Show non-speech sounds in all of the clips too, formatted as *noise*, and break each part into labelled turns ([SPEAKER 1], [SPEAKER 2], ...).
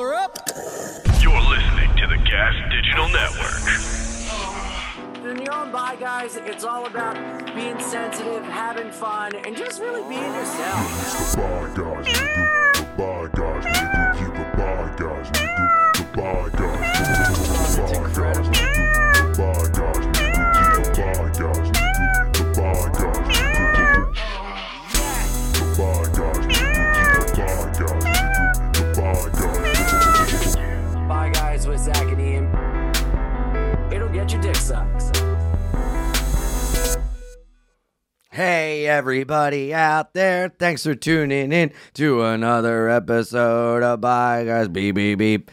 [SPEAKER 1] her up.
[SPEAKER 2] You're listening to the Gas Digital Network.
[SPEAKER 3] In your own bye, guys, it's all about being sensitive, having fun, and just really being yourself.
[SPEAKER 4] The bad guys, nigga. The bad guys, nigga. You the bad guys, nigga. The bad guys, nigga. The bad guys, nigga. The bad guys, nigga. You the bad guys, nigga. The bad guys, nigga. The bad guys, nigga. You the bad guys, nigga. The bad guys, nigga.
[SPEAKER 3] Bye, guys, with Zach and Ian. It'll get your dick sucked.
[SPEAKER 1] Hey, everybody out there. Thanks for tuning in to another episode of Bye Guys Beep Beep Beep.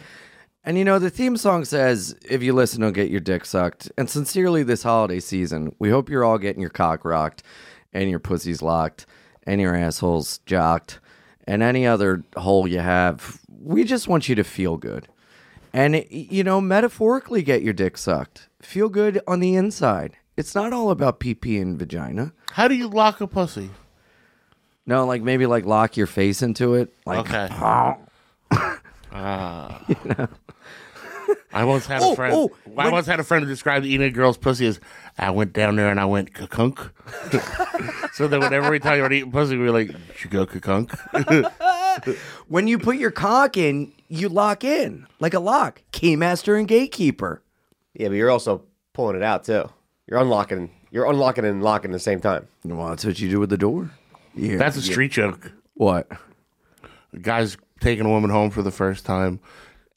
[SPEAKER 1] And you know, the theme song says, if you listen, don't get your dick sucked. And sincerely, this holiday season, we hope you're all getting your cock rocked and your pussies locked and your assholes jocked and any other hole you have. We just want you to feel good. And, y- you know, metaphorically get your dick sucked. Feel good on the inside. It's not all about pee pee and vagina.
[SPEAKER 5] How do you lock a pussy?
[SPEAKER 1] No, like maybe like lock your face into it. Like
[SPEAKER 5] *laughs* Okay. Ah. *laughs* I once had
[SPEAKER 1] Oh,
[SPEAKER 5] a friend.
[SPEAKER 1] oh,
[SPEAKER 5] I once had a friend who described eating a girl's pussy as I went down there and I went *laughs* kakunk. so that whenever we talk about eating pussy, we were like, "Did you go *laughs* kakunk?"
[SPEAKER 1] when you put your cock in, you lock in like a lock. Keymaster and gatekeeper.
[SPEAKER 6] Yeah, but you're also pulling it out too. You're unlocking. You're unlocking and locking at the same time.
[SPEAKER 1] Well, that's what you do with the door. Yeah.
[SPEAKER 5] That's a street joke.
[SPEAKER 1] what.
[SPEAKER 5] A guy's taking a woman home for the first time,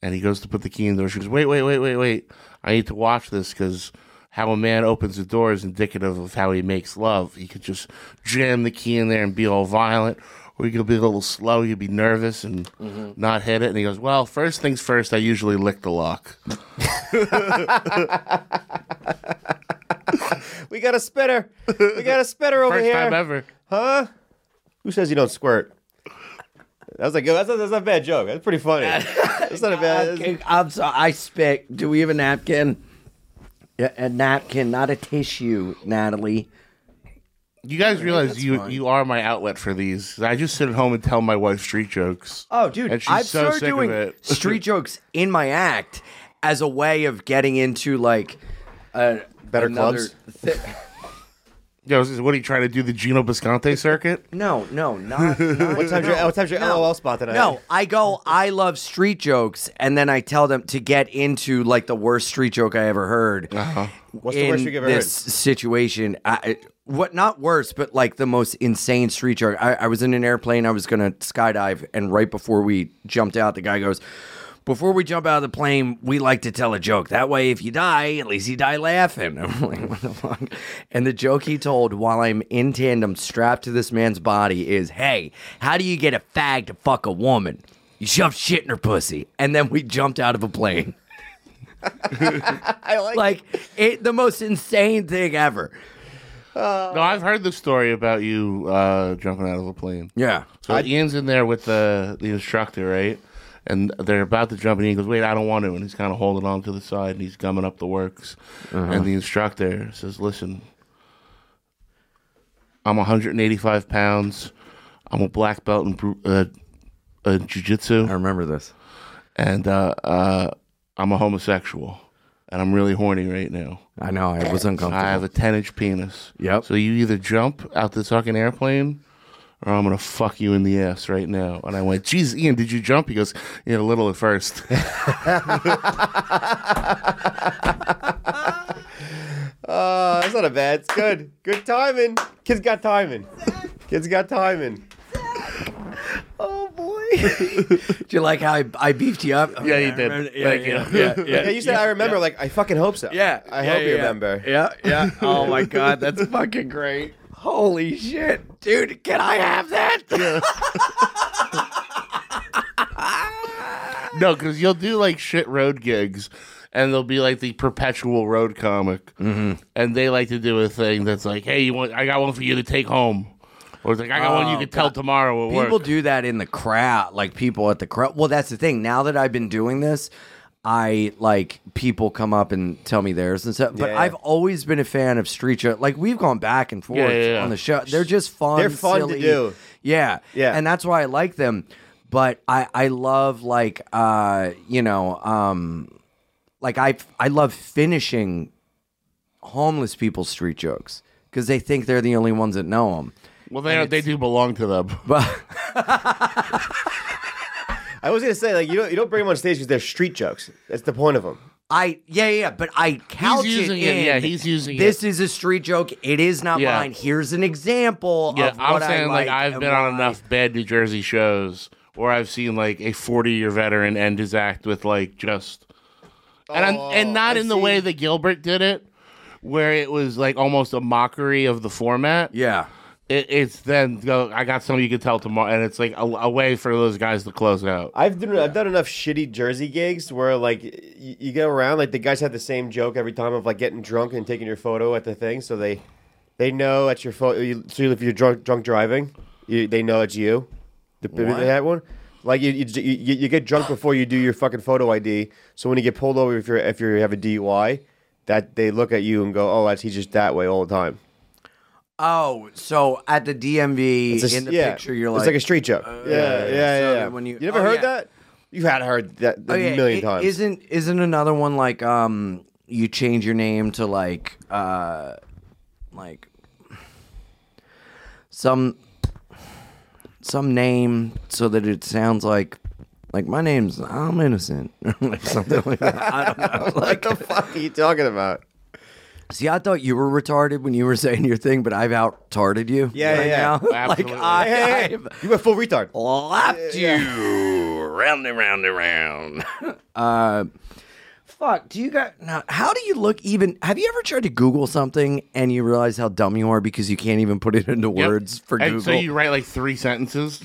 [SPEAKER 5] and he goes to put the key in the door. She goes, "Wait, wait, wait, wait, wait! I need to watch this because how a man opens the door is indicative of how he makes love. He could just jam the key in there and be all violent, or he could be a little slow. He'd be nervous and
[SPEAKER 1] Mm-hmm.
[SPEAKER 5] not hit it. And he goes, "Well, first things first. I usually lick the lock.
[SPEAKER 6] We got a spitter. We got a spitter over
[SPEAKER 5] First
[SPEAKER 6] here.
[SPEAKER 5] time ever.
[SPEAKER 6] Who says you don't squirt? That was like that's not, that's not a bad joke. That's pretty funny. That's not a bad.
[SPEAKER 1] Uh, I'm sorry. I spit. Do we have a napkin? Yeah, a napkin, not a tissue, Natalie.
[SPEAKER 5] You guys realize you you are my outlet for these. I just sit at home and tell my wife street jokes.
[SPEAKER 1] Oh, dude,
[SPEAKER 5] And she's
[SPEAKER 1] I've
[SPEAKER 5] so
[SPEAKER 1] started
[SPEAKER 5] sick of
[SPEAKER 1] doing
[SPEAKER 5] it. *laughs*
[SPEAKER 1] street jokes in my act as a way of getting into like a
[SPEAKER 6] Better
[SPEAKER 1] another
[SPEAKER 6] clubs?
[SPEAKER 1] thi-
[SPEAKER 5] Yo, is- what are you trying to do? The Gino Bisconte circuit?
[SPEAKER 1] no, no, not. not
[SPEAKER 6] *laughs* What time's your What time's your LOL spot
[SPEAKER 1] *laughs*
[SPEAKER 6] tonight?
[SPEAKER 1] no, I go. I love street jokes, and then I tell them to get into like the worst street joke I ever heard. Uh-huh.
[SPEAKER 6] What's the worst you've ever
[SPEAKER 1] this situation? I, I- what not worse, but like the most insane street joke. I, I was in an airplane. I was gonna skydive, and right before we jumped out, the guy goes. Before we jump out of the plane, we like to tell a joke. That way, if you die, at least you die laughing. *laughs* I'm like, what the fuck? And the joke he told while I'm in tandem strapped to this man's body is, "Hey, how do you get a fag to fuck a woman? You shove shit in her pussy." And then we jumped out of a plane *laughs*
[SPEAKER 6] I like.
[SPEAKER 1] like it, the most insane thing ever.
[SPEAKER 5] No, I've heard the story about you uh, jumping out of a plane.
[SPEAKER 1] Yeah.
[SPEAKER 5] So Ian's in there with the the instructor, right? And they're about to jump, and he goes, "Wait, I don't want to." And he's kind of holding on to the side, and he's gumming up the works. And the instructor says, "Listen, I'm 185 pounds. I'm a black belt in bru- uh, uh, jujitsu.
[SPEAKER 1] remember this.
[SPEAKER 5] and uh, uh, I'm a homosexual, and I'm really horny right now.
[SPEAKER 1] I know. I was uncomfortable.
[SPEAKER 5] *laughs* I have a 10 inch penis.
[SPEAKER 1] Yep.
[SPEAKER 5] So you either jump out this fucking airplane, or I'm gonna fuck you in the ass right now. And I went, "Jeez, Ian, did you jump?" He goes, "Yeah, a little at first. *laughs*
[SPEAKER 6] Uh, that's not a bad. It's good. Good timing. Kids got timing. Kids got timing.
[SPEAKER 1] oh *laughs* boy. Do you like how I, I beefed you up?
[SPEAKER 5] Yeah, you did. Thank you.
[SPEAKER 1] Yeah, yeah.
[SPEAKER 6] Yeah, *laughs* you said I remember. Like I fucking hope so.
[SPEAKER 1] Yeah,
[SPEAKER 6] I
[SPEAKER 1] yeah,
[SPEAKER 6] hope
[SPEAKER 1] yeah.
[SPEAKER 6] you remember.
[SPEAKER 1] Yeah, yeah. Oh my god, that's fucking great. Holy shit, dude! Can I have that?
[SPEAKER 5] No, because you'll do like shit road gigs, and they'll be like the perpetual road comic,
[SPEAKER 1] Mm-hmm.
[SPEAKER 5] and they like to do a thing that's like, "Hey, you want? I got one for you to take home," or it's like, "I got one you
[SPEAKER 1] Oh,
[SPEAKER 5] can tell tomorrow at work."
[SPEAKER 1] People do that in the crowd, like people at the crowd. Well, that's the thing. Now that I've been doing this, I like people come up and tell me theirs and stuff. But
[SPEAKER 6] Yeah.
[SPEAKER 1] I've always been a fan of street show. Like we've gone back and forth
[SPEAKER 5] Yeah, yeah, yeah.
[SPEAKER 1] on the show. They're just fun.
[SPEAKER 6] They're fun to
[SPEAKER 1] silly.
[SPEAKER 6] do.
[SPEAKER 1] Yeah,
[SPEAKER 6] Yeah.
[SPEAKER 1] and that's why I like them. But I I love like uh you know um like I I love finishing homeless people's street jokes because they think they're the only ones that know them.
[SPEAKER 5] well, they they do belong to them.
[SPEAKER 1] But
[SPEAKER 6] I was gonna say like you don't you don't bring them on stage because they're street jokes. That's the point of them.
[SPEAKER 1] I yeah yeah, but I couch
[SPEAKER 5] using
[SPEAKER 1] it
[SPEAKER 5] it,
[SPEAKER 1] in.
[SPEAKER 5] yeah, he's using it.
[SPEAKER 1] this is a street joke. It is not
[SPEAKER 5] Yeah.
[SPEAKER 1] mine. Here's an example.
[SPEAKER 5] Yeah,
[SPEAKER 1] of
[SPEAKER 5] I'm
[SPEAKER 1] what I
[SPEAKER 5] saying like,
[SPEAKER 1] like
[SPEAKER 5] I've
[SPEAKER 1] and
[SPEAKER 5] been on
[SPEAKER 1] why.
[SPEAKER 5] enough bad New Jersey shows where I've seen like a 40 year veteran end his act with like just and
[SPEAKER 1] Oh,
[SPEAKER 5] I'm, and not
[SPEAKER 6] I
[SPEAKER 5] in the
[SPEAKER 6] see.
[SPEAKER 5] way that Gilbert did it, where it was like almost a mockery of the format.
[SPEAKER 1] Yeah,
[SPEAKER 5] It, it's then go. I got something you can tell tomorrow, and it's like a, a way for those guys to close out.
[SPEAKER 6] I've done I've done enough shitty Jersey gigs where like you, you go around like the guys have the same joke every time of like getting drunk and taking your photo at the thing, so they they know at your photo. You, so if you're drunk drunk driving, you, they know it's you. The, They had one. Like you, you, you, you
[SPEAKER 1] *gasps*
[SPEAKER 6] get drunk before you do your fucking photo ID. So when you get pulled over if you're if you have a DUI, that they look at you and go, oh, that's he's just that way all the time.
[SPEAKER 1] Oh, so at the DMV
[SPEAKER 6] It's a-
[SPEAKER 1] in the
[SPEAKER 6] yeah,
[SPEAKER 1] picture, you're like, uh,
[SPEAKER 6] it's like a street joke. yeah, yeah, yeah.
[SPEAKER 1] So
[SPEAKER 6] yeah.
[SPEAKER 1] when you-
[SPEAKER 6] you, never
[SPEAKER 1] oh,
[SPEAKER 6] heard
[SPEAKER 1] yeah.
[SPEAKER 6] that? You had heard that a
[SPEAKER 1] Oh, yeah,
[SPEAKER 6] million
[SPEAKER 1] it-
[SPEAKER 6] times.
[SPEAKER 1] Isn't isn't another one like um you change your name to like uh like some some name so that it sounds like like my name's I'm innocent *laughs* like something like that. I don't
[SPEAKER 6] *laughs*
[SPEAKER 1] know.
[SPEAKER 6] what the fuck are you talking about?
[SPEAKER 1] See, I thought you were retarded when you were saying your thing, but I've out retarded you.
[SPEAKER 6] Yeah,
[SPEAKER 1] right
[SPEAKER 6] yeah, yeah.
[SPEAKER 1] now. *laughs* like
[SPEAKER 5] Absolutely.
[SPEAKER 1] I
[SPEAKER 6] Hey,
[SPEAKER 1] I've
[SPEAKER 6] you went full retard.
[SPEAKER 1] lapped
[SPEAKER 5] *laughs*
[SPEAKER 1] you round and round and round. uh, fuck. Do you got now? How do you look? Even have you ever tried to Google something and you realize how dumb you are because you can't even put it into
[SPEAKER 5] Yep.
[SPEAKER 1] words for
[SPEAKER 5] and
[SPEAKER 1] Google?
[SPEAKER 5] so you write like three sentences.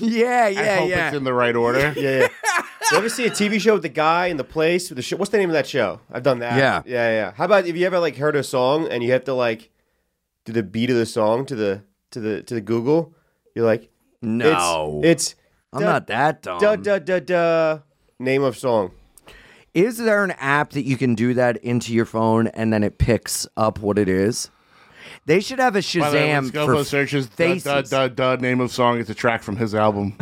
[SPEAKER 1] *laughs* yeah,
[SPEAKER 5] I
[SPEAKER 1] yeah,
[SPEAKER 5] hope
[SPEAKER 1] *laughs* yeah.
[SPEAKER 5] it's in the right order.
[SPEAKER 6] Yeah, yeah. you ever see a TV show with the guy in the place with the show? What's the name of that show? I've done that.
[SPEAKER 1] Yeah.
[SPEAKER 6] yeah, yeah. How about if you ever like heard a song and you have to like do the beat of the song to the to the to the Google? You're like,
[SPEAKER 1] no, Um.
[SPEAKER 6] it's, it's
[SPEAKER 1] I'm
[SPEAKER 6] da-
[SPEAKER 1] not that dumb.
[SPEAKER 6] da da da da name of song.
[SPEAKER 1] Is there an app that you can do that into your phone and then it picks up what it is? They should have a Shazam
[SPEAKER 5] By the way, let's go
[SPEAKER 1] for
[SPEAKER 5] for searches. Duh,
[SPEAKER 1] faces.
[SPEAKER 5] duh, duh, duh, name of song. It's a track from his
[SPEAKER 1] *laughs*
[SPEAKER 5] album.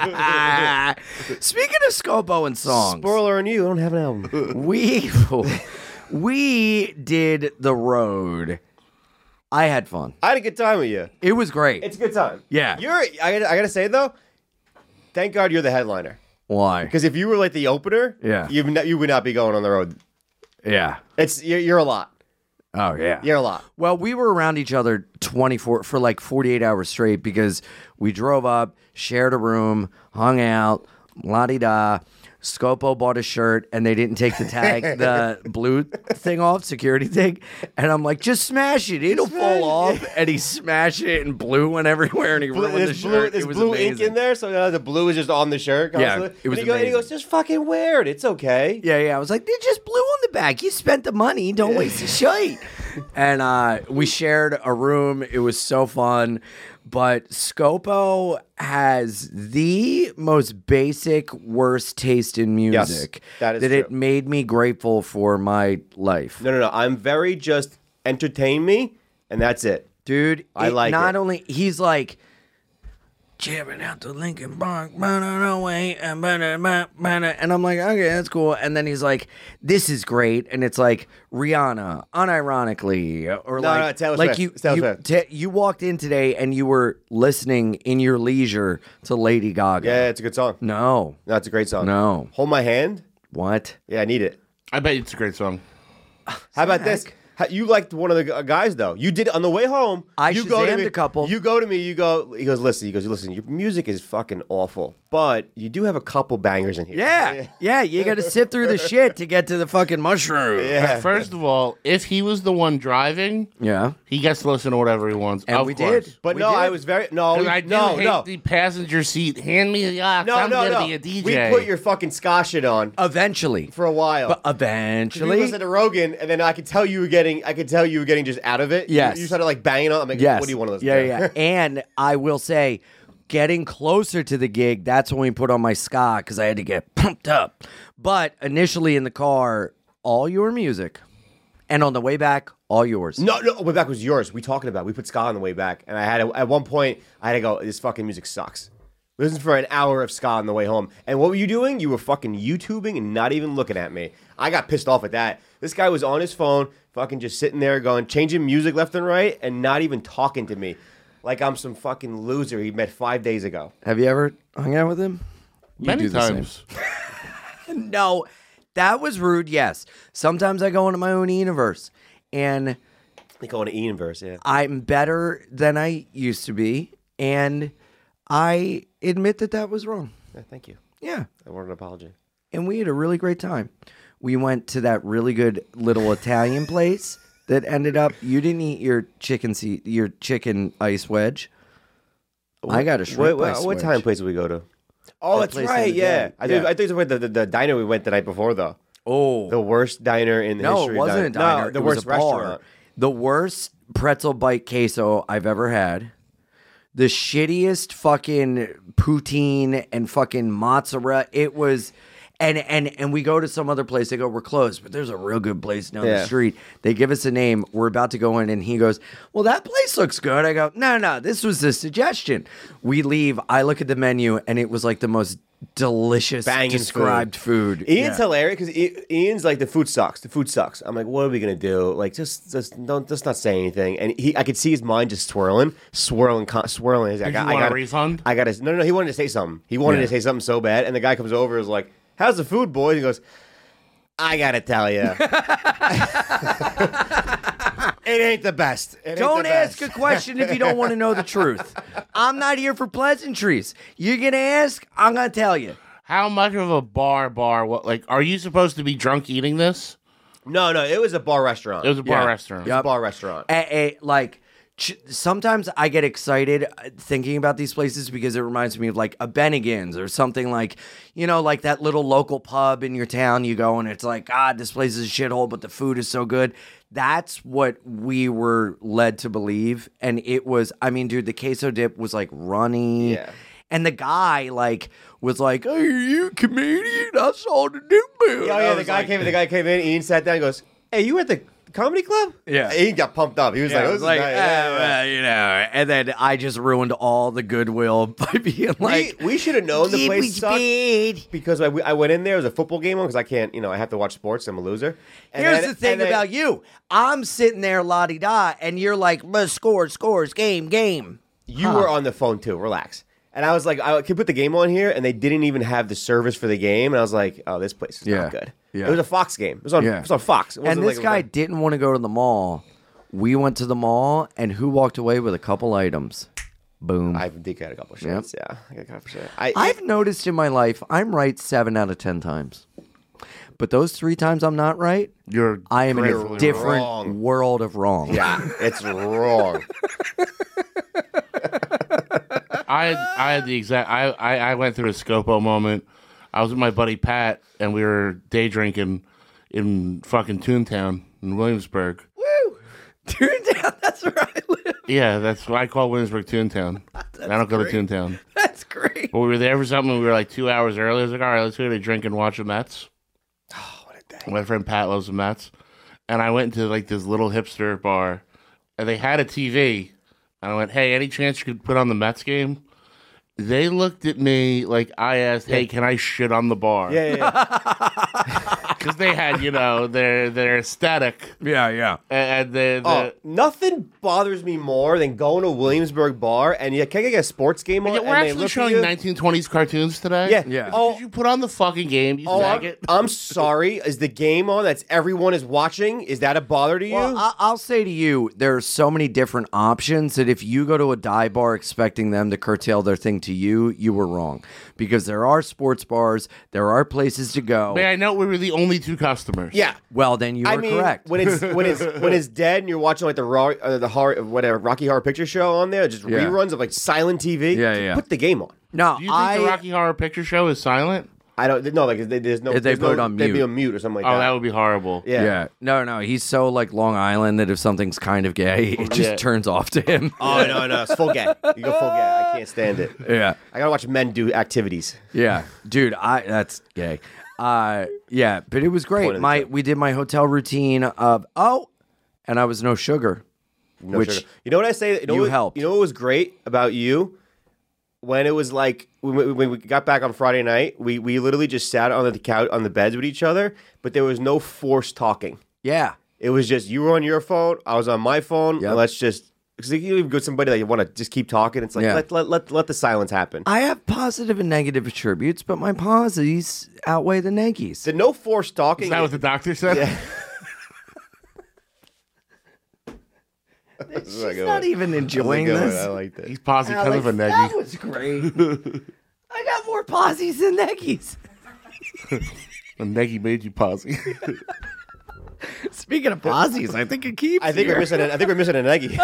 [SPEAKER 1] Ah. Speaking of Scobo and songs,
[SPEAKER 6] Spoiler on you, I don't have an album.
[SPEAKER 1] we *laughs* we did the road. I had fun.
[SPEAKER 6] I had a good time with you.
[SPEAKER 1] It was great.
[SPEAKER 6] It's a good time.
[SPEAKER 1] Yeah.
[SPEAKER 6] You're I gotta, I gotta say though, thank God you're the headliner.
[SPEAKER 1] Why?
[SPEAKER 6] Because if you were like the opener,
[SPEAKER 1] Yeah.
[SPEAKER 6] you've not, you would not be going on the road.
[SPEAKER 1] Yeah.
[SPEAKER 6] It's you're, you're a lot.
[SPEAKER 1] Oh yeah.
[SPEAKER 6] You're a lot.
[SPEAKER 1] Well, we were around each other 24 for like 48 hours straight because we drove up, shared a room, hung out, la di da. Scopo bought a shirt and they didn't take the
[SPEAKER 6] *laughs*
[SPEAKER 1] tag, the blue thing off, security thing. And I'm like, just smash it. It'll fall off. And he smashed it and blue went everywhere and he
[SPEAKER 6] Blue,
[SPEAKER 1] ruined the
[SPEAKER 6] there's blue,
[SPEAKER 1] shirt.
[SPEAKER 6] there's
[SPEAKER 1] it was
[SPEAKER 6] blue
[SPEAKER 1] amazing.
[SPEAKER 6] ink in there, so now the blue is just on the shirt.
[SPEAKER 1] Yeah,
[SPEAKER 6] Constantly.
[SPEAKER 1] it was
[SPEAKER 6] and he, go- and he
[SPEAKER 1] amazing.
[SPEAKER 6] goes, just fucking wear it. It's okay.
[SPEAKER 1] Yeah, yeah. I was like, they just blew on the back. You spent the money. Don't waste the shite. *laughs* And uh, we shared a room. It was so fun. But Scopo has the most basic, worst taste in
[SPEAKER 6] Yes,
[SPEAKER 1] music.
[SPEAKER 6] that is
[SPEAKER 1] That it
[SPEAKER 6] true.
[SPEAKER 1] made me grateful for my life.
[SPEAKER 6] No, no, no. I'm very just entertain me, and that's it.
[SPEAKER 1] Dude,
[SPEAKER 6] I
[SPEAKER 1] it
[SPEAKER 6] like
[SPEAKER 1] not
[SPEAKER 6] it.
[SPEAKER 1] only he's like jamming out the Lincoln Park, away, and ba-da, ba- ba-da," and I'm like, okay, that's cool. And then he's like, this is great, and it's like Rihanna, unironically, or
[SPEAKER 6] No,
[SPEAKER 1] like,
[SPEAKER 6] no, Taylor
[SPEAKER 1] like
[SPEAKER 6] Swift.
[SPEAKER 1] you,
[SPEAKER 6] It's Taylor
[SPEAKER 1] you,
[SPEAKER 6] Swift.
[SPEAKER 1] ta- you walked in today and you were listening in your leisure to Lady Gaga.
[SPEAKER 6] Yeah, it's a good song. No,
[SPEAKER 1] No,
[SPEAKER 6] it's a great song.
[SPEAKER 1] No.
[SPEAKER 6] hold my hand.
[SPEAKER 1] what?
[SPEAKER 6] Yeah, I need it.
[SPEAKER 5] I bet it's a great song.
[SPEAKER 6] How about this? ha- you liked one of the gu- guys though. You did on the way home.
[SPEAKER 1] I
[SPEAKER 6] you go to
[SPEAKER 1] Shazammed
[SPEAKER 6] me,
[SPEAKER 1] a couple.
[SPEAKER 6] You go to me. You go. He goes. Listen. He goes. Listen. Your music is fucking awful, but you do have a couple bangers in here.
[SPEAKER 1] Yeah, yeah, you got to sit through the shit to get to the fucking mushroom.
[SPEAKER 6] *laughs* Yeah.
[SPEAKER 5] First of all, if he was the one driving,
[SPEAKER 1] Yeah.
[SPEAKER 5] he gets to listen to whatever he wants.
[SPEAKER 1] And
[SPEAKER 5] of
[SPEAKER 1] we
[SPEAKER 5] course.
[SPEAKER 1] did.
[SPEAKER 6] But
[SPEAKER 1] We
[SPEAKER 6] no,
[SPEAKER 1] did.
[SPEAKER 6] I was very no.
[SPEAKER 5] 'Cause
[SPEAKER 6] we-
[SPEAKER 5] I do
[SPEAKER 6] no.
[SPEAKER 5] hate
[SPEAKER 6] no.
[SPEAKER 5] the passenger seat. Hand me the ox.
[SPEAKER 6] no,
[SPEAKER 5] I'm
[SPEAKER 6] no,
[SPEAKER 5] gonna
[SPEAKER 6] no.
[SPEAKER 5] be a DJ.
[SPEAKER 6] We put your fucking ska shit on
[SPEAKER 1] Eventually.
[SPEAKER 6] for a while.
[SPEAKER 1] But
[SPEAKER 6] you
[SPEAKER 1] eventually.
[SPEAKER 6] listen to Rogan, and then I could tell you were getting, I could tell you were getting just out of it. You-
[SPEAKER 1] Yes.
[SPEAKER 6] you, started like banging on. I'm like,
[SPEAKER 1] Yes.
[SPEAKER 6] what do you want to listen
[SPEAKER 1] yeah,
[SPEAKER 6] to? *laughs*
[SPEAKER 1] Yeah, and I will say, getting closer to the gig, that's when we put on my ska because I had to get pumped up. But initially in the car, all your music. And on the way back, all yours.
[SPEAKER 6] No, no, way back was yours. We talking about. We put ska on the way back, and I had to, at one point I had to go. This fucking music sucks. Listen for an hour of ska on the way home. And what were you doing? You were fucking YouTubing and not even looking at me. I got pissed off at that. This guy was on his phone, fucking just sitting there going, changing music left and right, and not even talking to me, like I'm some fucking loser he met five days ago.
[SPEAKER 1] Have you ever hung out with him?
[SPEAKER 5] many
[SPEAKER 1] do the same.
[SPEAKER 5] times.
[SPEAKER 1] No, that was rude. Yes. Sometimes I go into my own universe and
[SPEAKER 6] They call it an Ian verse, yeah.
[SPEAKER 1] I'm better than I used to be. And I admit that that was wrong.
[SPEAKER 6] Yeah, Thank you.
[SPEAKER 1] Yeah.
[SPEAKER 6] I want an apology.
[SPEAKER 1] and we had a really great time. We went to that really good little Italian place that ended up you didn't eat your chicken seat your chicken ice wedge. I got a shrimp
[SPEAKER 6] What, what,
[SPEAKER 1] ice
[SPEAKER 6] what
[SPEAKER 1] wedge.
[SPEAKER 6] time place did we go to? Oh, that's
[SPEAKER 1] place in
[SPEAKER 6] right.
[SPEAKER 1] the
[SPEAKER 6] Yeah,
[SPEAKER 1] day.
[SPEAKER 6] I think
[SPEAKER 1] Yeah.
[SPEAKER 6] I think it's where the, the the diner we went the night before though.
[SPEAKER 1] Oh,
[SPEAKER 6] The worst diner in the
[SPEAKER 1] no,
[SPEAKER 6] history.
[SPEAKER 1] it
[SPEAKER 6] of
[SPEAKER 1] wasn't a
[SPEAKER 6] din-
[SPEAKER 1] diner.
[SPEAKER 6] No, the
[SPEAKER 1] it
[SPEAKER 6] worst
[SPEAKER 1] was a bar.
[SPEAKER 6] restaurant.
[SPEAKER 1] The worst pretzel bite queso I've ever had. The shittiest fucking poutine and fucking mozzarella. It was. And, and and we go to some other place. They go, we're closed, but there's a real good place down
[SPEAKER 6] Yeah.
[SPEAKER 1] the street. They give us a name. We're about to go in, and he goes, "Well, that place looks good." I go, "No, no, this was a suggestion." We leave. I look at the menu, and it was like the most delicious
[SPEAKER 6] Banging food.
[SPEAKER 1] described food.
[SPEAKER 6] Ian's hilarious because Ian's like the food sucks. The food sucks. I'm like, what are we gonna do? Like, just just don't just not say anything. And he, I could see his mind just swirling, swirling, con- swirling. He's like,
[SPEAKER 5] Did
[SPEAKER 6] I,
[SPEAKER 5] you
[SPEAKER 6] I
[SPEAKER 5] want a
[SPEAKER 6] gotta-
[SPEAKER 5] refund?
[SPEAKER 6] I got to. No, no, no. He wanted to say something. He wanted
[SPEAKER 1] Yeah.
[SPEAKER 6] to say something so bad. And the guy comes over, is like, "How's the food, boys?" He goes, "I gotta tell
[SPEAKER 1] *laughs*
[SPEAKER 6] you." It ain't the best. *laughs* It ain't
[SPEAKER 1] Don't
[SPEAKER 6] the
[SPEAKER 1] ask a
[SPEAKER 6] best.
[SPEAKER 1] question if you don't want to know the
[SPEAKER 6] *laughs*
[SPEAKER 1] truth. I'm not here for pleasantries. You're gonna ask, I'm gonna tell you.
[SPEAKER 5] How much of a bar bar? What like? Are you supposed to be drunk eating this?
[SPEAKER 6] No, no. It was a bar restaurant.
[SPEAKER 5] It was a bar
[SPEAKER 1] Yeah.
[SPEAKER 5] restaurant.
[SPEAKER 1] Yep.
[SPEAKER 6] bar restaurant.
[SPEAKER 1] Eh, eh, like ch- sometimes I get excited uh, thinking about these places because it reminds me of like a Bennigan's or something like you know like that little local pub in your town. You go and it's like God, this place is a shithole, but the food is so good. That's what we were led to believe, and it was. I mean, dude, the queso dip was like runny.
[SPEAKER 6] Yeah.
[SPEAKER 1] And the guy like was like, "Hey, are you a comedian? I saw the new movie."
[SPEAKER 6] Oh yeah, the guy came. The guy came in. Ian sat down. and Goes, "Hey, you at the comedy club?"
[SPEAKER 1] Yeah.
[SPEAKER 6] Ian got pumped up. He was like, oh,
[SPEAKER 1] Yeah,
[SPEAKER 6] "This
[SPEAKER 1] it
[SPEAKER 6] is
[SPEAKER 1] was like,
[SPEAKER 6] nice."
[SPEAKER 1] "Eh,
[SPEAKER 6] Yeah, yeah, yeah.
[SPEAKER 1] well, you know, and then I just ruined all the goodwill *laughs* by being like,
[SPEAKER 6] we, we should have known the
[SPEAKER 1] "It
[SPEAKER 6] place
[SPEAKER 1] was
[SPEAKER 6] sucked
[SPEAKER 1] bad."
[SPEAKER 6] because I, I went in there. It was a football game on because I can't. You know, I have to watch sports. I'm a loser. And
[SPEAKER 1] Here's
[SPEAKER 6] then-
[SPEAKER 1] the thing
[SPEAKER 6] and then-
[SPEAKER 1] about you. I'm sitting there la di da, and you're like, "But scores, scores, game, game."
[SPEAKER 6] You were on the phone too. Relax. And I was like, I could put the game on here, and they didn't even have the service for the game. And I was like, oh, this place is
[SPEAKER 1] Yeah.
[SPEAKER 6] not good.
[SPEAKER 1] Yeah.
[SPEAKER 6] It was a Fox game. It was on. It was on Fox. It
[SPEAKER 1] And
[SPEAKER 6] wasn't
[SPEAKER 1] this
[SPEAKER 6] like-
[SPEAKER 1] guy didn't want to go to the mall. We went to the mall, and who walked away with a couple items? Boom.
[SPEAKER 6] I did get a couple shots. Yeah, I got a couple shots. I,
[SPEAKER 1] I've noticed in my life, I'm right seven out of ten times, but those three times I'm not right,
[SPEAKER 5] You're.
[SPEAKER 1] I am in a
[SPEAKER 5] gratefully
[SPEAKER 1] different
[SPEAKER 6] wrong.
[SPEAKER 1] world of wrong.
[SPEAKER 6] yeah, it's wrong.
[SPEAKER 5] I had, I had the exact. I, I I went through a scopo moment. I was with my buddy Pat, and we were day drinking in fucking Toontown in Williamsburg.
[SPEAKER 1] Woo! Turn down. *laughs* That's where I live.
[SPEAKER 5] Yeah, that's what I call Williamsburg
[SPEAKER 6] *laughs*
[SPEAKER 5] Toontown. I don't go to Toontown.
[SPEAKER 1] That's great.
[SPEAKER 5] But we were there for something. and We were like two hours early. I was like, all right, let's go to drink and watch the
[SPEAKER 6] *sighs*
[SPEAKER 5] Mets. Oh, what a day. My friend Pat loves the Mets. And I went to like this little hipster bar and they had a TV. And I went, hey, any chance you could put on the Mets game? They looked at me like I asked, hey, can I shit on the
[SPEAKER 1] *laughs*
[SPEAKER 5] bar?
[SPEAKER 6] Yeah, yeah, yeah.
[SPEAKER 5] because they had you
[SPEAKER 6] *laughs*
[SPEAKER 5] know their their aesthetic
[SPEAKER 1] Yeah, yeah.
[SPEAKER 5] and the, the
[SPEAKER 6] Oh, nothing bothers me more than going to Williamsburg Bar and you can't get a sports game on.
[SPEAKER 5] Yeah, we're
[SPEAKER 6] and they
[SPEAKER 5] actually
[SPEAKER 6] look at
[SPEAKER 5] showing
[SPEAKER 6] you.
[SPEAKER 5] 1920s cartoons today.
[SPEAKER 6] Yeah.
[SPEAKER 1] Yeah.
[SPEAKER 6] Oh,
[SPEAKER 5] Did you put on the fucking game, you
[SPEAKER 6] Oh, I'm,
[SPEAKER 5] faggot?
[SPEAKER 6] *laughs* I'm sorry. Is the game on? That's everyone is watching. Is that a bother to you?
[SPEAKER 1] Well, I- I'll say to you, there are so many different options that if you go to a dive bar expecting them to curtail their thing to you, you were wrong. Because there are sports bars, there are places to go.
[SPEAKER 5] May I note we were the only two customers.
[SPEAKER 6] yeah.
[SPEAKER 1] Well, then you
[SPEAKER 6] I
[SPEAKER 1] were
[SPEAKER 6] mean,
[SPEAKER 1] correct.
[SPEAKER 6] when it's
[SPEAKER 1] *laughs*
[SPEAKER 6] when it's when it's dead and you're watching like the raw, uh, the horror, whatever Rocky Horror Picture Show on there, just
[SPEAKER 1] Yeah.
[SPEAKER 6] reruns of like silent TV.
[SPEAKER 1] Yeah, yeah.
[SPEAKER 6] Put the game on.
[SPEAKER 1] no,
[SPEAKER 5] Do you think
[SPEAKER 1] I
[SPEAKER 5] the Rocky Horror Picture Show is silent?
[SPEAKER 6] I don't. No, like they, there's no.
[SPEAKER 1] If they
[SPEAKER 6] there's
[SPEAKER 1] put
[SPEAKER 6] no,
[SPEAKER 1] it on
[SPEAKER 6] They'd be
[SPEAKER 1] mute.
[SPEAKER 6] on mute or something like
[SPEAKER 5] Oh,
[SPEAKER 6] that.
[SPEAKER 5] that would be horrible.
[SPEAKER 6] yeah.
[SPEAKER 1] No, no. He's so like Long Island that if something's kind of gay, *laughs* it just
[SPEAKER 5] Yeah.
[SPEAKER 1] turns off to him.
[SPEAKER 6] Oh no, no, it's full gay. You go full gay. I can't
[SPEAKER 1] *laughs*
[SPEAKER 6] stand it.
[SPEAKER 1] yeah.
[SPEAKER 6] I gotta watch men do activities.
[SPEAKER 1] Yeah. Dude, I that's gay. Uh yeah, but it was
[SPEAKER 6] Point of
[SPEAKER 1] great.
[SPEAKER 6] the
[SPEAKER 1] My
[SPEAKER 6] joke.
[SPEAKER 1] we did my hotel routine of oh and I was no sugar.
[SPEAKER 6] No
[SPEAKER 1] which
[SPEAKER 6] sugar. you know what I say? You, know
[SPEAKER 1] you
[SPEAKER 6] what,
[SPEAKER 1] helped.
[SPEAKER 6] You know what was great about you? When it was like when we, when we got back on Friday night, we we literally just sat on the couch on the beds with each other, but there was no forced talking.
[SPEAKER 1] Yeah.
[SPEAKER 6] It was just you were on your phone, I was on my phone,
[SPEAKER 1] Yep.
[SPEAKER 6] and let's just because you even go with somebody that you want to just keep talking. It's like
[SPEAKER 1] Yeah.
[SPEAKER 6] let, let let let the silence happen.
[SPEAKER 1] I have positive and negative attributes, but my positives outweigh the negatives.
[SPEAKER 6] the no forced
[SPEAKER 5] Is
[SPEAKER 6] talking.
[SPEAKER 5] that what the doctor said?
[SPEAKER 6] Yeah.
[SPEAKER 1] She's not even enjoying
[SPEAKER 6] uh, Good one,
[SPEAKER 1] this.
[SPEAKER 6] I liked it.
[SPEAKER 5] He's pausing because of a
[SPEAKER 1] That
[SPEAKER 5] neggy.
[SPEAKER 1] was great.
[SPEAKER 6] *laughs*
[SPEAKER 1] I got more posies than neggies. *laughs*
[SPEAKER 5] A neggy made you pausing.
[SPEAKER 1] Speaking of posies, I think it keeps.
[SPEAKER 6] I think we're missing. An, I think we're missing an
[SPEAKER 5] *laughs*
[SPEAKER 6] eggie.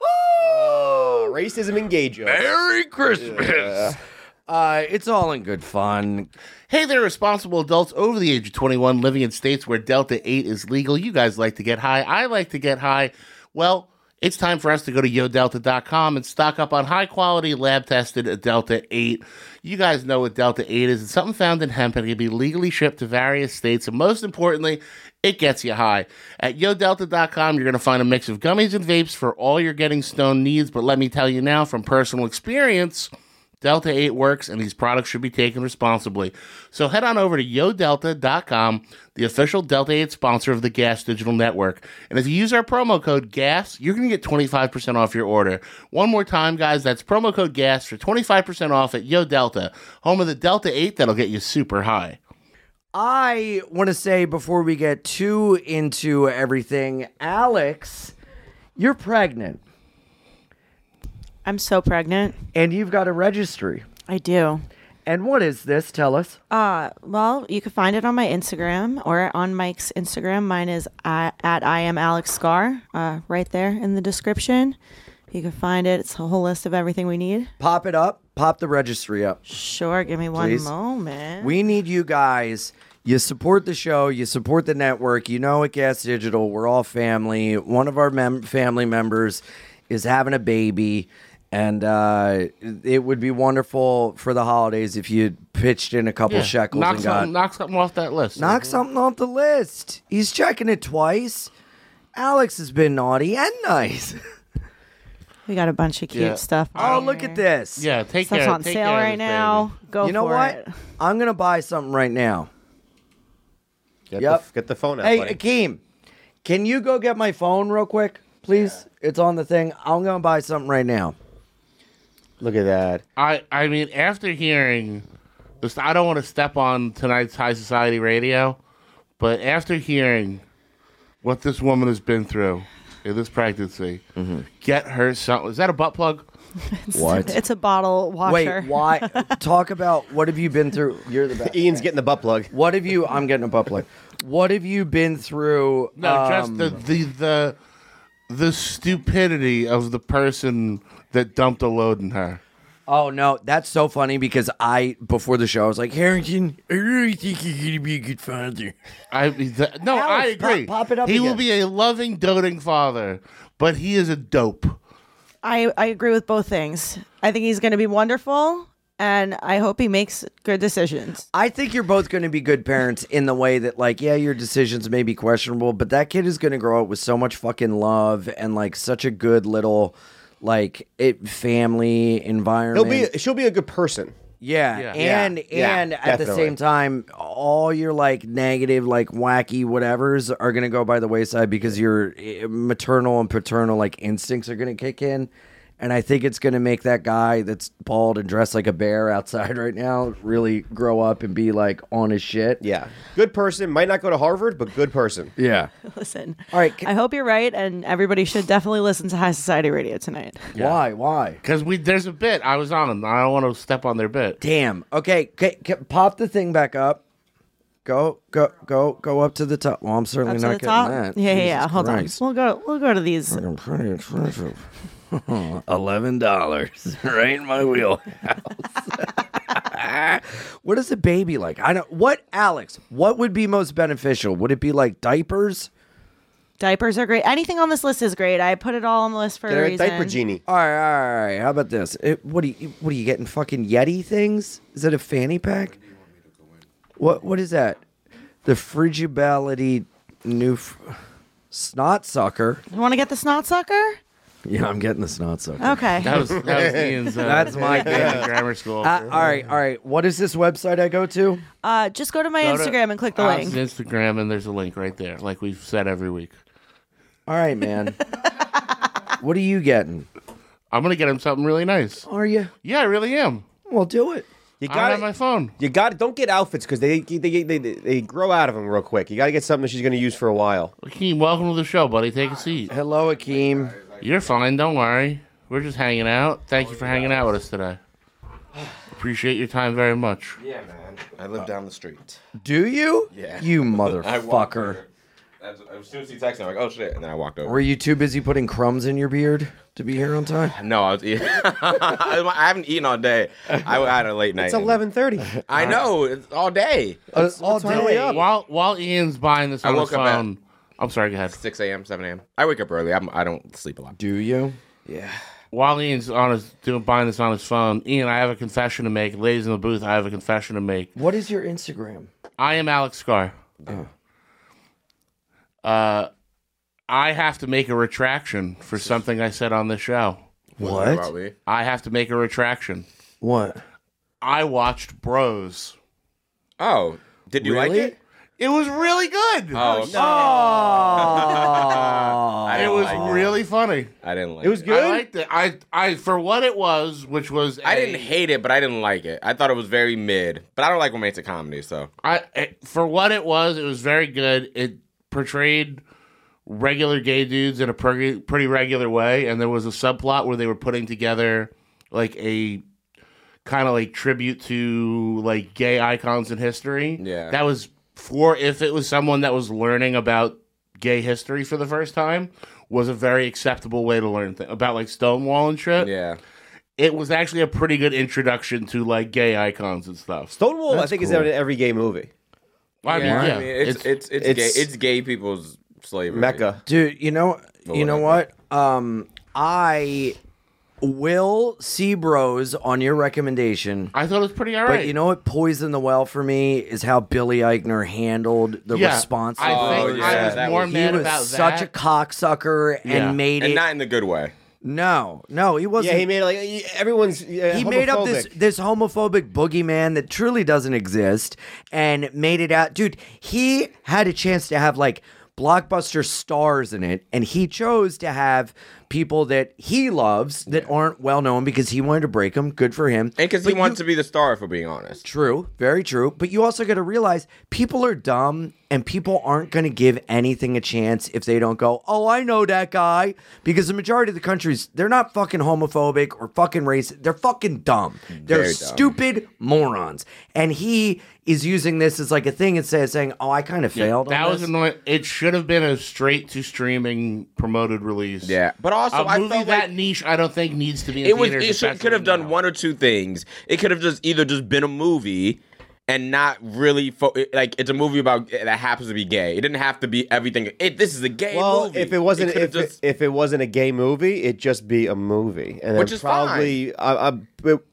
[SPEAKER 6] Oh, racism and gay jokes.
[SPEAKER 1] *laughs* Merry Christmas. *laughs* Uh, it's all in good fun.
[SPEAKER 5] hey there, responsible adults over the age of 21 living in states where Delta 8 is legal. You guys like to get high. I like to get high. Well, it's time for us to go to yodelta.com and stock up on high quality lab tested Delta 8. You guys know what Delta 8 is. It's something found in hemp and it can be legally shipped to various states. And most importantly, it gets you high. At yodelta.com, you're going to find a mix of gummies and vapes for all your getting stoned needs. But let me tell you now from personal experience, Delta 8 works, and these products should be taken responsibly. So head on over to yodelta.com, the official Delta 8 sponsor of the Gas Digital Network. And if you use our promo code GAS, you're going to get 25% off your order. One more time, guys, that's promo code GAS for 25% off at Yo Delta, home of the Delta 8 that'll get you super high.
[SPEAKER 1] I want to say before we get too into everything, Alex, you're pregnant
[SPEAKER 7] I'm so pregnant.
[SPEAKER 1] and you've got a registry.
[SPEAKER 7] I do.
[SPEAKER 1] And what is this? Tell us.
[SPEAKER 7] Uh, well, you can find it on my Instagram or on Mike's Instagram. Mine is I, at I am Alex Scar, uh, right there in the description. You can find it. It's a whole list of everything we need.
[SPEAKER 1] Pop it up. Pop the registry up.
[SPEAKER 7] Sure, give me one
[SPEAKER 1] Please.
[SPEAKER 7] moment.
[SPEAKER 1] We need you guys. You support the show, you support the network. You know, at Gas Digital, we're all family. One of our mem- family members is having a baby, and uh, it would be wonderful for the holidays if you pitched in a couple shekels
[SPEAKER 5] knock,
[SPEAKER 1] and got
[SPEAKER 5] something, knock something off that list.
[SPEAKER 1] knock something off the list. He's checking it twice. Alex has been naughty and nice. *laughs*
[SPEAKER 7] We got a bunch of cute
[SPEAKER 5] Yeah.
[SPEAKER 7] stuff.
[SPEAKER 1] Oh,
[SPEAKER 7] on
[SPEAKER 1] look
[SPEAKER 7] here.
[SPEAKER 1] at this.
[SPEAKER 5] yeah, take
[SPEAKER 7] Stuff's
[SPEAKER 5] care.
[SPEAKER 7] on
[SPEAKER 5] take
[SPEAKER 7] sale
[SPEAKER 5] care of
[SPEAKER 7] right
[SPEAKER 5] this
[SPEAKER 7] now. Go
[SPEAKER 1] You know
[SPEAKER 7] for
[SPEAKER 1] what?
[SPEAKER 7] it.
[SPEAKER 1] I'm going to buy something right now.
[SPEAKER 6] Get,
[SPEAKER 1] Yep.
[SPEAKER 6] the, get the phone out.
[SPEAKER 1] Hey,
[SPEAKER 6] buddy.
[SPEAKER 1] Akeem, can you go get my phone real quick, please? It's on the thing. I'm going to buy something right now.
[SPEAKER 6] look at that.
[SPEAKER 5] I I mean, after hearing this, I don't want to step on tonight's High Society Radio, but after hearing what this woman has been through in this pregnancy,
[SPEAKER 1] Mm-hmm.
[SPEAKER 5] get her something. Is that a butt plug?
[SPEAKER 1] What?
[SPEAKER 7] It's a bottle washer.
[SPEAKER 1] Wait,
[SPEAKER 7] *laughs*
[SPEAKER 1] why? Talk about what have you been through? You're the best.
[SPEAKER 6] Ian's getting the butt plug.
[SPEAKER 1] What have you? I'm getting a butt plug. What have you been through? um,
[SPEAKER 5] No, just the, the the the stupidity of the person that dumped a load in her.
[SPEAKER 1] Oh no, that's so funny because I before the show I was like Harrington, I really think you're gonna be a good father.
[SPEAKER 5] I the, no, I
[SPEAKER 1] Alex, pop-
[SPEAKER 5] agree.
[SPEAKER 1] pop it up
[SPEAKER 5] he will
[SPEAKER 1] again.
[SPEAKER 5] be a loving, doting father, but he is a dope.
[SPEAKER 7] I, I agree with both things. I think he's going to be wonderful, and I hope he makes good decisions.
[SPEAKER 1] I think you're both going to be good parents in the way that, like, yeah, your decisions may be questionable, but that kid is going to grow up with so much fucking love and, like, such a good little, like it family
[SPEAKER 6] He'll
[SPEAKER 1] environment.
[SPEAKER 6] be. She'll be a good person.
[SPEAKER 1] Yeah.
[SPEAKER 5] Yeah.
[SPEAKER 1] And
[SPEAKER 6] Yeah.
[SPEAKER 1] and
[SPEAKER 6] Yeah,
[SPEAKER 1] at the
[SPEAKER 6] definitely.
[SPEAKER 1] same time, all your like negative, like wacky whatevers are gonna go by the wayside because your eh, maternal and paternal like instincts are gonna kick in. And I think it's gonna make that guy that's bald and dressed like a bear outside *laughs* right now really grow up and be like on his shit.
[SPEAKER 6] Yeah, good person. Might not go to Harvard, but good person.
[SPEAKER 1] *laughs* Yeah.
[SPEAKER 7] Listen.
[SPEAKER 1] All right, can-
[SPEAKER 7] I hope you're right, and everybody should definitely listen to High Society Radio tonight.
[SPEAKER 1] Why? Why?
[SPEAKER 5] Because we there's a bit I was on. I don't want to step on their bit.
[SPEAKER 1] Damn. Okay. ca- ca- pop the thing back up. Go, go, go, go up to the top. Well, I'm
[SPEAKER 7] Up
[SPEAKER 1] certainly
[SPEAKER 7] to
[SPEAKER 1] not
[SPEAKER 7] the
[SPEAKER 1] getting
[SPEAKER 7] top.
[SPEAKER 1] that.
[SPEAKER 7] Yeah, yeah,
[SPEAKER 1] Jesus
[SPEAKER 7] yeah. Hold
[SPEAKER 1] Christ.
[SPEAKER 7] on. We'll go. We'll go to these.
[SPEAKER 1] I'm pretty expensive. Eleven dollars, *laughs* right in my wheelhouse. *laughs* what is a baby like? I don't. What, Alex? What would be most beneficial? Would it be like diapers?
[SPEAKER 7] Diapers are great. Anything on this list is great. I put it all on the list for a
[SPEAKER 6] They're a
[SPEAKER 7] reason.
[SPEAKER 6] diaper genie.
[SPEAKER 1] All right, all right. How about this? It, what do you? What are you getting? Fucking Yeti things? Is that a fanny pack? What? What is that? The frugibility new f- snot sucker.
[SPEAKER 7] You want to get the snot sucker?
[SPEAKER 1] Yeah, I'm getting the snot sucker.
[SPEAKER 7] Okay.
[SPEAKER 5] That was that *laughs* was Ian's. Uh,
[SPEAKER 1] That's my
[SPEAKER 5] Ian's grammar school.
[SPEAKER 1] Uh, all right, all right. What is this website I go to?
[SPEAKER 7] Uh, just go to my
[SPEAKER 5] Go to
[SPEAKER 7] Instagram and click the
[SPEAKER 5] Alex's
[SPEAKER 7] link.
[SPEAKER 5] Instagram and there's a link right there, like we've said every week.
[SPEAKER 1] All right,
[SPEAKER 7] *laughs*
[SPEAKER 1] man. what are you getting?
[SPEAKER 5] I'm gonna get him something really nice.
[SPEAKER 1] Are you?
[SPEAKER 5] Yeah, I really am.
[SPEAKER 1] Well, do it.
[SPEAKER 6] You
[SPEAKER 5] I got
[SPEAKER 6] got
[SPEAKER 5] on my
[SPEAKER 6] it.
[SPEAKER 5] phone.
[SPEAKER 6] You got it. Don't get outfits because they they, they they they grow out of them real quick. You got to get something that she's going to use for a while.
[SPEAKER 5] Akeem, welcome to the show, buddy. Take a seat.
[SPEAKER 1] Hello, Akeem.
[SPEAKER 5] You're fine. Don't worry. We're just hanging out. Thank you for hanging out with us today. Appreciate your time very much.
[SPEAKER 8] Yeah, man. I live down the street.
[SPEAKER 1] Do you?
[SPEAKER 8] Yeah.
[SPEAKER 1] You
[SPEAKER 8] *laughs* I walked
[SPEAKER 1] motherfucker.
[SPEAKER 8] over. As, as soon as he texted, me, I'm like, oh shit, and then I walked over.
[SPEAKER 1] Were you too busy putting crumbs in your beard to be here on time?
[SPEAKER 8] no, I was eating. *laughs* I haven't eaten all day. I had a late night.
[SPEAKER 6] It's
[SPEAKER 1] *laughs*
[SPEAKER 6] eleven thirty.
[SPEAKER 8] I know. It's all day.
[SPEAKER 1] Uh, all day.
[SPEAKER 5] While while Ian's buying this
[SPEAKER 8] I
[SPEAKER 5] on his
[SPEAKER 8] woke up at-
[SPEAKER 5] phone, I'm sorry. Go ahead.
[SPEAKER 8] Six a.m., seven a.m. I wake up early. I'm, I don't sleep a lot.
[SPEAKER 1] Do you?
[SPEAKER 5] While Ian's on his doing buying this on his phone, Ian, I have a confession to make. Ladies in the booth, I have a confession to make.
[SPEAKER 1] What is your Instagram?
[SPEAKER 5] I am Alex Scar. Uh, I have to make a retraction for something I said on this show.
[SPEAKER 8] What? About me?
[SPEAKER 5] I have to make a retraction.
[SPEAKER 1] What?
[SPEAKER 5] I watched Bros.
[SPEAKER 8] Oh, did you
[SPEAKER 1] Really?
[SPEAKER 5] *laughs*
[SPEAKER 8] like it?
[SPEAKER 5] It was really
[SPEAKER 8] Oh,
[SPEAKER 5] good.
[SPEAKER 8] no. *laughs* I
[SPEAKER 5] it
[SPEAKER 8] didn't
[SPEAKER 5] was
[SPEAKER 8] like
[SPEAKER 5] really funny.
[SPEAKER 8] I didn't like
[SPEAKER 6] It was good.
[SPEAKER 5] Oh, I liked it. I, I for what it was, which was I
[SPEAKER 8] I didn't hate it, but I didn't like it. I thought it was very mid. But I don't like romantic comedy, so
[SPEAKER 5] I it, for what it was, it was very good. It portrayed regular gay dudes in a pretty pretty regular way, and there was a subplot where they were putting together like a kind of like tribute to like gay icons in history.
[SPEAKER 8] Yeah.
[SPEAKER 5] that was for if it was someone that was learning about gay history for the first time was a very acceptable way to learn th- about like Stonewall and shit.
[SPEAKER 8] yeah.
[SPEAKER 5] It was actually a pretty good introduction to like gay icons and stuff.
[SPEAKER 6] Stonewall, I think, is in every gay movie.
[SPEAKER 5] I mean,
[SPEAKER 8] Yeah,
[SPEAKER 5] yeah,
[SPEAKER 8] I mean, it's it's
[SPEAKER 5] it's-
[SPEAKER 8] it's,
[SPEAKER 6] it's-
[SPEAKER 8] gay, it's gay people's slavery.
[SPEAKER 6] Mecca.
[SPEAKER 1] Dude, you know, you know what?
[SPEAKER 8] whatever.
[SPEAKER 1] Um, I will see bros on your recommendation.
[SPEAKER 5] I thought it was pretty alright.
[SPEAKER 1] But you know what poisoned the well for me is how Billy Eichner handled the response.
[SPEAKER 5] I
[SPEAKER 8] Oh,
[SPEAKER 5] think
[SPEAKER 8] yeah,
[SPEAKER 5] I was
[SPEAKER 8] that
[SPEAKER 5] more
[SPEAKER 8] was-
[SPEAKER 1] he
[SPEAKER 5] mad
[SPEAKER 1] was
[SPEAKER 5] about
[SPEAKER 1] such
[SPEAKER 5] that.
[SPEAKER 1] a cocksucker and
[SPEAKER 5] Yeah.
[SPEAKER 1] made
[SPEAKER 8] and
[SPEAKER 1] it.
[SPEAKER 8] not in the good way.
[SPEAKER 1] no, no, he wasn't.
[SPEAKER 6] Yeah, he made it like everyone's. Yeah,
[SPEAKER 1] he made up this
[SPEAKER 6] homophobic.
[SPEAKER 1] this homophobic boogeyman that truly doesn't exist and made it out. Dude, he had a chance to have like blockbuster stars in it, and he chose to have people that he loves that aren't well known because he wanted to break them. Good for him.
[SPEAKER 8] And because he
[SPEAKER 1] But you-
[SPEAKER 8] wanted to be the star, if we're being honest.
[SPEAKER 1] True, very true. But you also got to realize people are dumb and people aren't going to give anything a chance if they don't go, oh, I know that guy. Because the majority of the countries, they're not fucking homophobic or fucking racist. They're fucking dumb. They're
[SPEAKER 8] Mm, Very dumb.
[SPEAKER 1] stupid morons. And he is using this as like a thing instead of saying, oh, I kind of failed.
[SPEAKER 5] that
[SPEAKER 1] on
[SPEAKER 5] was
[SPEAKER 1] this."
[SPEAKER 5] annoying. It should have been a straight to streaming promoted release.
[SPEAKER 8] Yeah, but also
[SPEAKER 5] a
[SPEAKER 8] I
[SPEAKER 5] movie
[SPEAKER 8] felt
[SPEAKER 5] that
[SPEAKER 8] like
[SPEAKER 5] niche. I don't think needs to be. In
[SPEAKER 8] it was
[SPEAKER 5] theaters,
[SPEAKER 8] it should, could
[SPEAKER 5] especially
[SPEAKER 8] have done
[SPEAKER 5] now.
[SPEAKER 8] one or two things. It could have just either just been a movie and not really fo- it- like it's a movie about that happens to be gay. It didn't have to be everything. It, this is a gay
[SPEAKER 6] Well,
[SPEAKER 8] movie.
[SPEAKER 6] if it wasn't
[SPEAKER 8] could have
[SPEAKER 6] if, it, if it wasn't a gay movie, it'd just be a movie, and
[SPEAKER 8] Which
[SPEAKER 6] then
[SPEAKER 8] is
[SPEAKER 6] probably I, I,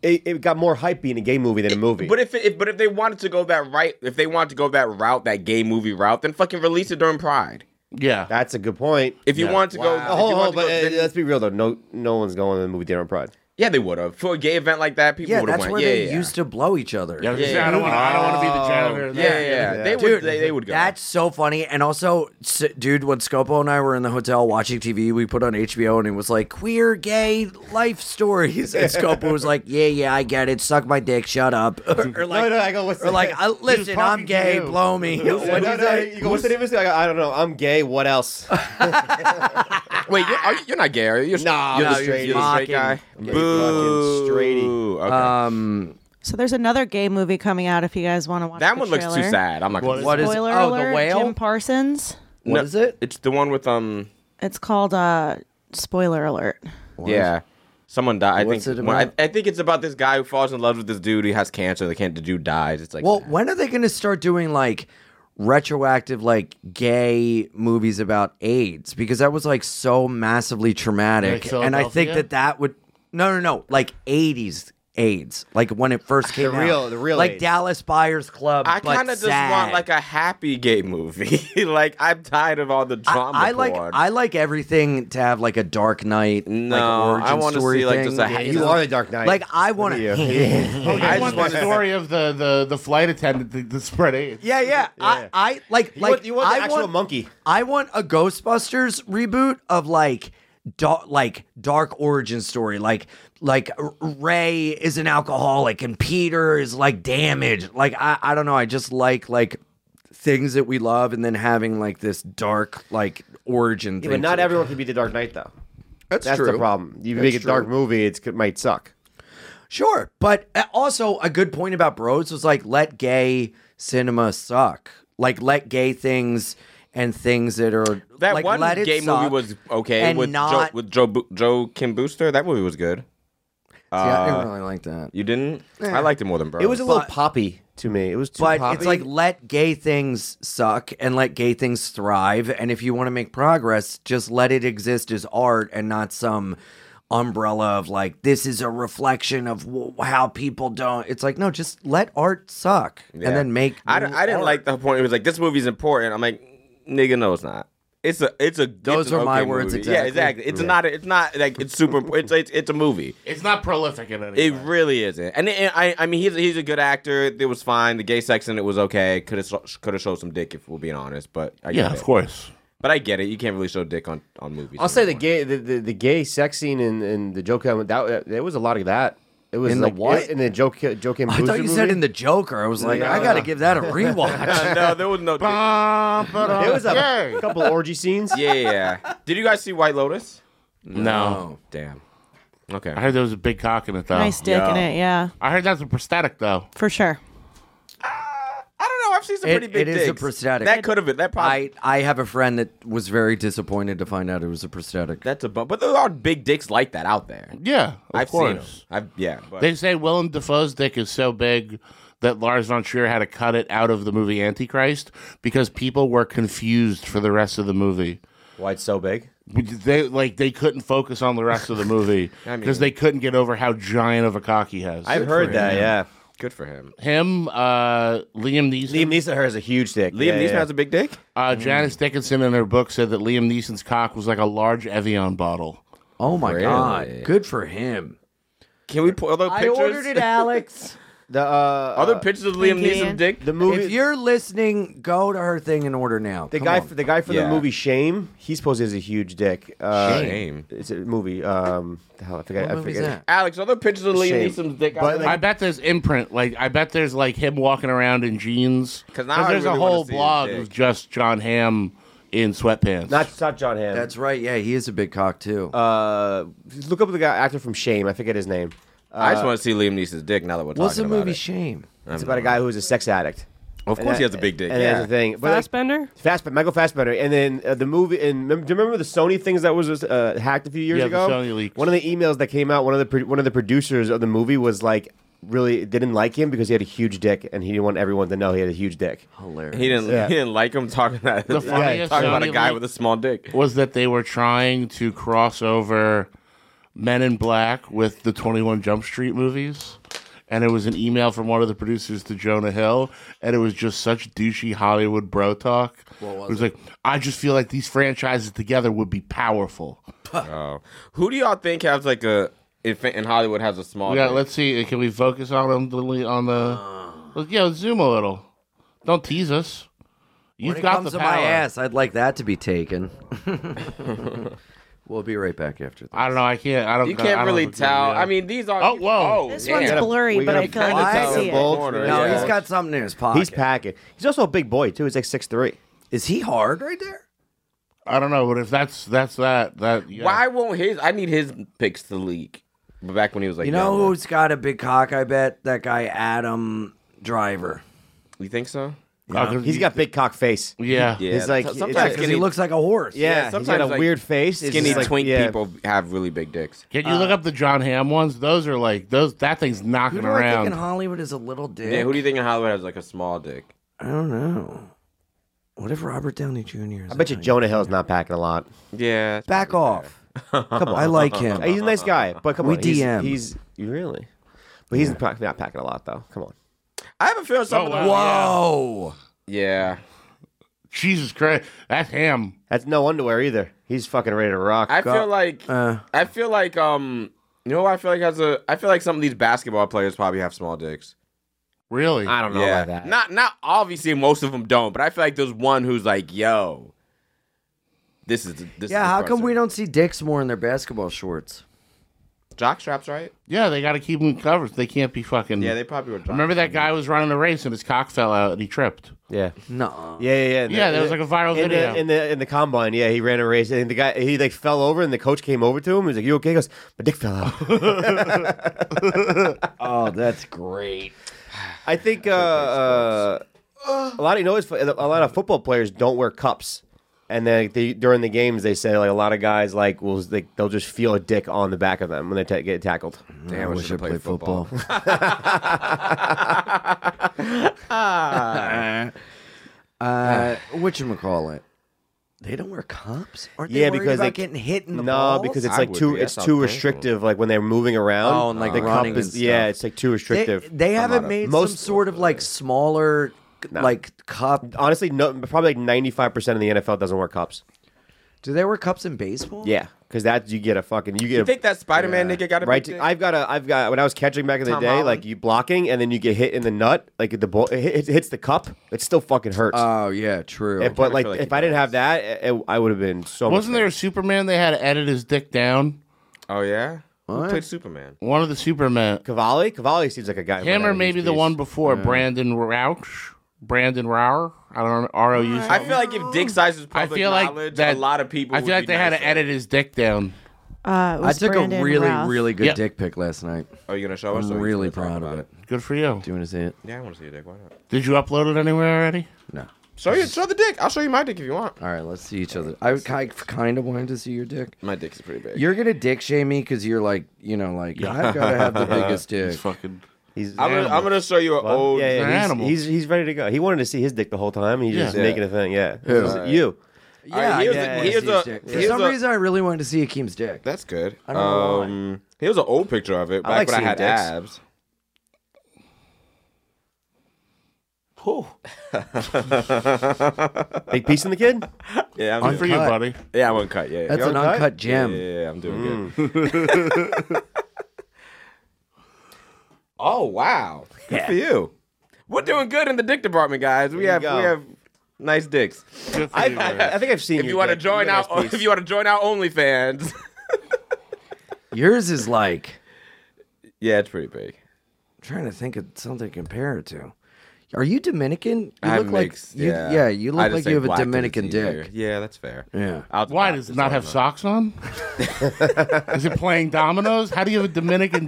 [SPEAKER 6] it, it got more hype being a gay movie than a movie.
[SPEAKER 8] But if, if but if they wanted to go that right, if they wanted to go that route, that gay movie route, then fucking release it during Pride.
[SPEAKER 5] Yeah.
[SPEAKER 6] That's a good point.
[SPEAKER 8] If you want to go, if
[SPEAKER 6] Oh, hold,
[SPEAKER 8] you want to
[SPEAKER 6] hold,
[SPEAKER 8] go-
[SPEAKER 6] but uh,
[SPEAKER 8] then-
[SPEAKER 6] let's be real though. No, no one's going to the movie theater on Pride.
[SPEAKER 8] yeah, they would have for a gay event like that. People
[SPEAKER 1] Yeah,
[SPEAKER 8] would have
[SPEAKER 1] that's where
[SPEAKER 8] went. yeah,
[SPEAKER 1] they
[SPEAKER 8] yeah.
[SPEAKER 1] used to blow each other.
[SPEAKER 5] Yeah, I was gonna
[SPEAKER 8] Yeah,
[SPEAKER 5] say, I don't want. I don't want to be the janitor.
[SPEAKER 8] yeah, yeah, yeah. They would. They, they would go.
[SPEAKER 1] That's so funny. And also, s- dude, when Scopo and I were in the hotel watching TV, we put on HBO and it was like queer gay life stories.
[SPEAKER 8] *laughs*
[SPEAKER 1] And Scopo was like, "Yeah, yeah, I get it. Suck my dick. Shut up." *laughs* or like,
[SPEAKER 6] no, no, I go. What's
[SPEAKER 1] or like, I, listen, I'm
[SPEAKER 5] talking to
[SPEAKER 1] gay.
[SPEAKER 5] you."
[SPEAKER 1] Blow me.
[SPEAKER 6] *laughs* no,
[SPEAKER 1] What'd
[SPEAKER 6] no,
[SPEAKER 1] you say?
[SPEAKER 6] you go, what's the name of this? I, go, I don't know. I'm gay.
[SPEAKER 5] *laughs*
[SPEAKER 6] What else?
[SPEAKER 8] Wait, you're, are you, you're not gay, are you? You're,
[SPEAKER 6] Nah,
[SPEAKER 8] you're
[SPEAKER 6] no,
[SPEAKER 8] the
[SPEAKER 6] you're
[SPEAKER 8] straight, you're the straight
[SPEAKER 1] mocking.
[SPEAKER 8] guy.
[SPEAKER 6] You're fucking straighty.
[SPEAKER 8] Boo. Okay.
[SPEAKER 1] Um,
[SPEAKER 7] So there's another gay movie coming out if you guys want to watch.
[SPEAKER 8] that
[SPEAKER 7] the
[SPEAKER 8] one looks too
[SPEAKER 7] trailer.
[SPEAKER 8] sad. I'm not gonna.
[SPEAKER 1] What is-
[SPEAKER 7] Spoiler
[SPEAKER 1] oh, the
[SPEAKER 7] alert:
[SPEAKER 1] whale?
[SPEAKER 7] Jim Parsons.
[SPEAKER 8] No,
[SPEAKER 1] what is it?
[SPEAKER 8] It's the one with um.
[SPEAKER 7] It's called uh, spoiler alert.
[SPEAKER 8] Yeah. Someone died. I
[SPEAKER 1] What's
[SPEAKER 8] think.
[SPEAKER 1] it
[SPEAKER 8] well, I,
[SPEAKER 1] about?
[SPEAKER 8] I think it's about this guy who falls in love with this dude. He has cancer. The, can the dude dies. It's like.
[SPEAKER 1] Well, when are they going to start doing like retroactive like gay movies about AIDS? Because that was like so massively traumatic,
[SPEAKER 5] Like
[SPEAKER 1] and I think
[SPEAKER 5] Philadelphia?
[SPEAKER 1] that that would no, no, no, like eighties AIDS, like when it first came out,
[SPEAKER 6] real- the real
[SPEAKER 1] like
[SPEAKER 6] AIDS.
[SPEAKER 1] Dallas Buyers Club.
[SPEAKER 8] I
[SPEAKER 1] kind
[SPEAKER 8] kind of just want like a happy gay movie. *laughs* like I'm tired of all the drama.
[SPEAKER 1] I, I like
[SPEAKER 8] porn.
[SPEAKER 1] I like everything to have like a Dark Knight
[SPEAKER 8] No,
[SPEAKER 1] like origin
[SPEAKER 8] I wanna
[SPEAKER 1] story
[SPEAKER 8] see, like,
[SPEAKER 1] thing.
[SPEAKER 8] just a ha-
[SPEAKER 6] you are the Dark Knight.
[SPEAKER 1] like I want to
[SPEAKER 6] Look at *laughs*
[SPEAKER 1] yeah
[SPEAKER 5] Oh, you
[SPEAKER 8] I
[SPEAKER 5] want
[SPEAKER 8] just
[SPEAKER 5] the story of the, the, the flight attendant to, to spread AIDS.
[SPEAKER 1] yeah, I, I like
[SPEAKER 6] You
[SPEAKER 1] like
[SPEAKER 6] want, you want the
[SPEAKER 1] I
[SPEAKER 6] actual
[SPEAKER 1] want-
[SPEAKER 6] monkey.
[SPEAKER 1] I want a Ghostbusters reboot of like dark like dark origin story like like Ray is an alcoholic and Peter is like damaged like I I don't know I just like like things that we love and then having like this dark like origin
[SPEAKER 6] Yeah,
[SPEAKER 1] thing
[SPEAKER 6] but not
[SPEAKER 1] to it.
[SPEAKER 6] everyone can be the Dark Knight though.
[SPEAKER 1] that's,
[SPEAKER 6] That's
[SPEAKER 1] true.
[SPEAKER 6] the problem. You
[SPEAKER 1] That's
[SPEAKER 6] make a
[SPEAKER 1] true.
[SPEAKER 6] dark movie, it's, it might suck.
[SPEAKER 1] Sure, but uh, also a good point about Bros was like let gay cinema suck. Like let gay things and things that are
[SPEAKER 8] that
[SPEAKER 1] like,
[SPEAKER 8] one
[SPEAKER 1] let it
[SPEAKER 8] gay movie
[SPEAKER 1] suck
[SPEAKER 8] was okay
[SPEAKER 1] and
[SPEAKER 8] with
[SPEAKER 1] not.
[SPEAKER 8] Joe, with Joe Bo- Joe Kim Booster. That movie was good.
[SPEAKER 1] See, I
[SPEAKER 8] uh,
[SPEAKER 1] didn't really like that.
[SPEAKER 8] You didn't? I liked it more than Bro.
[SPEAKER 6] It was a
[SPEAKER 1] little
[SPEAKER 6] little poppy to me. It was too
[SPEAKER 1] But it's like let gay things suck and let gay things thrive. And if you want to make progress, just let it exist as art and not some umbrella of like this is a reflection of w- how people don't. It's like no, just let art suck
[SPEAKER 8] Yeah.
[SPEAKER 1] and then make.
[SPEAKER 8] I, d-
[SPEAKER 1] new
[SPEAKER 8] I didn't
[SPEAKER 1] art.
[SPEAKER 8] like the point. It was like this movie's important. I'm like, nigga, no, it's not. It's a it's a
[SPEAKER 1] Those
[SPEAKER 8] it's an
[SPEAKER 1] are my
[SPEAKER 8] okay
[SPEAKER 1] words
[SPEAKER 8] movie. Yeah,
[SPEAKER 1] exactly.
[SPEAKER 8] exactly. It's not a, it's not like it's super. impo- it's, it's it's a movie.
[SPEAKER 5] It's not prolific in any
[SPEAKER 8] It
[SPEAKER 5] way.
[SPEAKER 8] really isn't. And, and I I mean he's he's a good actor. It was fine. The gay sex in it was okay. Could have could have showed some dick if we're being honest. But I
[SPEAKER 5] Yeah,
[SPEAKER 8] get
[SPEAKER 5] of
[SPEAKER 8] it.
[SPEAKER 5] course.
[SPEAKER 8] But I get it. You can't really show dick on on movies.
[SPEAKER 6] I'll say the
[SPEAKER 8] anymore.
[SPEAKER 6] gay, the, the, the gay sex scene and and the Joe Kim. That there was a lot of that. It was
[SPEAKER 1] In the
[SPEAKER 6] like
[SPEAKER 1] what?
[SPEAKER 6] in the Joe Ki- Joe Kim.
[SPEAKER 1] I thought
[SPEAKER 6] Booster
[SPEAKER 1] you said
[SPEAKER 6] movie.
[SPEAKER 1] in the Joker. I was like, I gotta give
[SPEAKER 8] *laughs*
[SPEAKER 1] that a rewatch. *laughs*
[SPEAKER 8] no, there was *laughs* no. dick.
[SPEAKER 5] Bum, ba-dum,
[SPEAKER 6] There was a
[SPEAKER 5] yay.
[SPEAKER 6] couple orgy scenes.
[SPEAKER 8] Yeah, yeah. yeah. Did you guys see White Lotus?
[SPEAKER 5] No.
[SPEAKER 8] Oh, Damn. Okay.
[SPEAKER 5] I heard there was a big cock in it though.
[SPEAKER 7] nice dick in
[SPEAKER 8] yeah.
[SPEAKER 7] it, yeah,
[SPEAKER 5] I heard that's a prosthetic though.
[SPEAKER 7] for sure.
[SPEAKER 8] I don't know. I've seen some
[SPEAKER 1] It-
[SPEAKER 8] pretty big.
[SPEAKER 1] it is a
[SPEAKER 8] dicks.
[SPEAKER 1] prosthetic.
[SPEAKER 8] That could have been. That probably.
[SPEAKER 1] I I have a friend that was very disappointed to find out it was a prosthetic.
[SPEAKER 8] That's a bump. But there are big dicks like that out there.
[SPEAKER 5] Yeah, of
[SPEAKER 8] I've seen 'em.
[SPEAKER 5] course.
[SPEAKER 8] I've yeah. But
[SPEAKER 5] They say Willem Dafoe's dick is so big that Lars von Trier had to cut it out of the movie Antichrist because people were confused for the rest of the movie.
[SPEAKER 6] Why it's so big?
[SPEAKER 5] They like they couldn't focus on the
[SPEAKER 8] *laughs*
[SPEAKER 5] rest of the movie because
[SPEAKER 8] I mean-
[SPEAKER 5] they couldn't get over how giant of a cock he has.
[SPEAKER 6] I've heard that. Yeah,
[SPEAKER 8] good for him.
[SPEAKER 5] him, uh, Liam Neeson,
[SPEAKER 6] Liam Neeson has a huge dick.
[SPEAKER 8] Liam Neeson has a big dick.
[SPEAKER 5] uh,
[SPEAKER 8] Mm.
[SPEAKER 5] Janice Dickinson in her book said that Liam Neeson's cock was like a large Evian bottle.
[SPEAKER 1] Oh my
[SPEAKER 8] Really?
[SPEAKER 1] god, good for him.
[SPEAKER 8] Can we pull other pictures?
[SPEAKER 1] *laughs* Alex.
[SPEAKER 6] the uh,
[SPEAKER 8] Other pictures of Liam
[SPEAKER 7] Thank you,
[SPEAKER 8] Neeson's
[SPEAKER 7] Ian.
[SPEAKER 8] dick.
[SPEAKER 6] the
[SPEAKER 1] if
[SPEAKER 6] movie.
[SPEAKER 1] you're listening, go to her thing and order now.
[SPEAKER 6] The
[SPEAKER 1] Come
[SPEAKER 6] guy,
[SPEAKER 1] on.
[SPEAKER 6] the guy from
[SPEAKER 8] Yeah.
[SPEAKER 6] the movie Shame, he supposed to has a huge dick. Uh,
[SPEAKER 8] Shame.
[SPEAKER 6] It's a movie. Um, the hell, I forget.
[SPEAKER 1] What
[SPEAKER 6] I
[SPEAKER 1] movie is
[SPEAKER 6] forget.
[SPEAKER 1] that?
[SPEAKER 8] Alex, other pictures of Liam
[SPEAKER 6] Shame.
[SPEAKER 8] Neeson's dick.
[SPEAKER 6] But,
[SPEAKER 5] I
[SPEAKER 6] like-
[SPEAKER 5] bet there's imprint. Like I bet there's like him walking around in jeans.
[SPEAKER 8] 'Cause now I
[SPEAKER 5] there's
[SPEAKER 8] really
[SPEAKER 5] a
[SPEAKER 8] wanna
[SPEAKER 5] whole
[SPEAKER 8] see his
[SPEAKER 5] blog
[SPEAKER 8] dick.
[SPEAKER 5] of just John Hamm in sweatpants.
[SPEAKER 6] Not, not John Hamm.
[SPEAKER 1] That's right. Yeah, he is a big cock too.
[SPEAKER 6] uh, look up the guy actor from Shame. I forget his name. Uh,
[SPEAKER 8] I just want to see Liam Neeson's dick now that we're
[SPEAKER 1] What's the
[SPEAKER 8] talking about
[SPEAKER 1] movie
[SPEAKER 8] it.
[SPEAKER 1] Shame?
[SPEAKER 6] It's about a guy who is a sex addict.
[SPEAKER 8] of course, he has a big dick.
[SPEAKER 6] And
[SPEAKER 8] yeah.
[SPEAKER 6] that's the thing. But like,
[SPEAKER 9] Fassbender?
[SPEAKER 6] Fast, Michael Fassbender, and then uh, the movie. And mem- do you remember the Sony things that was uh, hacked a few years
[SPEAKER 5] Yeah, the
[SPEAKER 6] ago?
[SPEAKER 5] Sony leaks.
[SPEAKER 6] One of the emails that came out, one of the pro- one of the producers of the movie was like, really didn't like him because he had a huge dick, and he didn't want everyone to know he had a huge dick.
[SPEAKER 1] Hilarious.
[SPEAKER 8] He didn't.
[SPEAKER 6] Yeah.
[SPEAKER 8] He didn't like him talking about *laughs*
[SPEAKER 5] The
[SPEAKER 8] talking
[SPEAKER 5] funniest
[SPEAKER 8] about a
[SPEAKER 5] Sony
[SPEAKER 8] guy
[SPEAKER 5] leak-
[SPEAKER 8] with a small dick.
[SPEAKER 5] was that they were trying to cross over Men in Black with the 21 Jump Street movies. and it was an email from one of the producers to Jonah Hill, and it was just such douchey Hollywood bro talk. What was it was like, I just feel like these franchises together would be powerful.
[SPEAKER 8] Oh. Who do y'all think has like a if in Hollywood has a small?
[SPEAKER 5] Yeah,
[SPEAKER 8] thing?
[SPEAKER 5] let's see. Uh, Can we focus on on the le- on the? Let's, yeah, let's zoom a little. Don't tease us. You've
[SPEAKER 1] when it
[SPEAKER 5] got
[SPEAKER 1] comes
[SPEAKER 5] the
[SPEAKER 1] to
[SPEAKER 5] power.
[SPEAKER 1] my ass, I'd like that to be *laughs* taken. we'll be right back after that.
[SPEAKER 5] I don't know. I can't. I don't.
[SPEAKER 8] You
[SPEAKER 5] I don't
[SPEAKER 8] can't
[SPEAKER 5] know
[SPEAKER 8] really
[SPEAKER 5] if we can
[SPEAKER 8] tell.
[SPEAKER 5] do that.
[SPEAKER 8] I mean, these are.
[SPEAKER 5] Oh, whoa.
[SPEAKER 8] Oh,
[SPEAKER 7] This
[SPEAKER 8] yeah.
[SPEAKER 7] one's blurry,
[SPEAKER 6] we
[SPEAKER 7] but I
[SPEAKER 6] gotta
[SPEAKER 7] feel like
[SPEAKER 1] kinda
[SPEAKER 7] I
[SPEAKER 1] tell
[SPEAKER 7] see
[SPEAKER 1] the
[SPEAKER 7] it.
[SPEAKER 6] bold-
[SPEAKER 8] Corner,
[SPEAKER 1] No,
[SPEAKER 8] yeah.
[SPEAKER 1] he's got something in his pocket.
[SPEAKER 6] He's packing. He's also a big boy too. He's like six three.
[SPEAKER 1] Is he hard right there?
[SPEAKER 5] I don't know. But if that's that's that that yeah.
[SPEAKER 8] Why won't his? I need his picks to leak. Back when he was like,
[SPEAKER 1] You know
[SPEAKER 8] younger.
[SPEAKER 1] who's got a big cock? I bet that guy Adam Driver.
[SPEAKER 8] you think so?
[SPEAKER 5] Oh, 'cause
[SPEAKER 6] He's
[SPEAKER 5] you-
[SPEAKER 6] got big cock face.
[SPEAKER 5] *laughs* yeah.
[SPEAKER 8] Yeah,
[SPEAKER 6] He's like-
[SPEAKER 8] so-
[SPEAKER 6] it's
[SPEAKER 8] sometimes
[SPEAKER 6] like-
[SPEAKER 1] Because
[SPEAKER 8] skinny,
[SPEAKER 1] he looks like a horse.
[SPEAKER 6] Yeah, he's got
[SPEAKER 8] sometimes,
[SPEAKER 6] a
[SPEAKER 8] like,
[SPEAKER 6] weird face. It's
[SPEAKER 8] skinny
[SPEAKER 6] just like,
[SPEAKER 8] twink
[SPEAKER 6] yeah.
[SPEAKER 8] people have really big dicks.
[SPEAKER 5] Can you look up the John Hamm ones? Those are like those. That thing's
[SPEAKER 1] Who
[SPEAKER 5] knocking
[SPEAKER 1] do I think
[SPEAKER 5] around.
[SPEAKER 1] in Hollywood is a little dick?
[SPEAKER 8] Yeah, who do you think in Hollywood has like a small dick?
[SPEAKER 1] I don't know. What if Robert Downey Jr. is?
[SPEAKER 6] I bet you Jonah Hill's not packing a lot.
[SPEAKER 8] Yeah,
[SPEAKER 1] Back
[SPEAKER 8] *laughs*
[SPEAKER 1] off. Come on. I like him.
[SPEAKER 6] Hey, He's a nice guy, but come
[SPEAKER 1] We
[SPEAKER 6] on, he's-
[SPEAKER 1] DM.
[SPEAKER 6] He's, really, but he's probably not packing a lot though. Come on,
[SPEAKER 8] I have a feeling
[SPEAKER 5] Oh,
[SPEAKER 8] something.
[SPEAKER 5] wow, yeah.
[SPEAKER 1] Whoa.
[SPEAKER 8] Yeah,
[SPEAKER 5] Jesus Christ, that's Ham.
[SPEAKER 6] that's no underwear either. He's fucking ready to rock.
[SPEAKER 8] I feel like
[SPEAKER 1] Uh,
[SPEAKER 8] I feel like um, you know, what I feel like has a. I feel like some of these basketball players probably have small dicks.
[SPEAKER 5] Really?
[SPEAKER 6] I don't know
[SPEAKER 8] yeah,
[SPEAKER 6] about that.
[SPEAKER 8] not not obviously most of them don't, but I feel like there's one who's like, yo, this is this.
[SPEAKER 1] yeah,
[SPEAKER 8] is
[SPEAKER 1] how come we don't see dicks more in their basketball shorts?
[SPEAKER 8] jock straps? Right?
[SPEAKER 5] yeah, they got to keep them covered. They can't be fucking.
[SPEAKER 6] Mm.
[SPEAKER 8] Yeah, they probably were. Jock
[SPEAKER 5] Remember that guy was running a race and his cock fell out and he tripped.
[SPEAKER 6] yeah,
[SPEAKER 1] No.
[SPEAKER 6] yeah, yeah, yeah. In
[SPEAKER 5] Yeah,
[SPEAKER 6] the-
[SPEAKER 5] that was like a viral
[SPEAKER 6] in
[SPEAKER 5] video.
[SPEAKER 6] the, in the in the combine. Yeah, he ran a race, and the guy he like fell over, and the coach came over to him. He was like, "You okay?" He goes, "My dick
[SPEAKER 8] *laughs*
[SPEAKER 6] fell out."
[SPEAKER 1] Oh, that's great.
[SPEAKER 6] I think uh, uh, a lot. Of, you know, it's, fu- a lot of football players don't wear cups, and then they, during the games they say like a lot of guys like will like they'll just feel a dick on the back of them when they ta get tackled.
[SPEAKER 8] Damn,
[SPEAKER 1] I wish I
[SPEAKER 8] should've
[SPEAKER 1] played football. *laughs* uh, which call it? They don't wear cups, aren't they?
[SPEAKER 6] Yeah,
[SPEAKER 1] worried
[SPEAKER 6] because,
[SPEAKER 1] about
[SPEAKER 6] like,
[SPEAKER 1] getting hit in the
[SPEAKER 6] No,
[SPEAKER 1] balls?
[SPEAKER 6] because
[SPEAKER 8] I
[SPEAKER 6] it's like
[SPEAKER 8] would
[SPEAKER 6] too
[SPEAKER 8] be.
[SPEAKER 6] it's
[SPEAKER 8] That
[SPEAKER 6] too
[SPEAKER 8] sounds
[SPEAKER 6] restrictive. Like when they're moving around.
[SPEAKER 1] Oh, and, like,
[SPEAKER 6] the
[SPEAKER 1] running
[SPEAKER 6] cup is
[SPEAKER 1] and
[SPEAKER 6] yeah,
[SPEAKER 1] stuff.
[SPEAKER 6] it's like too
[SPEAKER 1] they,
[SPEAKER 6] restrictive.
[SPEAKER 1] they haven't
[SPEAKER 8] a-
[SPEAKER 1] made some
[SPEAKER 6] Most-
[SPEAKER 1] sort of like smaller, like cup.
[SPEAKER 6] Honestly, no, probably like ninety five percent of the NFL doesn't wear cups.
[SPEAKER 1] Do they wear cups in baseball?
[SPEAKER 6] Yeah, because that you get a fucking you get
[SPEAKER 8] You
[SPEAKER 6] a,
[SPEAKER 8] think that Spider Man nigga got a
[SPEAKER 6] right.
[SPEAKER 8] big dick?
[SPEAKER 6] I've got a I've got when I was catching back in the
[SPEAKER 8] Tom
[SPEAKER 6] day,
[SPEAKER 8] Holland?
[SPEAKER 6] like you blocking and then you get hit in the nut, like the ball it, hit- it hits the cup. It still fucking hurts.
[SPEAKER 1] Oh yeah, true.
[SPEAKER 6] Yeah, but
[SPEAKER 8] kinda
[SPEAKER 6] like,
[SPEAKER 8] feel like
[SPEAKER 6] if
[SPEAKER 8] he
[SPEAKER 6] I didn't
[SPEAKER 8] does.
[SPEAKER 6] have that, it, it- I would have been so.
[SPEAKER 5] Wasn't
[SPEAKER 6] much
[SPEAKER 5] there a Superman they had to edit his dick down?
[SPEAKER 8] oh yeah, who played Superman?
[SPEAKER 5] One of the Superman.
[SPEAKER 6] Cavalli? Cavalli seems like a guy. who
[SPEAKER 5] Him
[SPEAKER 6] might
[SPEAKER 5] or
[SPEAKER 6] have
[SPEAKER 5] maybe
[SPEAKER 6] these
[SPEAKER 5] the
[SPEAKER 6] days.
[SPEAKER 5] one before, Brandon Roush? Brandon Rauer? I don't know. R O U.
[SPEAKER 8] I feel like if dick size is
[SPEAKER 5] I
[SPEAKER 8] public
[SPEAKER 5] feel like
[SPEAKER 8] knowledge,
[SPEAKER 5] that,
[SPEAKER 8] a lot of people.
[SPEAKER 5] I feel
[SPEAKER 8] would
[SPEAKER 5] like
[SPEAKER 8] be
[SPEAKER 5] they had to
[SPEAKER 8] nicer.
[SPEAKER 5] edit his dick down.
[SPEAKER 7] Uh, it
[SPEAKER 1] I
[SPEAKER 7] was
[SPEAKER 1] took
[SPEAKER 7] Brandon
[SPEAKER 1] a really,
[SPEAKER 7] Routh.
[SPEAKER 1] really good
[SPEAKER 5] Yep.
[SPEAKER 1] dick pic last night.
[SPEAKER 8] Are you gonna show us?
[SPEAKER 1] I'm
[SPEAKER 8] or are Oh, you
[SPEAKER 1] really
[SPEAKER 8] gonna talk
[SPEAKER 1] proud of
[SPEAKER 8] about
[SPEAKER 1] it.
[SPEAKER 5] Good for you.
[SPEAKER 1] Do you want to see it?
[SPEAKER 8] Yeah, I want to see your dick. Why not?
[SPEAKER 5] Did you upload it anywhere already?
[SPEAKER 1] No.
[SPEAKER 8] Show you, show the dick. I'll show you my dick if you want.
[SPEAKER 1] All right, let's see each other. I kind of wanted to see your dick.
[SPEAKER 8] My dick's pretty big.
[SPEAKER 1] You're gonna dick shame me because you're like, you know, like I've gotta have
[SPEAKER 8] *laughs*
[SPEAKER 1] the biggest dick.
[SPEAKER 5] It's fucking.
[SPEAKER 6] He's
[SPEAKER 8] I'm gonna, I'm gonna show you an
[SPEAKER 6] Well,
[SPEAKER 8] old.
[SPEAKER 6] yeah, yeah,
[SPEAKER 5] an
[SPEAKER 6] he's,
[SPEAKER 5] animal.
[SPEAKER 6] He's he's ready to go. He wanted to see his dick the whole time. He's just
[SPEAKER 5] Yeah.
[SPEAKER 6] making a thing. Yeah, He's-
[SPEAKER 8] right.
[SPEAKER 6] you.
[SPEAKER 8] Alright, here's a-
[SPEAKER 1] I
[SPEAKER 8] here's
[SPEAKER 1] wanna see
[SPEAKER 8] a-
[SPEAKER 1] his dick. For
[SPEAKER 8] here's
[SPEAKER 1] some
[SPEAKER 8] a-
[SPEAKER 1] reason, I really wanted to see Akeem's dick.
[SPEAKER 8] That's good.
[SPEAKER 1] I don't know why.
[SPEAKER 8] um, here's an old picture of it back
[SPEAKER 6] like
[SPEAKER 8] when I
[SPEAKER 6] seeing
[SPEAKER 8] had
[SPEAKER 6] dicks.
[SPEAKER 8] abs.
[SPEAKER 6] Big piece in the *laughs* kid.
[SPEAKER 8] Yeah, I'm
[SPEAKER 5] Good for you,
[SPEAKER 1] Uncut.
[SPEAKER 5] buddy.
[SPEAKER 8] yeah, I wouldn't cut. Yeah, yeah.
[SPEAKER 1] That's
[SPEAKER 8] yeah,
[SPEAKER 1] an
[SPEAKER 6] uncut?
[SPEAKER 1] uncut
[SPEAKER 8] yeah,
[SPEAKER 1] gem.
[SPEAKER 8] yeah, yeah, I'm doing good. oh wow, good for you. We're doing good in the dick department, guys. We
[SPEAKER 6] you
[SPEAKER 8] have we
[SPEAKER 6] go.
[SPEAKER 8] have nice dicks.
[SPEAKER 5] Good for you, buddy.
[SPEAKER 6] I, I think I've seen.
[SPEAKER 8] If
[SPEAKER 6] your
[SPEAKER 8] you want to
[SPEAKER 6] dick.
[SPEAKER 8] join
[SPEAKER 6] Look at
[SPEAKER 8] our, *laughs*
[SPEAKER 6] this piece.
[SPEAKER 8] if you want to join our
[SPEAKER 1] *laughs*
[SPEAKER 8] OnlyFans,
[SPEAKER 1] Yours is like
[SPEAKER 8] yeah, it's
[SPEAKER 1] *laughs*
[SPEAKER 8] pretty big.
[SPEAKER 1] I'm trying to think of something to compare it to. Are you Dominican? You
[SPEAKER 8] I have
[SPEAKER 1] look like
[SPEAKER 8] mixed,
[SPEAKER 1] you,
[SPEAKER 8] yeah.
[SPEAKER 1] You
[SPEAKER 8] I
[SPEAKER 1] look
[SPEAKER 8] just
[SPEAKER 1] like
[SPEAKER 8] say
[SPEAKER 1] you have a
[SPEAKER 8] black 'cause it's
[SPEAKER 1] Dominican
[SPEAKER 8] easier.
[SPEAKER 1] dick.
[SPEAKER 8] Yeah, that's fair.
[SPEAKER 1] Yeah.
[SPEAKER 8] I'll-
[SPEAKER 5] Why does it not have socks on? Is it playing dominoes? How do you have a Dominican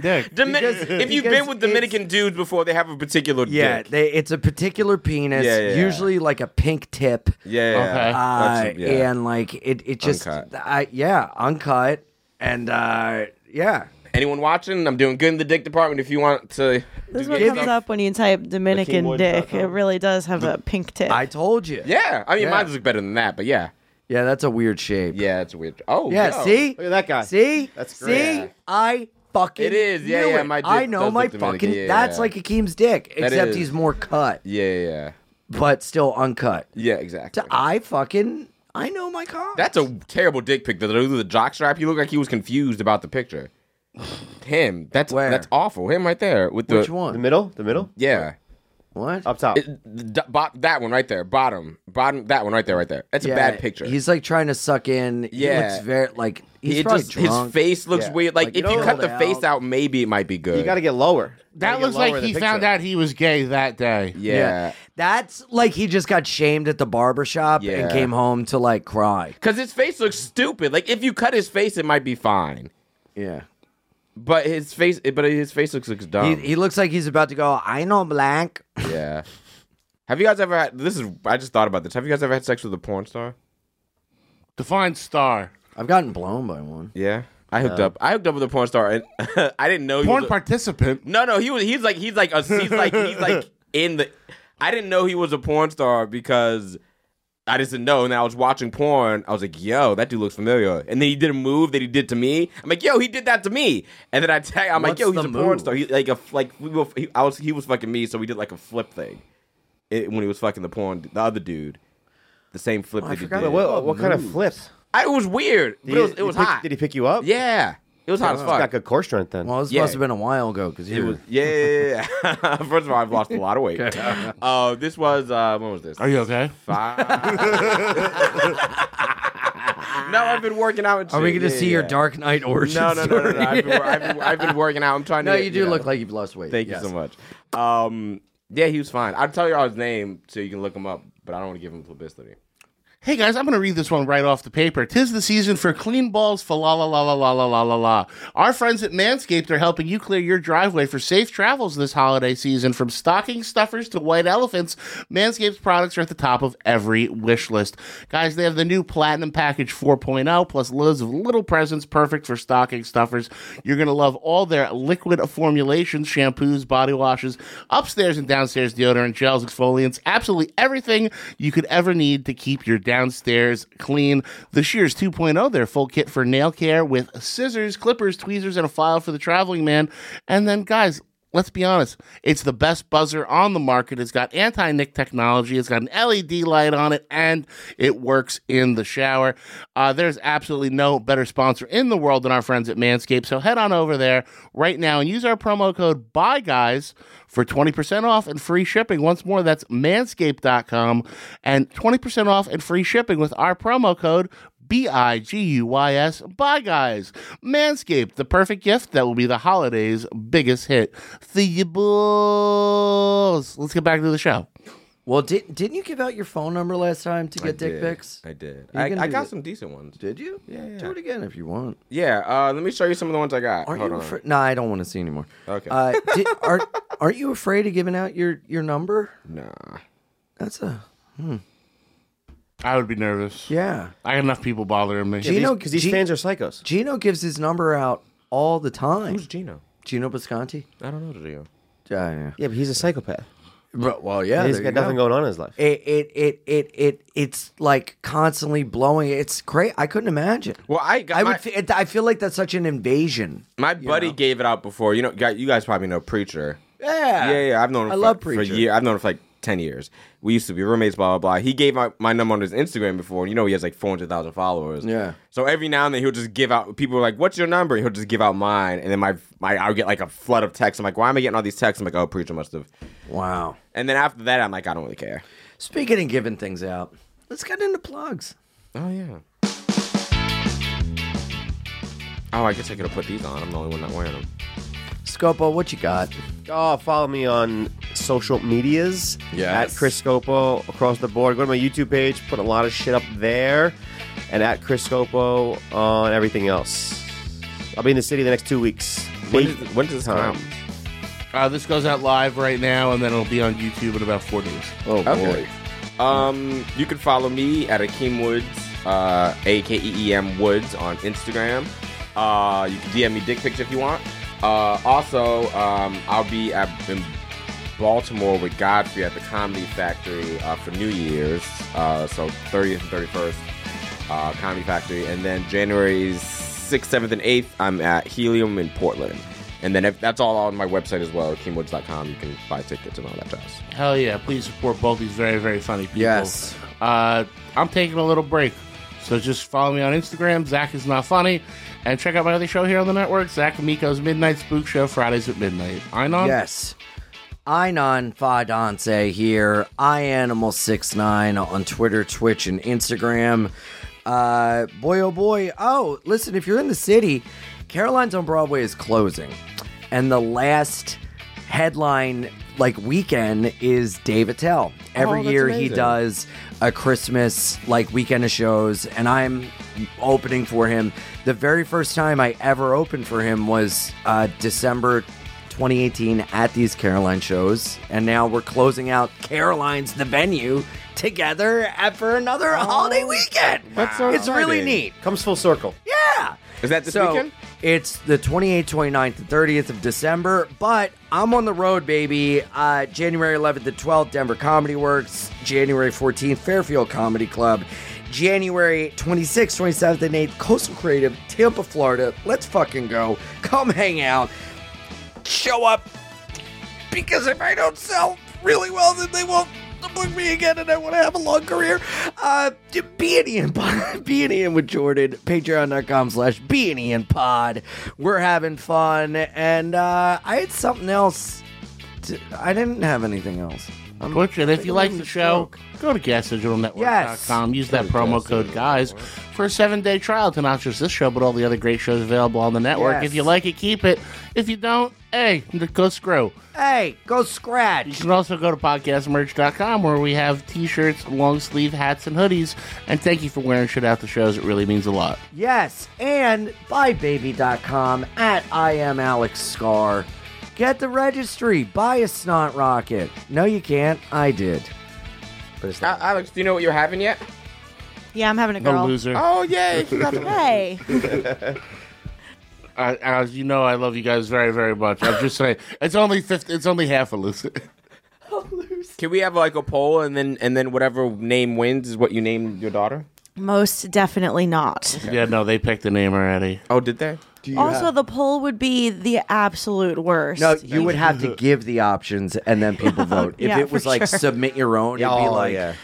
[SPEAKER 8] *laughs*
[SPEAKER 5] dick?
[SPEAKER 8] Domin- if you've been
[SPEAKER 1] because
[SPEAKER 8] with
[SPEAKER 1] it's-
[SPEAKER 8] Dominican dudes before, they have a particular
[SPEAKER 1] Yeah,
[SPEAKER 8] dick.
[SPEAKER 1] they, it's a particular penis,
[SPEAKER 8] Yeah, yeah, yeah.
[SPEAKER 1] usually like a pink tip.
[SPEAKER 8] Yeah, yeah,
[SPEAKER 5] Okay.
[SPEAKER 8] yeah.
[SPEAKER 1] uh,
[SPEAKER 8] That's- yeah.
[SPEAKER 1] and like it, it just,
[SPEAKER 8] Uncut.
[SPEAKER 1] I, yeah, uncut, and uh, yeah,
[SPEAKER 8] Anyone watching? I'm doing good in the dick department. If you want
[SPEAKER 7] This
[SPEAKER 8] to,
[SPEAKER 7] is
[SPEAKER 8] do
[SPEAKER 7] what
[SPEAKER 8] good
[SPEAKER 7] comes
[SPEAKER 8] stuff.
[SPEAKER 7] up when you type Dominican dick. It really does have a pink tip.
[SPEAKER 1] I told you,
[SPEAKER 8] Yeah, I mean,
[SPEAKER 1] Yeah.
[SPEAKER 8] mine look better than that, but yeah,
[SPEAKER 1] yeah, that's a weird shape.
[SPEAKER 8] yeah, it's weird. Oh,
[SPEAKER 1] yeah,
[SPEAKER 8] yo.
[SPEAKER 1] see,
[SPEAKER 6] Look at that guy.
[SPEAKER 1] see,
[SPEAKER 6] That's
[SPEAKER 1] see,
[SPEAKER 6] great.
[SPEAKER 1] I fucking.
[SPEAKER 8] It is, yeah,
[SPEAKER 1] knew
[SPEAKER 8] yeah,
[SPEAKER 1] it.
[SPEAKER 8] my dick
[SPEAKER 1] I know
[SPEAKER 8] does
[SPEAKER 1] my
[SPEAKER 8] look Dominican,
[SPEAKER 1] fucking.
[SPEAKER 8] yeah,
[SPEAKER 1] that's
[SPEAKER 8] yeah.
[SPEAKER 1] like Akeem's dick,
[SPEAKER 8] That
[SPEAKER 1] except
[SPEAKER 8] is.
[SPEAKER 1] he's more cut,
[SPEAKER 8] Yeah, yeah,
[SPEAKER 1] but still uncut.
[SPEAKER 8] yeah, exactly.
[SPEAKER 1] So I fucking. I know my cock.
[SPEAKER 8] That's a terrible dick pic. The dude with the jock strap. He looked like he was confused about the picture. Him. That's
[SPEAKER 1] Where?
[SPEAKER 8] that's awful. Him right there with the
[SPEAKER 1] which
[SPEAKER 6] The
[SPEAKER 1] one?
[SPEAKER 6] middle? The middle?
[SPEAKER 8] Yeah.
[SPEAKER 1] What?
[SPEAKER 6] Up top.
[SPEAKER 8] It- d- bo- that one right there. Bottom. Bottom. That one right there. Right there. That's a bad picture.
[SPEAKER 1] He's like trying to suck in. Yeah, he
[SPEAKER 8] Yeah.
[SPEAKER 1] looks very like he's
[SPEAKER 8] It
[SPEAKER 1] probably
[SPEAKER 8] just-
[SPEAKER 1] drunk.
[SPEAKER 8] his face looks
[SPEAKER 6] Yeah.
[SPEAKER 8] weird. Like,
[SPEAKER 1] Like,
[SPEAKER 8] if
[SPEAKER 1] you
[SPEAKER 8] you
[SPEAKER 1] know,
[SPEAKER 8] cut the
[SPEAKER 1] rolled
[SPEAKER 8] face
[SPEAKER 1] out.
[SPEAKER 8] out, maybe it might be good.
[SPEAKER 6] You got to get lower.
[SPEAKER 5] That
[SPEAKER 6] Gotta get
[SPEAKER 5] looks
[SPEAKER 6] lower
[SPEAKER 5] like
[SPEAKER 6] in the
[SPEAKER 5] he
[SPEAKER 6] picture.
[SPEAKER 5] found out he was gay that day.
[SPEAKER 8] yeah.
[SPEAKER 1] That's like he just got shamed at the barber shop
[SPEAKER 8] Yeah.
[SPEAKER 1] and came home to like cry.
[SPEAKER 8] Cause his face looks stupid. Like if you cut his face, it might be fine.
[SPEAKER 1] Yeah.
[SPEAKER 8] But his face, but his face looks looks
[SPEAKER 1] He,
[SPEAKER 8] dumb.
[SPEAKER 1] he looks like he's about to go, I know black.
[SPEAKER 8] yeah. Have you guys ever had? This is. I just thought about this. Have you guys ever had sex with a porn star?
[SPEAKER 5] Define star.
[SPEAKER 1] I've gotten blown by one.
[SPEAKER 8] Yeah, I hooked up. I hooked up with a porn star, and *laughs* I didn't know. he
[SPEAKER 5] Porn
[SPEAKER 8] was a-
[SPEAKER 5] participant.
[SPEAKER 8] No, no, he was. He's like. He's like. A, he's like. He's
[SPEAKER 6] *laughs*
[SPEAKER 8] like in the. I didn't know he was a porn star because I just didn't know. And I was watching porn. I was like, "Yo, that dude looks familiar." And then he did a move that he did to me. I'm like, "Yo, he did that to me." And then I tag. I'm like,
[SPEAKER 1] What's
[SPEAKER 8] "Yo, he's
[SPEAKER 1] the
[SPEAKER 8] a porn
[SPEAKER 1] move?
[SPEAKER 8] star." He like a like we were. He, I was. He was fucking me, so we did like a flip thing. It, when he was fucking the porn, the other dude, the same flip. that he
[SPEAKER 1] forgot
[SPEAKER 8] did.
[SPEAKER 6] But Oh, What, what kind of flips?
[SPEAKER 8] I, it was weird, but it was, it was
[SPEAKER 6] pick,
[SPEAKER 8] hot.
[SPEAKER 6] Did he pick you up?
[SPEAKER 8] Yeah, it was hot as
[SPEAKER 6] He's
[SPEAKER 8] fuck.
[SPEAKER 6] got good core strength then.
[SPEAKER 1] Well, this
[SPEAKER 8] Yeah.
[SPEAKER 1] must have been a while ago because
[SPEAKER 8] It was yeah, yeah, yeah, yeah. *laughs* First of all, I've lost a lot of weight. Oh, this was uh, when was this?
[SPEAKER 5] Are you okay?
[SPEAKER 8] Five. *laughs* no, I've been working out. And
[SPEAKER 1] Are we
[SPEAKER 8] shit.
[SPEAKER 1] going to
[SPEAKER 8] Yeah,
[SPEAKER 1] see your
[SPEAKER 8] yeah.
[SPEAKER 1] Dark Knight origin
[SPEAKER 8] No, no, no, no, no.
[SPEAKER 1] story?
[SPEAKER 8] I've been, wor- I've been, I've been working out. I'm
[SPEAKER 1] *laughs*
[SPEAKER 8] trying
[SPEAKER 1] No,
[SPEAKER 8] to.
[SPEAKER 1] you do
[SPEAKER 8] know.
[SPEAKER 1] look like you've lost weight.
[SPEAKER 8] Thank
[SPEAKER 1] Yes.
[SPEAKER 8] you so much. Um, yeah, he was fine. I'll tell you all his name so you can look him up, but I don't want to give him publicity.
[SPEAKER 5] Hey guys, I'm gonna read this one right off the paper. Tis the season for clean balls for la la la la la la la la la. Our friends at Manscaped are helping you clear your driveway for safe travels this holiday season. From stocking stuffers to white elephants, Manscaped's products are at the top of every wish list. Guys, they have the new Platinum Package 4.0 plus loads of little presents perfect for stocking stuffers. You're gonna love all their liquid formulations, shampoos, body washes, upstairs and downstairs deodorant, gels, exfoliants, absolutely everything you could ever need to keep your downstairs clean. The Shears 2.0, their full kit for nail care with scissors, clippers, tweezers, and a file for the traveling man. And then, guys, Let's be honest, it's the best buzzer on the market. It's got anti nick technology, it's got an LED light on it, and it works in the shower. Uh, there's absolutely no better sponsor in the world than our friends at Manscaped. So head on over there right now and use our promo code BUYGUYS for 20% off and free shipping. Once more, that's manscaped.com and 20% off and free shipping with our promo code B I G U Y S. Bye, guys. Manscaped, the perfect gift that will be the holiday's biggest hit. See you, bulls. Let's get back to the show.
[SPEAKER 1] Well, did, didn't you give out your phone number last time to get dick
[SPEAKER 8] did.
[SPEAKER 1] pics?
[SPEAKER 8] I did.
[SPEAKER 1] You
[SPEAKER 8] I,
[SPEAKER 1] can
[SPEAKER 8] I
[SPEAKER 1] do
[SPEAKER 8] got
[SPEAKER 1] it.
[SPEAKER 8] some decent ones.
[SPEAKER 1] Did you? Yeah,
[SPEAKER 8] yeah.
[SPEAKER 1] Do it again if you want.
[SPEAKER 8] Yeah, uh, let me show you some of the ones I got.
[SPEAKER 1] Aren't
[SPEAKER 8] Hold
[SPEAKER 1] you?
[SPEAKER 8] on.
[SPEAKER 1] Afraid? No, I don't want to see anymore.
[SPEAKER 8] Okay.
[SPEAKER 1] Uh,
[SPEAKER 8] *laughs*
[SPEAKER 1] did, are, aren't you afraid of giving out your your number?
[SPEAKER 8] nah.
[SPEAKER 1] That's a
[SPEAKER 5] I would be nervous.
[SPEAKER 1] yeah.
[SPEAKER 5] I got enough people bothering me.
[SPEAKER 1] Gino,
[SPEAKER 6] because these
[SPEAKER 1] Gi-
[SPEAKER 6] fans are psychos.
[SPEAKER 1] Gino gives his number out all the time.
[SPEAKER 8] Who's Gino?
[SPEAKER 1] Gino Bisconti?
[SPEAKER 8] I don't know Gino.
[SPEAKER 1] Uh, yeah.
[SPEAKER 6] Yeah, but he's a psychopath.
[SPEAKER 1] But, well, yeah.
[SPEAKER 6] he's
[SPEAKER 1] there
[SPEAKER 6] got
[SPEAKER 1] you go.
[SPEAKER 6] nothing going on in his life.
[SPEAKER 1] It, it it it it it's like constantly blowing. It's great. I couldn't imagine.
[SPEAKER 8] Well, I got
[SPEAKER 1] I
[SPEAKER 8] my,
[SPEAKER 1] would. fe- it- I feel like that's such an invasion.
[SPEAKER 8] my buddy gave it out before. You know, guy- you guys probably know Preacher.
[SPEAKER 1] Yeah.
[SPEAKER 8] yeah, yeah. I've known him
[SPEAKER 1] I
[SPEAKER 8] for,
[SPEAKER 1] love
[SPEAKER 8] for
[SPEAKER 1] Preacher.
[SPEAKER 8] year. I've known him for like ten years. We used to be roommates, blah blah blah. He gave out my number on his Instagram before, and you know he has like four hundred thousand followers.
[SPEAKER 1] Yeah.
[SPEAKER 8] So every now and then he'll just give out. People are like, "What's your number?" He'll just give out mine, and then my my I'll get like a flood of texts. I'm like, "Why am I getting all these texts?" I'm like, "Oh, Preacher must have."
[SPEAKER 1] Wow.
[SPEAKER 8] And then after that, I'm like, "I don't really care."
[SPEAKER 1] Speaking and giving things out, let's get into plugs.
[SPEAKER 8] Oh yeah. Oh, I guess I could have put these on. I'm the only one not wearing them.
[SPEAKER 1] Scopo, what you got?
[SPEAKER 6] Oh, follow me on social medias
[SPEAKER 8] Yes.
[SPEAKER 6] at Chris Scopo across the board. Go to my YouTube page, put a lot of shit up there, and at Chris Scopo on everything else. I'll be in the city the next two weeks.
[SPEAKER 8] When
[SPEAKER 6] Big
[SPEAKER 8] does, when does this come out?
[SPEAKER 6] time.
[SPEAKER 5] Uh, this goes out live right now, and then it'll be on YouTube in about four days.
[SPEAKER 6] Oh
[SPEAKER 8] Okay. Um, you can follow me at Akeem Woods, uh, A K E E M Woods on Instagram. Uh, you can DM me dick pics if you want. Uh, also, um, I'll be at, in Baltimore with Godfrey at the Comedy Factory uh, for New Year's. Uh, so 30th and 31st, uh, Comedy Factory, and then January 6th, 7th, and 8th, I'm at Helium in Portland. And then if, that's all on my website as well, keemwoods.com. You can buy tickets and all that jazz.
[SPEAKER 5] Hell yeah! Please support both these very, very funny people.
[SPEAKER 1] Yes.
[SPEAKER 5] Uh, I'm taking a little break, so just follow me on Instagram. Zach is not funny, and check out my other show here on the network, Zach and Miko's Midnight Spook Show, Fridays at midnight. I know.
[SPEAKER 1] Yes. Einon Fadance here, iAnimal69 on Twitter, Twitch, and Instagram. Uh, boy, oh boy. Oh, listen, if you're in the city, Caroline's on Broadway is closing. And the last headline, like, weekend is Dave Attell. Every
[SPEAKER 8] Oh, that's
[SPEAKER 1] year he
[SPEAKER 8] amazing.
[SPEAKER 1] does a Christmas, like, weekend of shows, and I'm opening for him. The very first time I ever opened for him was uh, December 2018 at these Caroline shows, and now we're closing out Caroline's the venue together at- for another
[SPEAKER 8] Oh.
[SPEAKER 1] holiday weekend.
[SPEAKER 6] That's so
[SPEAKER 1] it's really
[SPEAKER 6] exciting.
[SPEAKER 1] neat.
[SPEAKER 6] Comes full circle.
[SPEAKER 1] Yeah.
[SPEAKER 8] Is that this
[SPEAKER 1] so,
[SPEAKER 8] weekend?
[SPEAKER 1] It's the 28th, 29th, and 30th of December, but I'm on the road, baby. Uh, January 11th to 12th, Denver Comedy Works. January 14th, Fairfield Comedy Club. January 26th, 27th, and 8th, Coastal Creative, Tampa, Florida. Let's fucking go. Come hang out. Show up. Because if I don't sell really well, then they won't book me again and I want to have a long career. Uh, be an Ian Pod. *laughs* Be an Ian with Jordan. Patreon.com slash Be an Ian Pod. We're having fun. And uh, I had something else. To, I didn't have anything else. I'm
[SPEAKER 5] Butcher, if you like
[SPEAKER 1] I'm
[SPEAKER 5] the show, go to gasdigitalnetwork.com. Use that promo code GUYS for a seven day trial to not just this show, but all the other great shows available on the network.
[SPEAKER 1] Yes.
[SPEAKER 5] If you like it, keep it. If you don't, hey, go screw.
[SPEAKER 1] Hey, go
[SPEAKER 5] You
[SPEAKER 1] scratch.
[SPEAKER 5] can also go to podcastmerch.com where we have t shirts, long sleeve hats, and hoodies. And thank you for wearing shit out the shows. It really means a lot.
[SPEAKER 1] Yes, and buybaby.com at I am Alex Scar. Get the registry. Buy a snot rocket. No, you can't. I did. But it's
[SPEAKER 8] A-
[SPEAKER 1] not.
[SPEAKER 8] Ah, Alex, do you know what you're having yet?
[SPEAKER 7] Yeah, I'm having a
[SPEAKER 5] No
[SPEAKER 7] girl.
[SPEAKER 5] loser.
[SPEAKER 8] Oh, yay. *laughs*
[SPEAKER 7] Hey,
[SPEAKER 5] I, as you know, I love you guys very, very much. I'm just saying, it's only 50, it's only half a loser.
[SPEAKER 8] Can we have like a poll and then and then whatever name wins is what you name your daughter?
[SPEAKER 7] most definitely not.
[SPEAKER 5] yeah, no, they picked the name already.
[SPEAKER 8] Oh, did they?
[SPEAKER 7] Also, the poll would be the absolute worst.
[SPEAKER 1] No, you would have *laughs* to give the options and then *laughs* people vote. If
[SPEAKER 7] Yeah,
[SPEAKER 1] it was
[SPEAKER 7] for
[SPEAKER 1] like
[SPEAKER 7] sure.
[SPEAKER 1] submit your own, it'd be
[SPEAKER 8] Oh,
[SPEAKER 1] like
[SPEAKER 8] yeah.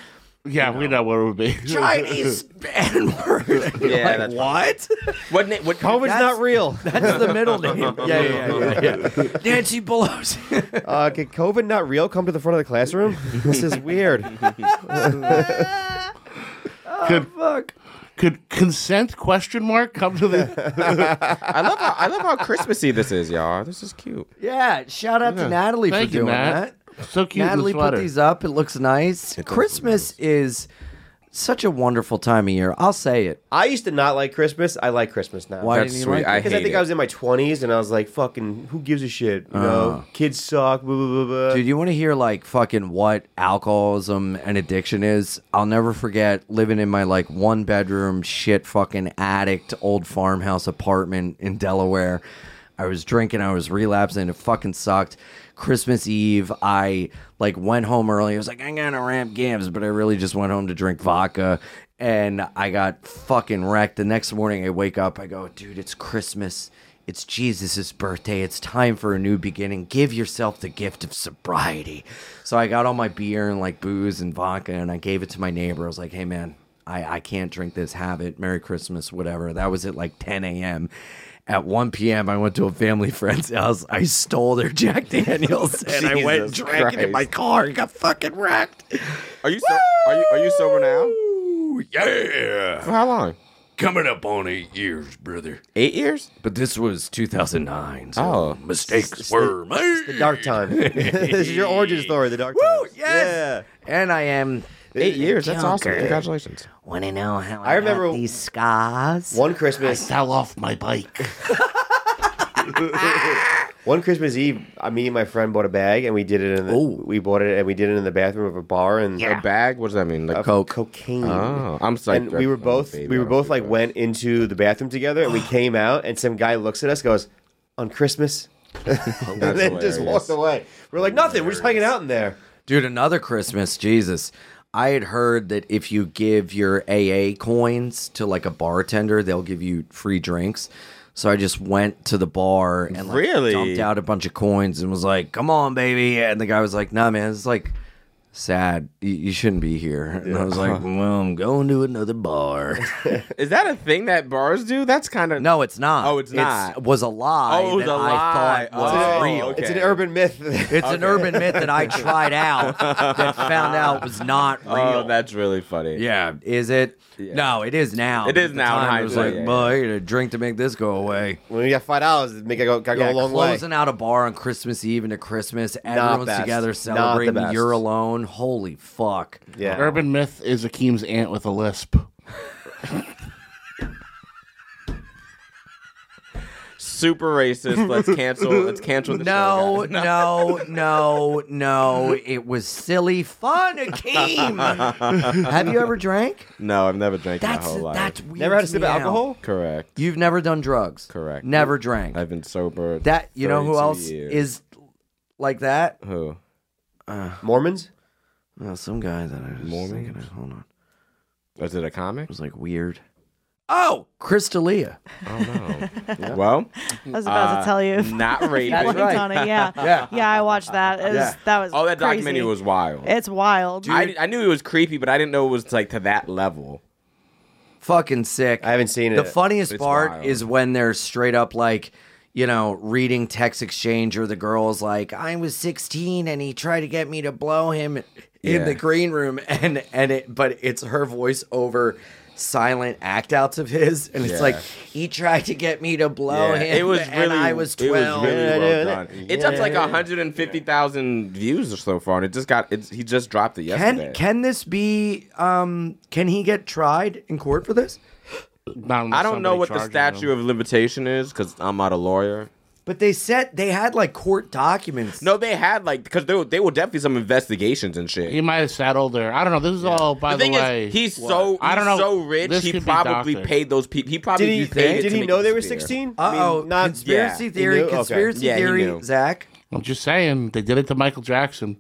[SPEAKER 5] Yeah, we know what it would be.
[SPEAKER 1] *laughs*
[SPEAKER 5] *laughs*
[SPEAKER 1] Chinese N word. *laughs*
[SPEAKER 8] Yeah,
[SPEAKER 1] like,
[SPEAKER 8] that's
[SPEAKER 1] what? *laughs*
[SPEAKER 8] What name? What *laughs*
[SPEAKER 6] COVID's
[SPEAKER 1] That's-
[SPEAKER 6] *laughs* not real.
[SPEAKER 1] That's the middle name. Yeah, yeah, yeah. yeah, *laughs* yeah. Nancy *laughs* Pelosi.
[SPEAKER 6] Uh, can COVID not real come to the front of the *laughs* classroom? this is weird.
[SPEAKER 5] Could, could consent question mark come
[SPEAKER 1] *laughs*
[SPEAKER 5] to the
[SPEAKER 8] I love how I love how Christmassy this is, y'all. This is cute.
[SPEAKER 1] yeah, shout out to Natalie
[SPEAKER 5] Thank
[SPEAKER 1] for
[SPEAKER 5] you,
[SPEAKER 1] doing
[SPEAKER 5] Matt.
[SPEAKER 1] that.
[SPEAKER 5] So cute. in the
[SPEAKER 1] Natalie put
[SPEAKER 5] sweater.
[SPEAKER 1] these up. It looks nice. Christmas is such a wonderful time of year. I'll say it.
[SPEAKER 6] I used to not like Christmas. I like Christmas now.
[SPEAKER 1] Why
[SPEAKER 8] That's
[SPEAKER 1] didn't you
[SPEAKER 8] sweet.
[SPEAKER 1] like
[SPEAKER 8] I
[SPEAKER 1] it?
[SPEAKER 6] Because I
[SPEAKER 8] hate
[SPEAKER 6] think
[SPEAKER 8] it. Uh-huh.
[SPEAKER 6] I was in my 20s and I was like, fucking, who gives a shit? You know, kids suck, blah, blah, blah, blah.
[SPEAKER 1] Dude, you want to hear like fucking what alcoholism and addiction is? I'll never forget living in my like one bedroom shit fucking addict old farmhouse apartment in Delaware. I was drinking, I was relapsing, it fucking sucked. Christmas Eve, I like went home early. I was like, I'm gonna ramp games, but I really just went home to drink vodka and I got fucking wrecked. The next morning I wake up, I go, dude, it's Christmas. It's Jesus' birthday. It's time for a new beginning. Give yourself the gift of sobriety. So I got all my beer and like booze and vodka and I gave it to my neighbor. I was like, hey man, I, I can't drink this. Have it. Merry Christmas, whatever. That was at like 10 a.m. At 1 p.m., I went to a family *laughs* friend's house. I stole their
[SPEAKER 6] *laughs*
[SPEAKER 1] Jack Daniels and I went and
[SPEAKER 8] Jesus
[SPEAKER 1] drank it in
[SPEAKER 8] Christ.
[SPEAKER 1] my car and got fucking wrecked.
[SPEAKER 8] Are you so, are you are you sober now?
[SPEAKER 1] Ooh, yeah.
[SPEAKER 8] For how long?
[SPEAKER 1] Coming up on eight years, brother.
[SPEAKER 8] Eight years?
[SPEAKER 1] But this was 2009. So
[SPEAKER 8] Oh.
[SPEAKER 1] mistakes were made.
[SPEAKER 6] The dark
[SPEAKER 8] *laughs*
[SPEAKER 6] time. this is your origin story, the dark time.
[SPEAKER 1] yes! And I am.
[SPEAKER 8] Eight years. That's awesome.
[SPEAKER 1] Conquered.
[SPEAKER 8] Congratulations.
[SPEAKER 1] Want to know how I,
[SPEAKER 6] I remember-
[SPEAKER 1] got these scars?
[SPEAKER 6] One Christmas,
[SPEAKER 5] fell off my bike.
[SPEAKER 6] *laughs* one Christmas Eve, uh, me and my friend bought a bag and we did it in the, we bought it and we did it in the bathroom of a bar and
[SPEAKER 8] A bag? What does that mean? Like
[SPEAKER 6] of
[SPEAKER 8] coke?
[SPEAKER 6] cocaine.
[SPEAKER 8] Oh, I'm psyched.
[SPEAKER 6] and we were
[SPEAKER 8] Oh,
[SPEAKER 6] both
[SPEAKER 8] baby,
[SPEAKER 6] we
[SPEAKER 8] I
[SPEAKER 6] were
[SPEAKER 8] don't
[SPEAKER 6] both
[SPEAKER 8] think
[SPEAKER 6] like
[SPEAKER 8] I-
[SPEAKER 6] went into the bathroom together
[SPEAKER 8] *gasps*
[SPEAKER 6] and we came out and some guy looks at us goes
[SPEAKER 8] *laughs*
[SPEAKER 6] on Christmas *laughs* and then
[SPEAKER 8] Oh, hilarious.
[SPEAKER 6] just walked away. We're like nothing. We're just hanging out in there.
[SPEAKER 1] Dude, another Christmas. Jesus. I had heard that if you give your AA coins to like a bartender, they'll give you free drinks. So I just went to the bar and like
[SPEAKER 8] Really?
[SPEAKER 1] dumped out a bunch of coins and was like, "Come on, baby!" And the guy was like, "Nah, man, it's like sad. You, you shouldn't be here." And I was like, "Well, I'm going to another
[SPEAKER 8] *laughs*
[SPEAKER 1] bar."
[SPEAKER 8] Is that a thing that bars do? That's kind of
[SPEAKER 1] no, it's not.
[SPEAKER 8] Oh, it's not.
[SPEAKER 1] It was a lie.
[SPEAKER 8] Oh, it was
[SPEAKER 1] that
[SPEAKER 8] a
[SPEAKER 1] I
[SPEAKER 8] lie.
[SPEAKER 1] thought was
[SPEAKER 8] Oh,
[SPEAKER 1] real.
[SPEAKER 8] okay.
[SPEAKER 6] It's an urban myth.
[SPEAKER 1] It's an urban myth that *laughs* I tried out that found out was not real.
[SPEAKER 8] Oh, that's really funny.
[SPEAKER 1] Yeah, is it? No, it is now.
[SPEAKER 8] It is
[SPEAKER 1] At the
[SPEAKER 8] now in
[SPEAKER 1] Time, it was like,
[SPEAKER 8] hindsight, yeah,
[SPEAKER 1] well, I need a drink to make this go away.
[SPEAKER 6] *laughs* when you got five dollars, it make I go, gotta
[SPEAKER 1] Yeah,
[SPEAKER 6] go a long way.
[SPEAKER 1] closing out a bar on Christmas Eve into Christmas, everyone's
[SPEAKER 6] best.
[SPEAKER 1] together
[SPEAKER 6] Not the
[SPEAKER 1] celebrating.
[SPEAKER 6] best.
[SPEAKER 1] You're alone. Holy fuck!
[SPEAKER 6] Yeah.
[SPEAKER 5] Urban myth is Akeem's aunt with a lisp.
[SPEAKER 8] Super
[SPEAKER 1] *laughs*
[SPEAKER 8] racist. Let's cancel. Let's cancel the show,
[SPEAKER 1] *laughs* No, no,
[SPEAKER 8] guys.
[SPEAKER 1] no, no! It was silly fun, *laughs* Akeem. Have you ever drank?
[SPEAKER 8] No, I've never drank in my
[SPEAKER 1] That's
[SPEAKER 8] whole life.
[SPEAKER 1] that's weird.
[SPEAKER 6] Never had a
[SPEAKER 1] to
[SPEAKER 6] sip
[SPEAKER 1] me
[SPEAKER 6] of
[SPEAKER 1] out.
[SPEAKER 6] alcohol.
[SPEAKER 8] correct.
[SPEAKER 1] You've never done drugs.
[SPEAKER 8] Correct.
[SPEAKER 1] Never drank.
[SPEAKER 8] I've been sober.
[SPEAKER 1] that you know who
[SPEAKER 8] 32
[SPEAKER 1] else
[SPEAKER 8] years.
[SPEAKER 1] is like that?
[SPEAKER 8] who?
[SPEAKER 6] Mormons.
[SPEAKER 1] No, some guy that I was
[SPEAKER 8] Mormon?
[SPEAKER 1] thinking of. Hold on.
[SPEAKER 8] Is it a
[SPEAKER 1] *laughs*
[SPEAKER 8] comic?
[SPEAKER 1] It was like weird. Oh, Crystalia.
[SPEAKER 8] Well, uh,
[SPEAKER 7] I was about to tell
[SPEAKER 1] *laughs*
[SPEAKER 7] you.
[SPEAKER 8] not rated.
[SPEAKER 7] Blanked
[SPEAKER 1] right.
[SPEAKER 7] on it. Yeah.
[SPEAKER 1] *laughs* Yeah.
[SPEAKER 7] I watched that. It was,
[SPEAKER 1] Yeah.
[SPEAKER 7] That was
[SPEAKER 8] Oh, that
[SPEAKER 7] crazy.
[SPEAKER 8] documentary was wild.
[SPEAKER 7] It's wild.
[SPEAKER 8] I, I knew it was creepy, but I didn't know it was like to that level.
[SPEAKER 1] Fucking sick.
[SPEAKER 6] I haven't seen it.
[SPEAKER 1] The funniest
[SPEAKER 8] It's
[SPEAKER 1] part
[SPEAKER 8] wild.
[SPEAKER 1] is when they're straight up like, you know, reading text exchange or the girl's like, I was 16 and he tried to get me to blow him in
[SPEAKER 8] Yeah.
[SPEAKER 1] the green room *laughs* and and it but it's her voice over silent act outs of his and it's
[SPEAKER 8] Yeah.
[SPEAKER 1] like he tried to get me to blow
[SPEAKER 8] Yeah,
[SPEAKER 1] him
[SPEAKER 8] it was
[SPEAKER 1] and
[SPEAKER 8] really.
[SPEAKER 1] I was
[SPEAKER 8] It
[SPEAKER 1] 12
[SPEAKER 8] was really well
[SPEAKER 6] Yeah,
[SPEAKER 8] done. It's up to like 150,000 views or so far, and it just got. It's, he just dropped it yesterday.
[SPEAKER 1] Can can this be um can he get tried in court for this?
[SPEAKER 5] Not unless
[SPEAKER 8] I don't know
[SPEAKER 5] somebody
[SPEAKER 8] what the
[SPEAKER 5] charges
[SPEAKER 8] statue
[SPEAKER 5] them.
[SPEAKER 8] of limitation is because I'm not a lawyer.
[SPEAKER 1] But they said they had like court documents.
[SPEAKER 8] No, they had like because there, were- they were definitely some investigations and shit.
[SPEAKER 5] He might have sat older. I don't know. This is all by
[SPEAKER 8] the
[SPEAKER 5] the,
[SPEAKER 8] thing
[SPEAKER 5] way.
[SPEAKER 8] is, he's so
[SPEAKER 5] I
[SPEAKER 8] I
[SPEAKER 5] don't know.
[SPEAKER 8] so rich.
[SPEAKER 5] This
[SPEAKER 8] he
[SPEAKER 5] could be
[SPEAKER 8] probably
[SPEAKER 5] doctored.
[SPEAKER 8] paid those people. He probably
[SPEAKER 6] Did he?
[SPEAKER 8] paid. it
[SPEAKER 6] Did
[SPEAKER 8] to
[SPEAKER 6] he
[SPEAKER 8] make
[SPEAKER 6] know
[SPEAKER 8] it
[SPEAKER 6] they were
[SPEAKER 8] disappear.
[SPEAKER 6] sixteen?
[SPEAKER 1] Uh oh, conspiracy
[SPEAKER 8] yeah.
[SPEAKER 1] theory,
[SPEAKER 6] He knew? Okay.
[SPEAKER 1] conspiracy
[SPEAKER 8] Yeah, he
[SPEAKER 1] theory,
[SPEAKER 8] knew.
[SPEAKER 1] Zach.
[SPEAKER 5] I'm just saying they did it to Michael Jackson.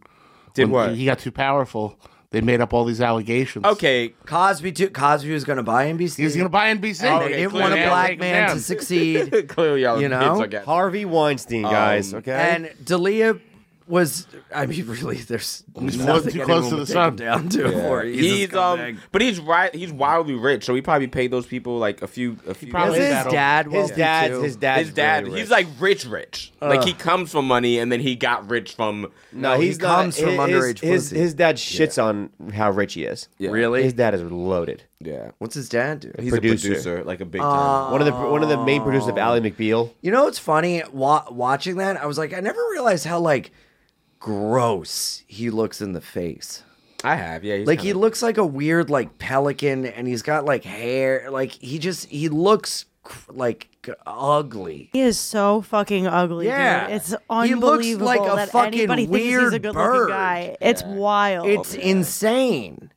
[SPEAKER 8] Did
[SPEAKER 5] When
[SPEAKER 8] what?
[SPEAKER 5] He got too powerful. They made up all these allegations.
[SPEAKER 8] Okay, *laughs*
[SPEAKER 1] Cosby too Cosby was gonna buy NBC.
[SPEAKER 5] He's gonna buy NBC.
[SPEAKER 1] and
[SPEAKER 8] Okay,
[SPEAKER 1] Oh, they didn't
[SPEAKER 8] clearly
[SPEAKER 1] want a
[SPEAKER 8] they
[SPEAKER 1] black man to
[SPEAKER 5] *laughs*
[SPEAKER 1] succeed.
[SPEAKER 8] clearly y'all
[SPEAKER 1] You
[SPEAKER 8] kids
[SPEAKER 1] know?
[SPEAKER 8] are getting-
[SPEAKER 6] Harvey Weinstein, guys.
[SPEAKER 8] Um,
[SPEAKER 6] okay.
[SPEAKER 1] and Dalia was I mean really there's nothing
[SPEAKER 5] too close
[SPEAKER 1] anyone
[SPEAKER 5] to
[SPEAKER 1] would
[SPEAKER 5] the
[SPEAKER 1] take him
[SPEAKER 5] sun.
[SPEAKER 1] down to
[SPEAKER 8] Yeah.
[SPEAKER 1] for he's, a
[SPEAKER 8] He's, um,
[SPEAKER 1] scumbag.
[SPEAKER 8] but he's right. He's wildly rich, so he probably paid those people like a few, a few.
[SPEAKER 5] probably
[SPEAKER 1] Is
[SPEAKER 5] is
[SPEAKER 1] his
[SPEAKER 5] that old.
[SPEAKER 1] dad
[SPEAKER 6] his
[SPEAKER 1] wealthy,
[SPEAKER 6] dad's
[SPEAKER 1] too?
[SPEAKER 6] his dad's
[SPEAKER 8] his dad.
[SPEAKER 6] really
[SPEAKER 8] he's
[SPEAKER 6] rich.
[SPEAKER 8] like rich, rich. like he comes from money, and then he got rich from.
[SPEAKER 6] no, he's
[SPEAKER 1] he
[SPEAKER 6] not.
[SPEAKER 1] comes from
[SPEAKER 6] his,
[SPEAKER 1] underage
[SPEAKER 6] His,
[SPEAKER 1] pussy.
[SPEAKER 6] his dad shits on how rich he is.
[SPEAKER 8] Yeah.
[SPEAKER 1] Really?
[SPEAKER 6] His dad is loaded.
[SPEAKER 8] Yeah,
[SPEAKER 1] What's his dad do?
[SPEAKER 8] he's
[SPEAKER 6] Producer.
[SPEAKER 8] a producer, like a big time.
[SPEAKER 6] One of the one of the main producers
[SPEAKER 1] Oh.
[SPEAKER 6] of Ally McBeal.
[SPEAKER 1] You know what's funny? Wa- watching that, I was like, I never realized how like gross he looks in the face.
[SPEAKER 8] I have, yeah. He's
[SPEAKER 1] Like he
[SPEAKER 8] kinda-
[SPEAKER 1] looks like a weird like pelican, and he's got like hair. Like he just he looks cr- like g- ugly.
[SPEAKER 7] He is so fucking ugly.
[SPEAKER 1] Yeah.
[SPEAKER 7] Dude. It's
[SPEAKER 1] He
[SPEAKER 7] unbelievable
[SPEAKER 1] looks like a
[SPEAKER 7] that
[SPEAKER 1] fucking
[SPEAKER 7] anybody thinks he's
[SPEAKER 1] weird
[SPEAKER 7] a good
[SPEAKER 1] bird.
[SPEAKER 7] looking guy. It's wild.
[SPEAKER 8] Oh,
[SPEAKER 1] It's insane.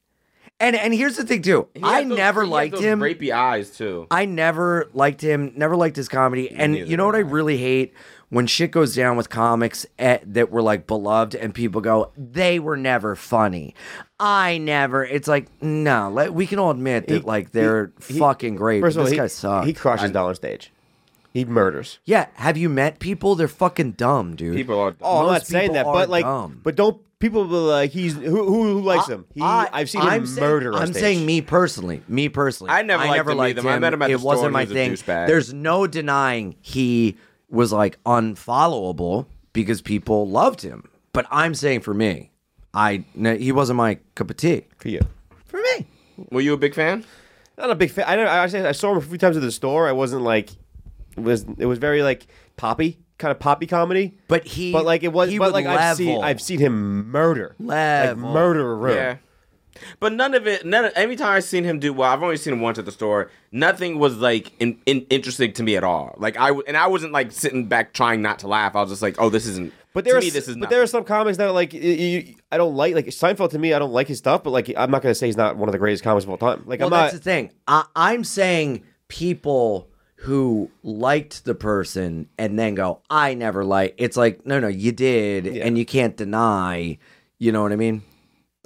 [SPEAKER 1] And and here's the thing too.
[SPEAKER 8] He has
[SPEAKER 1] I
[SPEAKER 8] those-
[SPEAKER 1] never
[SPEAKER 8] he has
[SPEAKER 1] liked
[SPEAKER 8] those
[SPEAKER 1] him.
[SPEAKER 8] Rapey eyes too.
[SPEAKER 1] I never liked him, never liked his comedy. and
[SPEAKER 8] neither
[SPEAKER 1] you know what I
[SPEAKER 8] did I.
[SPEAKER 1] really hate? When shit goes down with comics at, that were like beloved and people go, they were never funny. I never. It's like, no, let, we can all admit that like they're
[SPEAKER 6] he-
[SPEAKER 1] fucking great.
[SPEAKER 6] First
[SPEAKER 1] but
[SPEAKER 6] of all,
[SPEAKER 1] this
[SPEAKER 6] he,
[SPEAKER 1] guy sucks.
[SPEAKER 6] he crushes down on stage. He murders.
[SPEAKER 1] yeah. Have you met people? They're fucking dumb, dude.
[SPEAKER 8] People are.
[SPEAKER 6] Oh, I'm
[SPEAKER 1] Most
[SPEAKER 6] not saying that,
[SPEAKER 1] people
[SPEAKER 6] but
[SPEAKER 1] are
[SPEAKER 6] like,
[SPEAKER 1] dumb.
[SPEAKER 6] but don't people be like he's who who likes him? He, I, have seen
[SPEAKER 1] I'm
[SPEAKER 6] him
[SPEAKER 1] saying-
[SPEAKER 6] murder. on
[SPEAKER 1] I'm
[SPEAKER 6] stage.
[SPEAKER 1] saying me personally. Me personally.
[SPEAKER 8] I never
[SPEAKER 1] I
[SPEAKER 8] liked
[SPEAKER 1] never
[SPEAKER 8] him
[SPEAKER 1] liked
[SPEAKER 8] either. I met him at the
[SPEAKER 1] it
[SPEAKER 8] store
[SPEAKER 1] wasn't
[SPEAKER 8] and
[SPEAKER 1] my
[SPEAKER 8] he was a
[SPEAKER 1] thing.
[SPEAKER 8] douchebag.
[SPEAKER 1] There's no denying he was like unfollowable because people loved him. But I'm saying for me, I no, he wasn't my cup of tea.
[SPEAKER 6] for you.
[SPEAKER 1] For me.
[SPEAKER 8] Were you a big fan?
[SPEAKER 6] Not a big fan. I don't. I, actually- I saw him a few times at the store. I wasn't like it was. It was very like poppy, kind of poppy comedy.
[SPEAKER 1] But he
[SPEAKER 6] but like it was.
[SPEAKER 1] he would
[SPEAKER 6] But like I've seen
[SPEAKER 1] level.
[SPEAKER 6] I've seen him murder,
[SPEAKER 1] Level.
[SPEAKER 6] like murder a room.
[SPEAKER 8] Yeah. But none of it. None. Of, every time I've seen him do well, I've only seen him once at the store. Nothing was like in, in, interesting to me at all. Like I w- and I wasn't like sitting back trying not to laugh. I was just like, oh, this isn't.
[SPEAKER 6] But there
[SPEAKER 8] to
[SPEAKER 6] are,
[SPEAKER 8] me,
[SPEAKER 6] s-
[SPEAKER 8] this is.
[SPEAKER 6] but there are
[SPEAKER 8] nothing.
[SPEAKER 6] some comics that like y- y- I don't like like Seinfeld to me I don't like his stuff but like I'm not gonna say he's not one of the greatest comics of all time like
[SPEAKER 1] Well,
[SPEAKER 6] I'm not
[SPEAKER 1] that's the thing. I, I'm saying people who liked the person and then go, I never like. It's like, no, no, you did, and you can't deny. You know what I mean?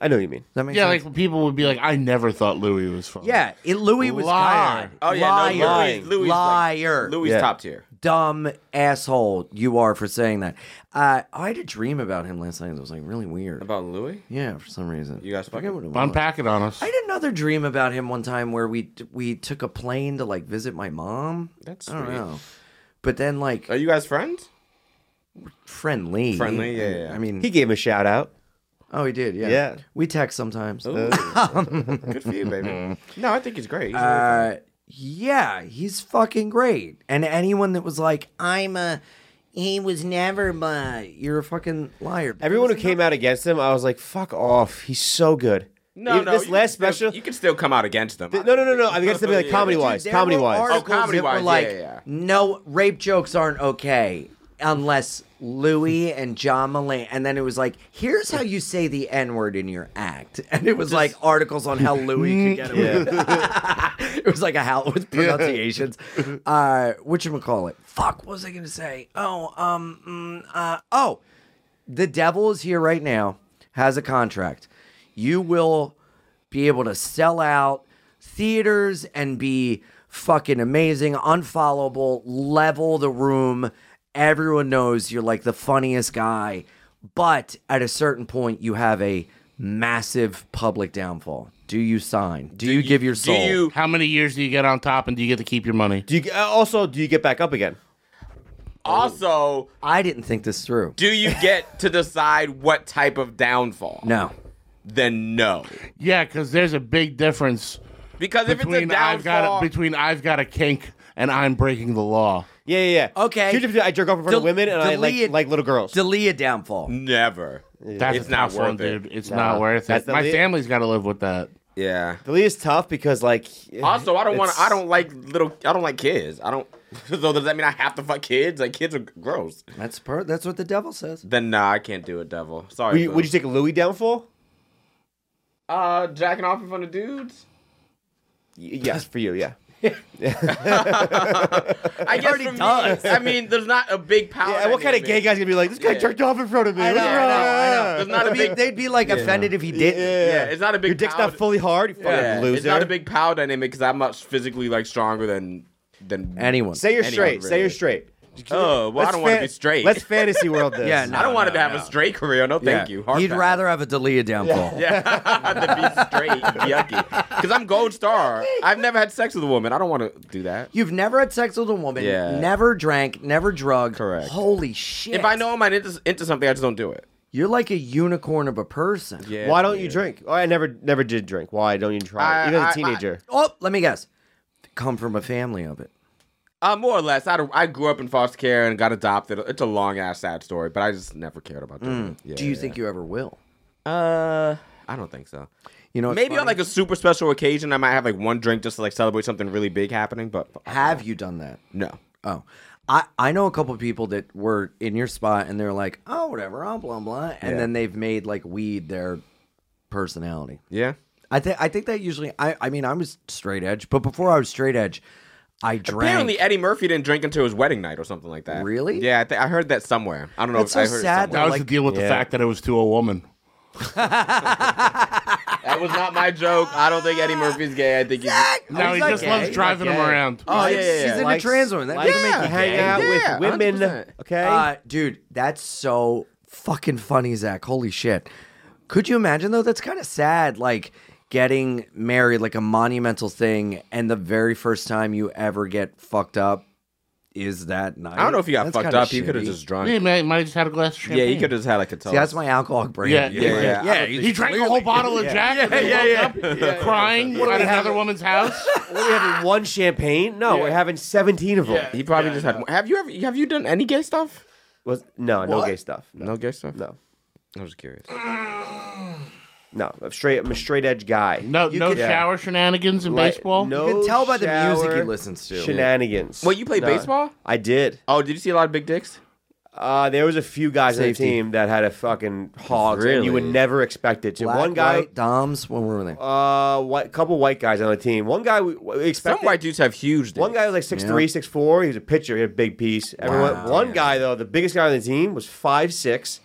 [SPEAKER 6] I know what you mean.
[SPEAKER 1] that make
[SPEAKER 5] Yeah,
[SPEAKER 1] sense?
[SPEAKER 5] like people would be like, I never thought Louis was funny.
[SPEAKER 1] yeah, it, Louis was
[SPEAKER 5] Liar.
[SPEAKER 1] God.
[SPEAKER 8] Oh yeah,
[SPEAKER 1] liar,
[SPEAKER 8] no, Louis, Louis,
[SPEAKER 1] liar,
[SPEAKER 8] Like, Louis
[SPEAKER 6] Yeah.
[SPEAKER 8] top tier.
[SPEAKER 1] dumb asshole you are for saying that. Uh, I had a dream about him last night. It was like really weird.
[SPEAKER 8] About Louis?
[SPEAKER 1] yeah, for some reason.
[SPEAKER 8] You guys
[SPEAKER 1] I forget
[SPEAKER 8] fucking-
[SPEAKER 1] what it was.
[SPEAKER 5] Unpack it on us.
[SPEAKER 1] I had another dream about him one time where we we took a plane to like visit my mom.
[SPEAKER 8] That's
[SPEAKER 1] I don't
[SPEAKER 8] sweet.
[SPEAKER 1] know. But then like
[SPEAKER 8] Are you guys friends?
[SPEAKER 1] friendly.
[SPEAKER 8] Friendly, yeah, yeah, yeah.
[SPEAKER 1] I mean,
[SPEAKER 6] He gave him a shout out.
[SPEAKER 1] oh, he did. Yeah.
[SPEAKER 6] Yeah.
[SPEAKER 1] We text sometimes.
[SPEAKER 8] Good
[SPEAKER 6] *laughs*
[SPEAKER 8] for you, baby.
[SPEAKER 6] Mm-hmm.
[SPEAKER 8] no, I think he's great. He's really funny.
[SPEAKER 1] Uh, yeah, he's fucking great. And anyone that was like, I'm a, he was never my, you're a fucking liar.
[SPEAKER 6] Everyone who came out against him, I was like, fuck off. He's so good.
[SPEAKER 8] no,
[SPEAKER 6] Even
[SPEAKER 8] no,
[SPEAKER 6] This
[SPEAKER 8] you can
[SPEAKER 6] last
[SPEAKER 8] still-
[SPEAKER 6] special.
[SPEAKER 8] you can still come out against them.
[SPEAKER 6] th- no, no, no, no. I'm against him
[SPEAKER 8] *laughs*
[SPEAKER 6] like
[SPEAKER 8] Yeah.
[SPEAKER 6] comedy
[SPEAKER 8] Dude,
[SPEAKER 6] wise.
[SPEAKER 1] There
[SPEAKER 6] Comedy
[SPEAKER 1] were
[SPEAKER 6] wise.
[SPEAKER 1] articles
[SPEAKER 8] Oh, comedy
[SPEAKER 1] that were
[SPEAKER 8] wise,
[SPEAKER 1] like,
[SPEAKER 8] yeah, yeah.
[SPEAKER 1] no, rape jokes aren't okay unless Louis and John Mulaney. And then it was like, here's how you say the N word in your act. *laughs* And it was like articles on how Louis could
[SPEAKER 6] *laughs*
[SPEAKER 1] get away. with
[SPEAKER 8] *laughs*
[SPEAKER 1] *laughs* it. it was like a how with pronunciations. Uh, what you call it? Fuck, what was I gonna say? Oh, um, mm, uh, oh, the devil is here right now. Has a contract. You will be able to sell out theaters and be fucking amazing, unfollowable, level the room. Everyone knows you're like the funniest guy, but at a certain point, you have a massive public downfall. Do you sign? Do, you, give your soul?
[SPEAKER 8] Do you?
[SPEAKER 5] How many years do you get on top and do you get to keep your money?
[SPEAKER 6] Do you, uh, also, do you get back up again? Oh.
[SPEAKER 8] Also,
[SPEAKER 1] I didn't think this through.
[SPEAKER 8] do you get to decide what type of downfall?
[SPEAKER 1] No.
[SPEAKER 8] Then no,
[SPEAKER 5] Yeah, because there's a big difference
[SPEAKER 8] because if it's a
[SPEAKER 5] between I've
[SPEAKER 8] downfall,
[SPEAKER 5] got a, between I've got a kink and I'm breaking the law.
[SPEAKER 6] Yeah, yeah, yeah.
[SPEAKER 1] Okay.
[SPEAKER 6] Here's the difference. I jerk off in front of
[SPEAKER 1] Del-
[SPEAKER 6] women and I like,
[SPEAKER 1] delete-
[SPEAKER 6] like little girls.
[SPEAKER 1] Delete a downfall.
[SPEAKER 8] never.
[SPEAKER 5] That's
[SPEAKER 8] It's
[SPEAKER 5] a
[SPEAKER 8] not
[SPEAKER 5] tough one,
[SPEAKER 8] worth it.
[SPEAKER 5] dude. It's not worth
[SPEAKER 6] That's
[SPEAKER 5] it.
[SPEAKER 6] the
[SPEAKER 5] My
[SPEAKER 6] lea-
[SPEAKER 5] family's got to live with that.
[SPEAKER 8] Yeah.
[SPEAKER 6] Delete is tough because, like. eh,
[SPEAKER 8] Also, I don't want.
[SPEAKER 6] it's-
[SPEAKER 8] I don't like little. I don't like kids. I don't. *laughs* So does that mean I have to fuck kids? Like kids are gross.
[SPEAKER 1] That's per- that's what the devil says.
[SPEAKER 8] Then nah, I can't do it, devil. Sorry.
[SPEAKER 6] Would you,
[SPEAKER 8] boo.
[SPEAKER 6] would you take a Louis downfall?
[SPEAKER 8] uh jacking off in front of dudes?
[SPEAKER 6] Y- yes, for you,
[SPEAKER 8] *laughs*
[SPEAKER 6] yeah.
[SPEAKER 8] I guess for me, I mean, there's not a big power.
[SPEAKER 6] Yeah, and what kind of
[SPEAKER 8] dynamic.
[SPEAKER 6] gay guy's gonna be like, this guy
[SPEAKER 8] Yeah.
[SPEAKER 6] jerked off in front of me? What's
[SPEAKER 8] know, I know, I know.
[SPEAKER 6] wrong?"
[SPEAKER 8] There's not a
[SPEAKER 1] They'd be,
[SPEAKER 8] big-
[SPEAKER 1] they'd be like offended if he didn't.
[SPEAKER 8] Yeah, it's not a big.
[SPEAKER 6] Your dick's
[SPEAKER 8] power-
[SPEAKER 6] not fully hard, you fucking
[SPEAKER 8] Yeah,
[SPEAKER 6] loser.
[SPEAKER 8] It's not a big power dynamic because I'm much physically like stronger than than
[SPEAKER 1] Anyone.
[SPEAKER 6] Say you're
[SPEAKER 8] Anyone,
[SPEAKER 6] straight. Say
[SPEAKER 8] really.
[SPEAKER 6] you're straight.
[SPEAKER 8] Oh, well, I
[SPEAKER 6] Let's
[SPEAKER 8] don't want to
[SPEAKER 6] fan-
[SPEAKER 8] be straight.
[SPEAKER 6] Let's fantasy world this.
[SPEAKER 1] Yeah, no.
[SPEAKER 8] *laughs* I don't want to have a straight career. No, thank you. Hard
[SPEAKER 1] He'd
[SPEAKER 8] pass.
[SPEAKER 1] rather have a Dalia downfall.
[SPEAKER 8] *laughs* yeah *laughs* than be straight. Yucky.
[SPEAKER 1] *laughs*
[SPEAKER 8] Because I'm gold star. I've never had sex with a woman. I don't want to do that.
[SPEAKER 1] You've never had sex with a woman,
[SPEAKER 8] Yeah.
[SPEAKER 1] never drank, never drugged.
[SPEAKER 8] Correct.
[SPEAKER 1] Holy shit.
[SPEAKER 8] If I know I'm into, into something, I just don't do it.
[SPEAKER 1] You're like a unicorn of a person.
[SPEAKER 8] Yeah.
[SPEAKER 6] Why don't you drink? Oh, I never, never did drink. Why don't you try?
[SPEAKER 8] I-
[SPEAKER 6] it? Even as
[SPEAKER 8] I-
[SPEAKER 6] a teenager,
[SPEAKER 1] Oh, let me guess. Come from a family of it.
[SPEAKER 8] Uh, more or less. I, don't- I grew up in foster care and got adopted. It's a long ass sad story, but I just never cared about that. Yeah,
[SPEAKER 1] Do you
[SPEAKER 8] yeah.
[SPEAKER 1] think you ever will?
[SPEAKER 8] Uh, I don't think so.
[SPEAKER 1] You know, what's
[SPEAKER 8] Maybe on
[SPEAKER 1] funny?
[SPEAKER 8] like a super special occasion, I might have like one drink just to like celebrate something really big happening. But
[SPEAKER 1] have you done that?
[SPEAKER 8] no,
[SPEAKER 1] Oh, I I know a couple of people that were in your spot and they're like, oh whatever, oh blah blah, and
[SPEAKER 8] Yeah.
[SPEAKER 1] then they've made like weed their personality.
[SPEAKER 8] yeah,
[SPEAKER 1] I think I think that usually I I mean I was straight edge, but before I was straight edge, I drank.
[SPEAKER 8] Apparently, Eddie Murphy didn't drink until his wedding night or something like that.
[SPEAKER 1] Really?
[SPEAKER 8] Yeah, I, th- I heard that somewhere. I don't know.
[SPEAKER 1] That's
[SPEAKER 8] if I
[SPEAKER 1] so
[SPEAKER 8] heard it
[SPEAKER 1] sad,
[SPEAKER 8] somewhere.
[SPEAKER 5] That was
[SPEAKER 1] like-
[SPEAKER 5] to deal with the fact that it was to a woman.
[SPEAKER 8] That was not my joke. I don't think Eddie Murphy's gay. I think he's.
[SPEAKER 5] No, he just loves driving them around.
[SPEAKER 8] Oh yeah, yeah,
[SPEAKER 1] She's
[SPEAKER 8] yeah.
[SPEAKER 1] into
[SPEAKER 6] Likes-
[SPEAKER 1] trans women. That
[SPEAKER 6] likes
[SPEAKER 1] doesn't make
[SPEAKER 8] Yeah.
[SPEAKER 6] to
[SPEAKER 1] you
[SPEAKER 6] hang
[SPEAKER 1] gay.
[SPEAKER 6] out
[SPEAKER 8] Yeah,
[SPEAKER 6] with women.
[SPEAKER 8] 100%.
[SPEAKER 6] Okay,
[SPEAKER 1] Uh, dude, that's so fucking funny, Zach. Holy shit. Could you imagine though? That's kind of sad. Like getting married, like a monumental thing, and the very first time you ever get fucked up is that night.
[SPEAKER 8] I don't know if he got
[SPEAKER 1] That's
[SPEAKER 8] fucked
[SPEAKER 1] kinda
[SPEAKER 8] up. He could have
[SPEAKER 1] shitty.
[SPEAKER 8] just
[SPEAKER 5] He
[SPEAKER 8] drunk.
[SPEAKER 5] might, might have just had a glass of
[SPEAKER 8] Yeah,
[SPEAKER 5] champagne.
[SPEAKER 8] he could have just had like a
[SPEAKER 1] See, that's my alcoholic brain.
[SPEAKER 5] Yeah,
[SPEAKER 8] Yeah,
[SPEAKER 5] yeah,
[SPEAKER 8] yeah.
[SPEAKER 5] yeah.
[SPEAKER 8] Yeah,
[SPEAKER 5] he drank a whole bottle of Jack. Yeah, yeah, yeah, Crying at another woman's house.
[SPEAKER 6] what are we having one champagne? No, we're having seventeen of them.
[SPEAKER 8] He probably just had. Have you ever? Have you done any gay stuff?
[SPEAKER 6] Was no, no gay stuff. No,
[SPEAKER 8] No gay stuff.
[SPEAKER 6] no,
[SPEAKER 8] I was curious.
[SPEAKER 6] no. I'm straight. I'm a straight edge guy.
[SPEAKER 5] *laughs* No, no
[SPEAKER 1] could-
[SPEAKER 5] shower shenanigans in
[SPEAKER 6] Like,
[SPEAKER 5] baseball.
[SPEAKER 6] No
[SPEAKER 1] You can tell by the music he
[SPEAKER 6] shower
[SPEAKER 1] listens to.
[SPEAKER 6] Shenanigans.
[SPEAKER 8] Well, you played
[SPEAKER 6] No.
[SPEAKER 8] baseball.
[SPEAKER 6] I did.
[SPEAKER 8] Oh, did you see a lot of big dicks?
[SPEAKER 6] Uh, there was a few guys on the
[SPEAKER 1] Safety.
[SPEAKER 6] team that had a fucking hog, and
[SPEAKER 8] Really?
[SPEAKER 6] you would never expect it to.
[SPEAKER 1] Black,
[SPEAKER 6] one guy,
[SPEAKER 1] white, Doms, what were
[SPEAKER 8] *laughs*
[SPEAKER 1] they?
[SPEAKER 6] uh, white, couple white guys on the team. One guy we, we
[SPEAKER 8] Some
[SPEAKER 6] expected.
[SPEAKER 8] white dudes have huge. Dicks.
[SPEAKER 6] one guy was like six three, six four. He was a pitcher. He had a big piece. Everyone. One guy though, the biggest guy on the team was five six,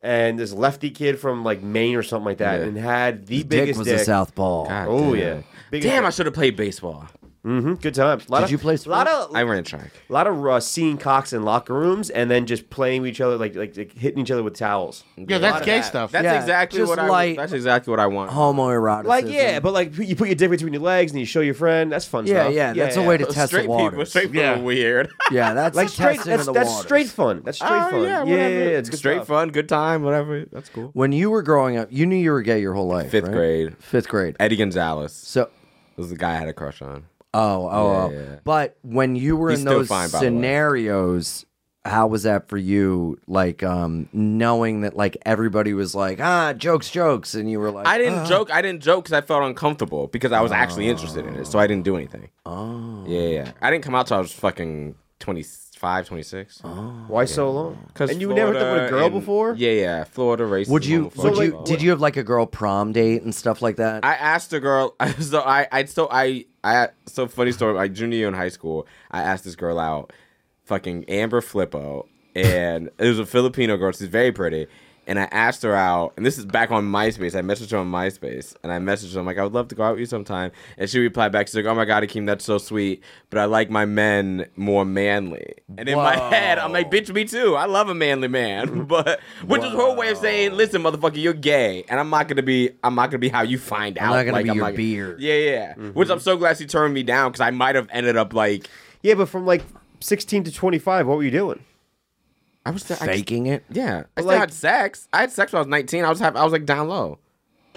[SPEAKER 6] and this lefty kid from like Maine or something like that,
[SPEAKER 8] Yeah.
[SPEAKER 6] and had the
[SPEAKER 1] His dick
[SPEAKER 6] biggest
[SPEAKER 1] was
[SPEAKER 6] dick.
[SPEAKER 1] a southpaw.
[SPEAKER 8] God
[SPEAKER 6] Oh
[SPEAKER 8] damn.
[SPEAKER 6] yeah, biggest
[SPEAKER 8] Damn, I should have played baseball.
[SPEAKER 6] hmm Good time. Lot
[SPEAKER 1] Did
[SPEAKER 6] of,
[SPEAKER 1] you play
[SPEAKER 6] lot of
[SPEAKER 8] I ran track.
[SPEAKER 6] lot of uh, seeing cocks in locker rooms and then just playing with each other like like, like hitting each other with towels.
[SPEAKER 5] Yeah, that's gay stuff.
[SPEAKER 8] That's
[SPEAKER 1] Yeah,
[SPEAKER 8] exactly
[SPEAKER 1] just
[SPEAKER 8] what I.
[SPEAKER 1] light-
[SPEAKER 8] That's exactly what I want.
[SPEAKER 1] Homoeroticism.
[SPEAKER 6] Like yeah, but like you put your dick between your legs and you show your friend. That's fun
[SPEAKER 1] yeah,
[SPEAKER 6] stuff.
[SPEAKER 1] yeah, that's a way to test
[SPEAKER 8] straight
[SPEAKER 1] the water.
[SPEAKER 8] people, straight
[SPEAKER 5] Yeah.
[SPEAKER 8] people, are weird. *laughs*
[SPEAKER 1] Yeah, that's
[SPEAKER 6] like straight.
[SPEAKER 1] testing
[SPEAKER 6] That's,
[SPEAKER 1] in the
[SPEAKER 6] that's
[SPEAKER 1] waters.
[SPEAKER 6] straight fun. That's straight
[SPEAKER 8] Oh, yeah,
[SPEAKER 6] fun. Yeah, yeah,
[SPEAKER 8] whatever.
[SPEAKER 6] yeah, it's good
[SPEAKER 8] straight
[SPEAKER 6] stuff.
[SPEAKER 8] fun, good time, whatever. That's cool.
[SPEAKER 1] When you were growing up, you knew you were gay your whole life.
[SPEAKER 8] Fifth
[SPEAKER 1] right?
[SPEAKER 8] grade,
[SPEAKER 1] Fifth grade.
[SPEAKER 8] Eddie Gonzalez
[SPEAKER 1] So,
[SPEAKER 8] was the guy I had a crush on.
[SPEAKER 1] oh, oh,
[SPEAKER 8] Yeah,
[SPEAKER 1] oh.
[SPEAKER 8] yeah.
[SPEAKER 1] But when you were
[SPEAKER 8] He's
[SPEAKER 1] in
[SPEAKER 8] still
[SPEAKER 1] those
[SPEAKER 8] fine, by the way.
[SPEAKER 1] scenarios, how was that for you? Like, um, knowing that like everybody was like, ah, jokes, jokes, and you were like, "Uh,
[SPEAKER 8] I didn't joke. I didn't joke because I felt uncomfortable because I was actually interested in it, so I didn't do anything.
[SPEAKER 1] Oh,
[SPEAKER 8] Yeah, yeah. I didn't come out till I was fucking 25, 26.
[SPEAKER 6] Why so long?
[SPEAKER 8] Because
[SPEAKER 6] and you never hooked up with a girl before?
[SPEAKER 8] Yeah, yeah. Florida racism.
[SPEAKER 1] would you?
[SPEAKER 8] homophobia,
[SPEAKER 1] Would you?
[SPEAKER 8] blah, blah,
[SPEAKER 1] Did you have like a girl prom date and stuff like that?
[SPEAKER 8] I asked a girl. *laughs* So I, I, so I, I, so funny story. My junior year in high school, I asked this girl out, fucking Amber Flippo, and it was a Filipino girl. She's very pretty, and I asked her out. And this is back on MySpace. I messaged her on MySpace, and I messaged her. I'm like, I would love to go out with you sometime. And she replied back. She's like, Oh my god, Akeem, that's so sweet, but I like my men more manly. And in my head, I'm like, Bitch, me too. I love a manly man, *laughs* but which is her way of saying, Listen, motherfucker, you're gay, and I'm not gonna be, I'm not gonna be how you find out
[SPEAKER 1] I'm not gonna
[SPEAKER 8] like,
[SPEAKER 1] be
[SPEAKER 8] I'm
[SPEAKER 1] your
[SPEAKER 8] like-
[SPEAKER 1] beard. Mm-hmm.
[SPEAKER 8] Yeah, yeah. Which I'm so glad she turned me down because I might have ended up like
[SPEAKER 6] Yeah, but from like 16 to 25, what were you doing?
[SPEAKER 8] I was I-
[SPEAKER 1] faking it.
[SPEAKER 8] yeah, I still
[SPEAKER 6] Like-
[SPEAKER 8] had sex. I had sex when I was 19. I was have, I was like down low,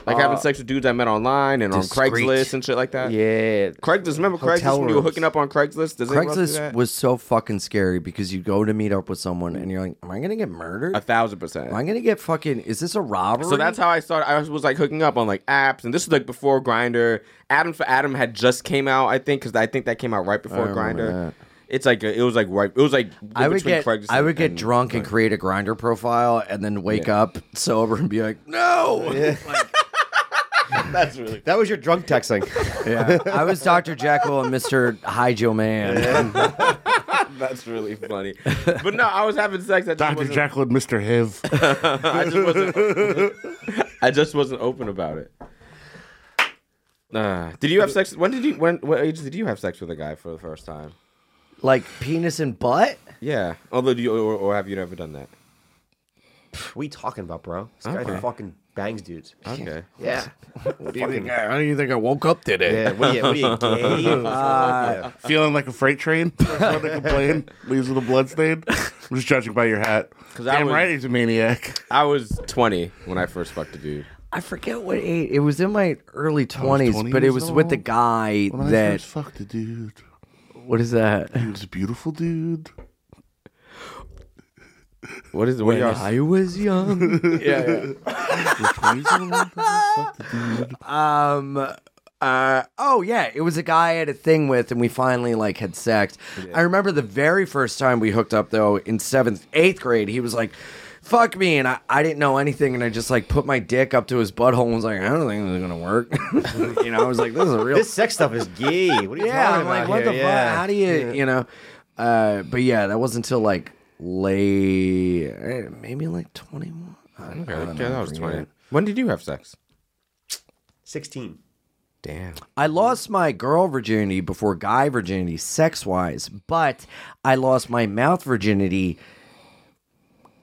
[SPEAKER 8] like having sex with dudes I met online and
[SPEAKER 1] Uh, discreet.
[SPEAKER 8] on Craigslist and shit like
[SPEAKER 6] Uh,
[SPEAKER 8] that.
[SPEAKER 6] Yeah.
[SPEAKER 8] Craigslist. Remember
[SPEAKER 1] Hotel
[SPEAKER 8] Craigslist when you were
[SPEAKER 1] rooms.
[SPEAKER 8] hooking up on Craigslist? Does anyone else do
[SPEAKER 1] Craigslist
[SPEAKER 8] that?
[SPEAKER 1] was so fucking scary because you go to meet up with someone and you're like, am I gonna get murdered?
[SPEAKER 8] a thousand percent.
[SPEAKER 1] Am I gonna get fucking? Is this a robbery?
[SPEAKER 8] So that's how I started. I was- was like hooking up on like apps, and this is like before Grinder. Adam for Adam had just came out, I think, because I think that came out right before Grinder. It's like a, it was like right. It was like
[SPEAKER 1] Oh, I would
[SPEAKER 8] between
[SPEAKER 1] get
[SPEAKER 8] Craigslist
[SPEAKER 1] I would get
[SPEAKER 8] and-
[SPEAKER 1] drunk and create a grinder profile and then wake up sober and be like, no.
[SPEAKER 6] That was your drunk *laughs* texting.
[SPEAKER 1] Yeah. I was Dr. Jekyll and Mr. Hyjo Man.
[SPEAKER 8] That's *laughs* really funny. But no, I was having sex. I just
[SPEAKER 5] Dr.
[SPEAKER 8] wasn't-
[SPEAKER 5] Jekyll and Mr. Hiv. *laughs*
[SPEAKER 8] I just wasn't. I just wasn't open about it. Uh, did you have sex? When did you? When? What age did you have sex with a guy for the first time?
[SPEAKER 1] like penis and butt?
[SPEAKER 8] Yeah. Although, do you or, or have you never done that?
[SPEAKER 6] we talking about, bro? This guy
[SPEAKER 8] Okay.
[SPEAKER 6] fucking bangs dudes.
[SPEAKER 8] Okay.
[SPEAKER 6] *laughs* Yeah.
[SPEAKER 5] How do you think I woke up today?
[SPEAKER 6] Yeah. What are you, what are you *laughs* gay?
[SPEAKER 1] Uh,
[SPEAKER 6] Yeah.
[SPEAKER 5] Feeling like a freight *laughs* train? That's what they complain. Leaves with a blood stain. I'm just judging by your *laughs* hat.
[SPEAKER 8] I
[SPEAKER 5] Damn
[SPEAKER 8] was-
[SPEAKER 5] right, he's a maniac.
[SPEAKER 8] I was 20 when I first fucked a dude.
[SPEAKER 1] I forget what age. It was in my early 20s,
[SPEAKER 5] 20
[SPEAKER 1] but it
[SPEAKER 5] years
[SPEAKER 1] was with the
[SPEAKER 5] old.
[SPEAKER 1] guy
[SPEAKER 5] When I
[SPEAKER 1] that.
[SPEAKER 5] first fucked a dude,
[SPEAKER 1] What is that?
[SPEAKER 5] he was a beautiful dude.
[SPEAKER 8] What is? What are y'all?
[SPEAKER 1] I was *laughs* young.
[SPEAKER 5] The 20s old, I first fucked a dude.
[SPEAKER 1] Um. Uh. Oh yeah, it was a guy I had a thing with, and we finally like had sex. I remember the very first time we hooked up though in seventh, eighth grade. He was like. Fuck me, and I, I didn't know anything, and I just like put my dick up to his butthole and was like, I don't think this is gonna work. *laughs* you know, I was like, this is a real.
[SPEAKER 6] This sex stuff is gay. What are you
[SPEAKER 1] yeah,
[SPEAKER 6] talking
[SPEAKER 1] I'm like,
[SPEAKER 6] about
[SPEAKER 1] what
[SPEAKER 6] here?
[SPEAKER 1] the
[SPEAKER 6] yeah.
[SPEAKER 1] fuck? How do you, you know? Uh, but yeah, that wasn't until like late, eh, maybe like 21. I don't,
[SPEAKER 8] Okay,
[SPEAKER 1] I don't
[SPEAKER 8] okay,
[SPEAKER 1] know,
[SPEAKER 8] that was
[SPEAKER 1] forget
[SPEAKER 8] 20.
[SPEAKER 1] it.
[SPEAKER 8] When did you have sex?
[SPEAKER 6] 16.
[SPEAKER 8] Damn.
[SPEAKER 1] I lost my girl virginity before guy virginity, sex wise, but I lost my mouth virginity,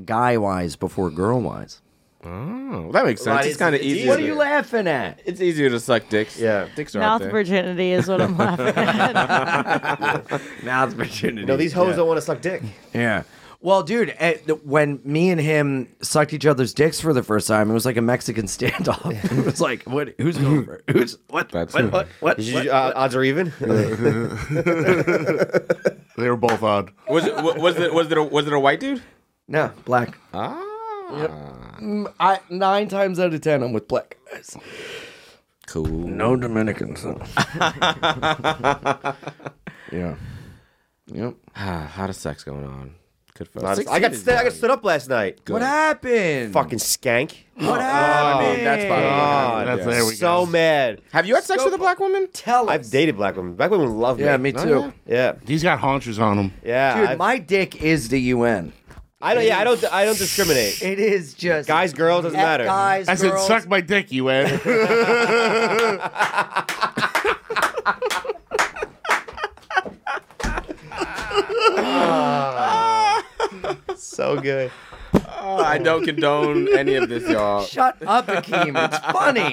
[SPEAKER 1] guy wise, before girl wise.
[SPEAKER 8] Oh, well, that makes sense.
[SPEAKER 6] Well,
[SPEAKER 8] It's
[SPEAKER 6] it's-
[SPEAKER 8] kind of
[SPEAKER 6] it's
[SPEAKER 8] easier.
[SPEAKER 6] easy. What
[SPEAKER 8] to-
[SPEAKER 6] are you
[SPEAKER 1] laughing at?
[SPEAKER 8] It's easier to suck dicks.
[SPEAKER 6] Yeah.
[SPEAKER 8] dicks are out
[SPEAKER 7] Mouth
[SPEAKER 8] there.
[SPEAKER 7] virginity is what I'm laughing at.
[SPEAKER 1] Mouth virginity.
[SPEAKER 6] No, these hoes don't want to suck dick.
[SPEAKER 1] Yeah. Well, dude, at the, when me and him sucked each other's dicks for the first time, it was like a Mexican *laughs* standoff. it was like, what? Who's going for? Who's what?
[SPEAKER 8] That's-
[SPEAKER 1] what? What? What?
[SPEAKER 6] Did
[SPEAKER 1] what?
[SPEAKER 6] you, uh, odds are even?
[SPEAKER 5] They were both odd.
[SPEAKER 8] Was it? wa- Was it? Was it? A, was it a white dude?
[SPEAKER 1] No, black.
[SPEAKER 8] Ah.
[SPEAKER 1] Mm, I nine times out of ten, I'm with black guys.
[SPEAKER 8] Cool.
[SPEAKER 1] No Dominicans. though. yeah. Yep.
[SPEAKER 8] Ah, how does sex going on? Good for
[SPEAKER 6] I
[SPEAKER 8] us.
[SPEAKER 6] got, st- I got stood up last night.
[SPEAKER 1] What happened?
[SPEAKER 6] Fucking skank.
[SPEAKER 1] What happened?
[SPEAKER 8] that's fine.
[SPEAKER 6] God,
[SPEAKER 5] That's- there we
[SPEAKER 6] so
[SPEAKER 5] go.
[SPEAKER 6] mad.
[SPEAKER 8] Have you had sex with a black woman?
[SPEAKER 1] Tell us.
[SPEAKER 6] I've dated black women. Black women love me.
[SPEAKER 1] yeah, me too.
[SPEAKER 6] Yeah,
[SPEAKER 5] He's got haunches on him.
[SPEAKER 6] yeah.
[SPEAKER 1] Dude,
[SPEAKER 6] I've-
[SPEAKER 1] my dick is the UN.
[SPEAKER 6] I don't. Yeah, I don't. I don't discriminate. *laughs*
[SPEAKER 1] It is just
[SPEAKER 6] Guys, girls, doesn't
[SPEAKER 1] F
[SPEAKER 6] matter.
[SPEAKER 1] Guys,
[SPEAKER 5] I said,
[SPEAKER 1] girls.
[SPEAKER 5] suck my dick, you went.
[SPEAKER 6] So good.
[SPEAKER 8] I don't condone any of this, y'all.
[SPEAKER 1] Shut up, Akeem. It's
[SPEAKER 6] *laughs*
[SPEAKER 1] funny.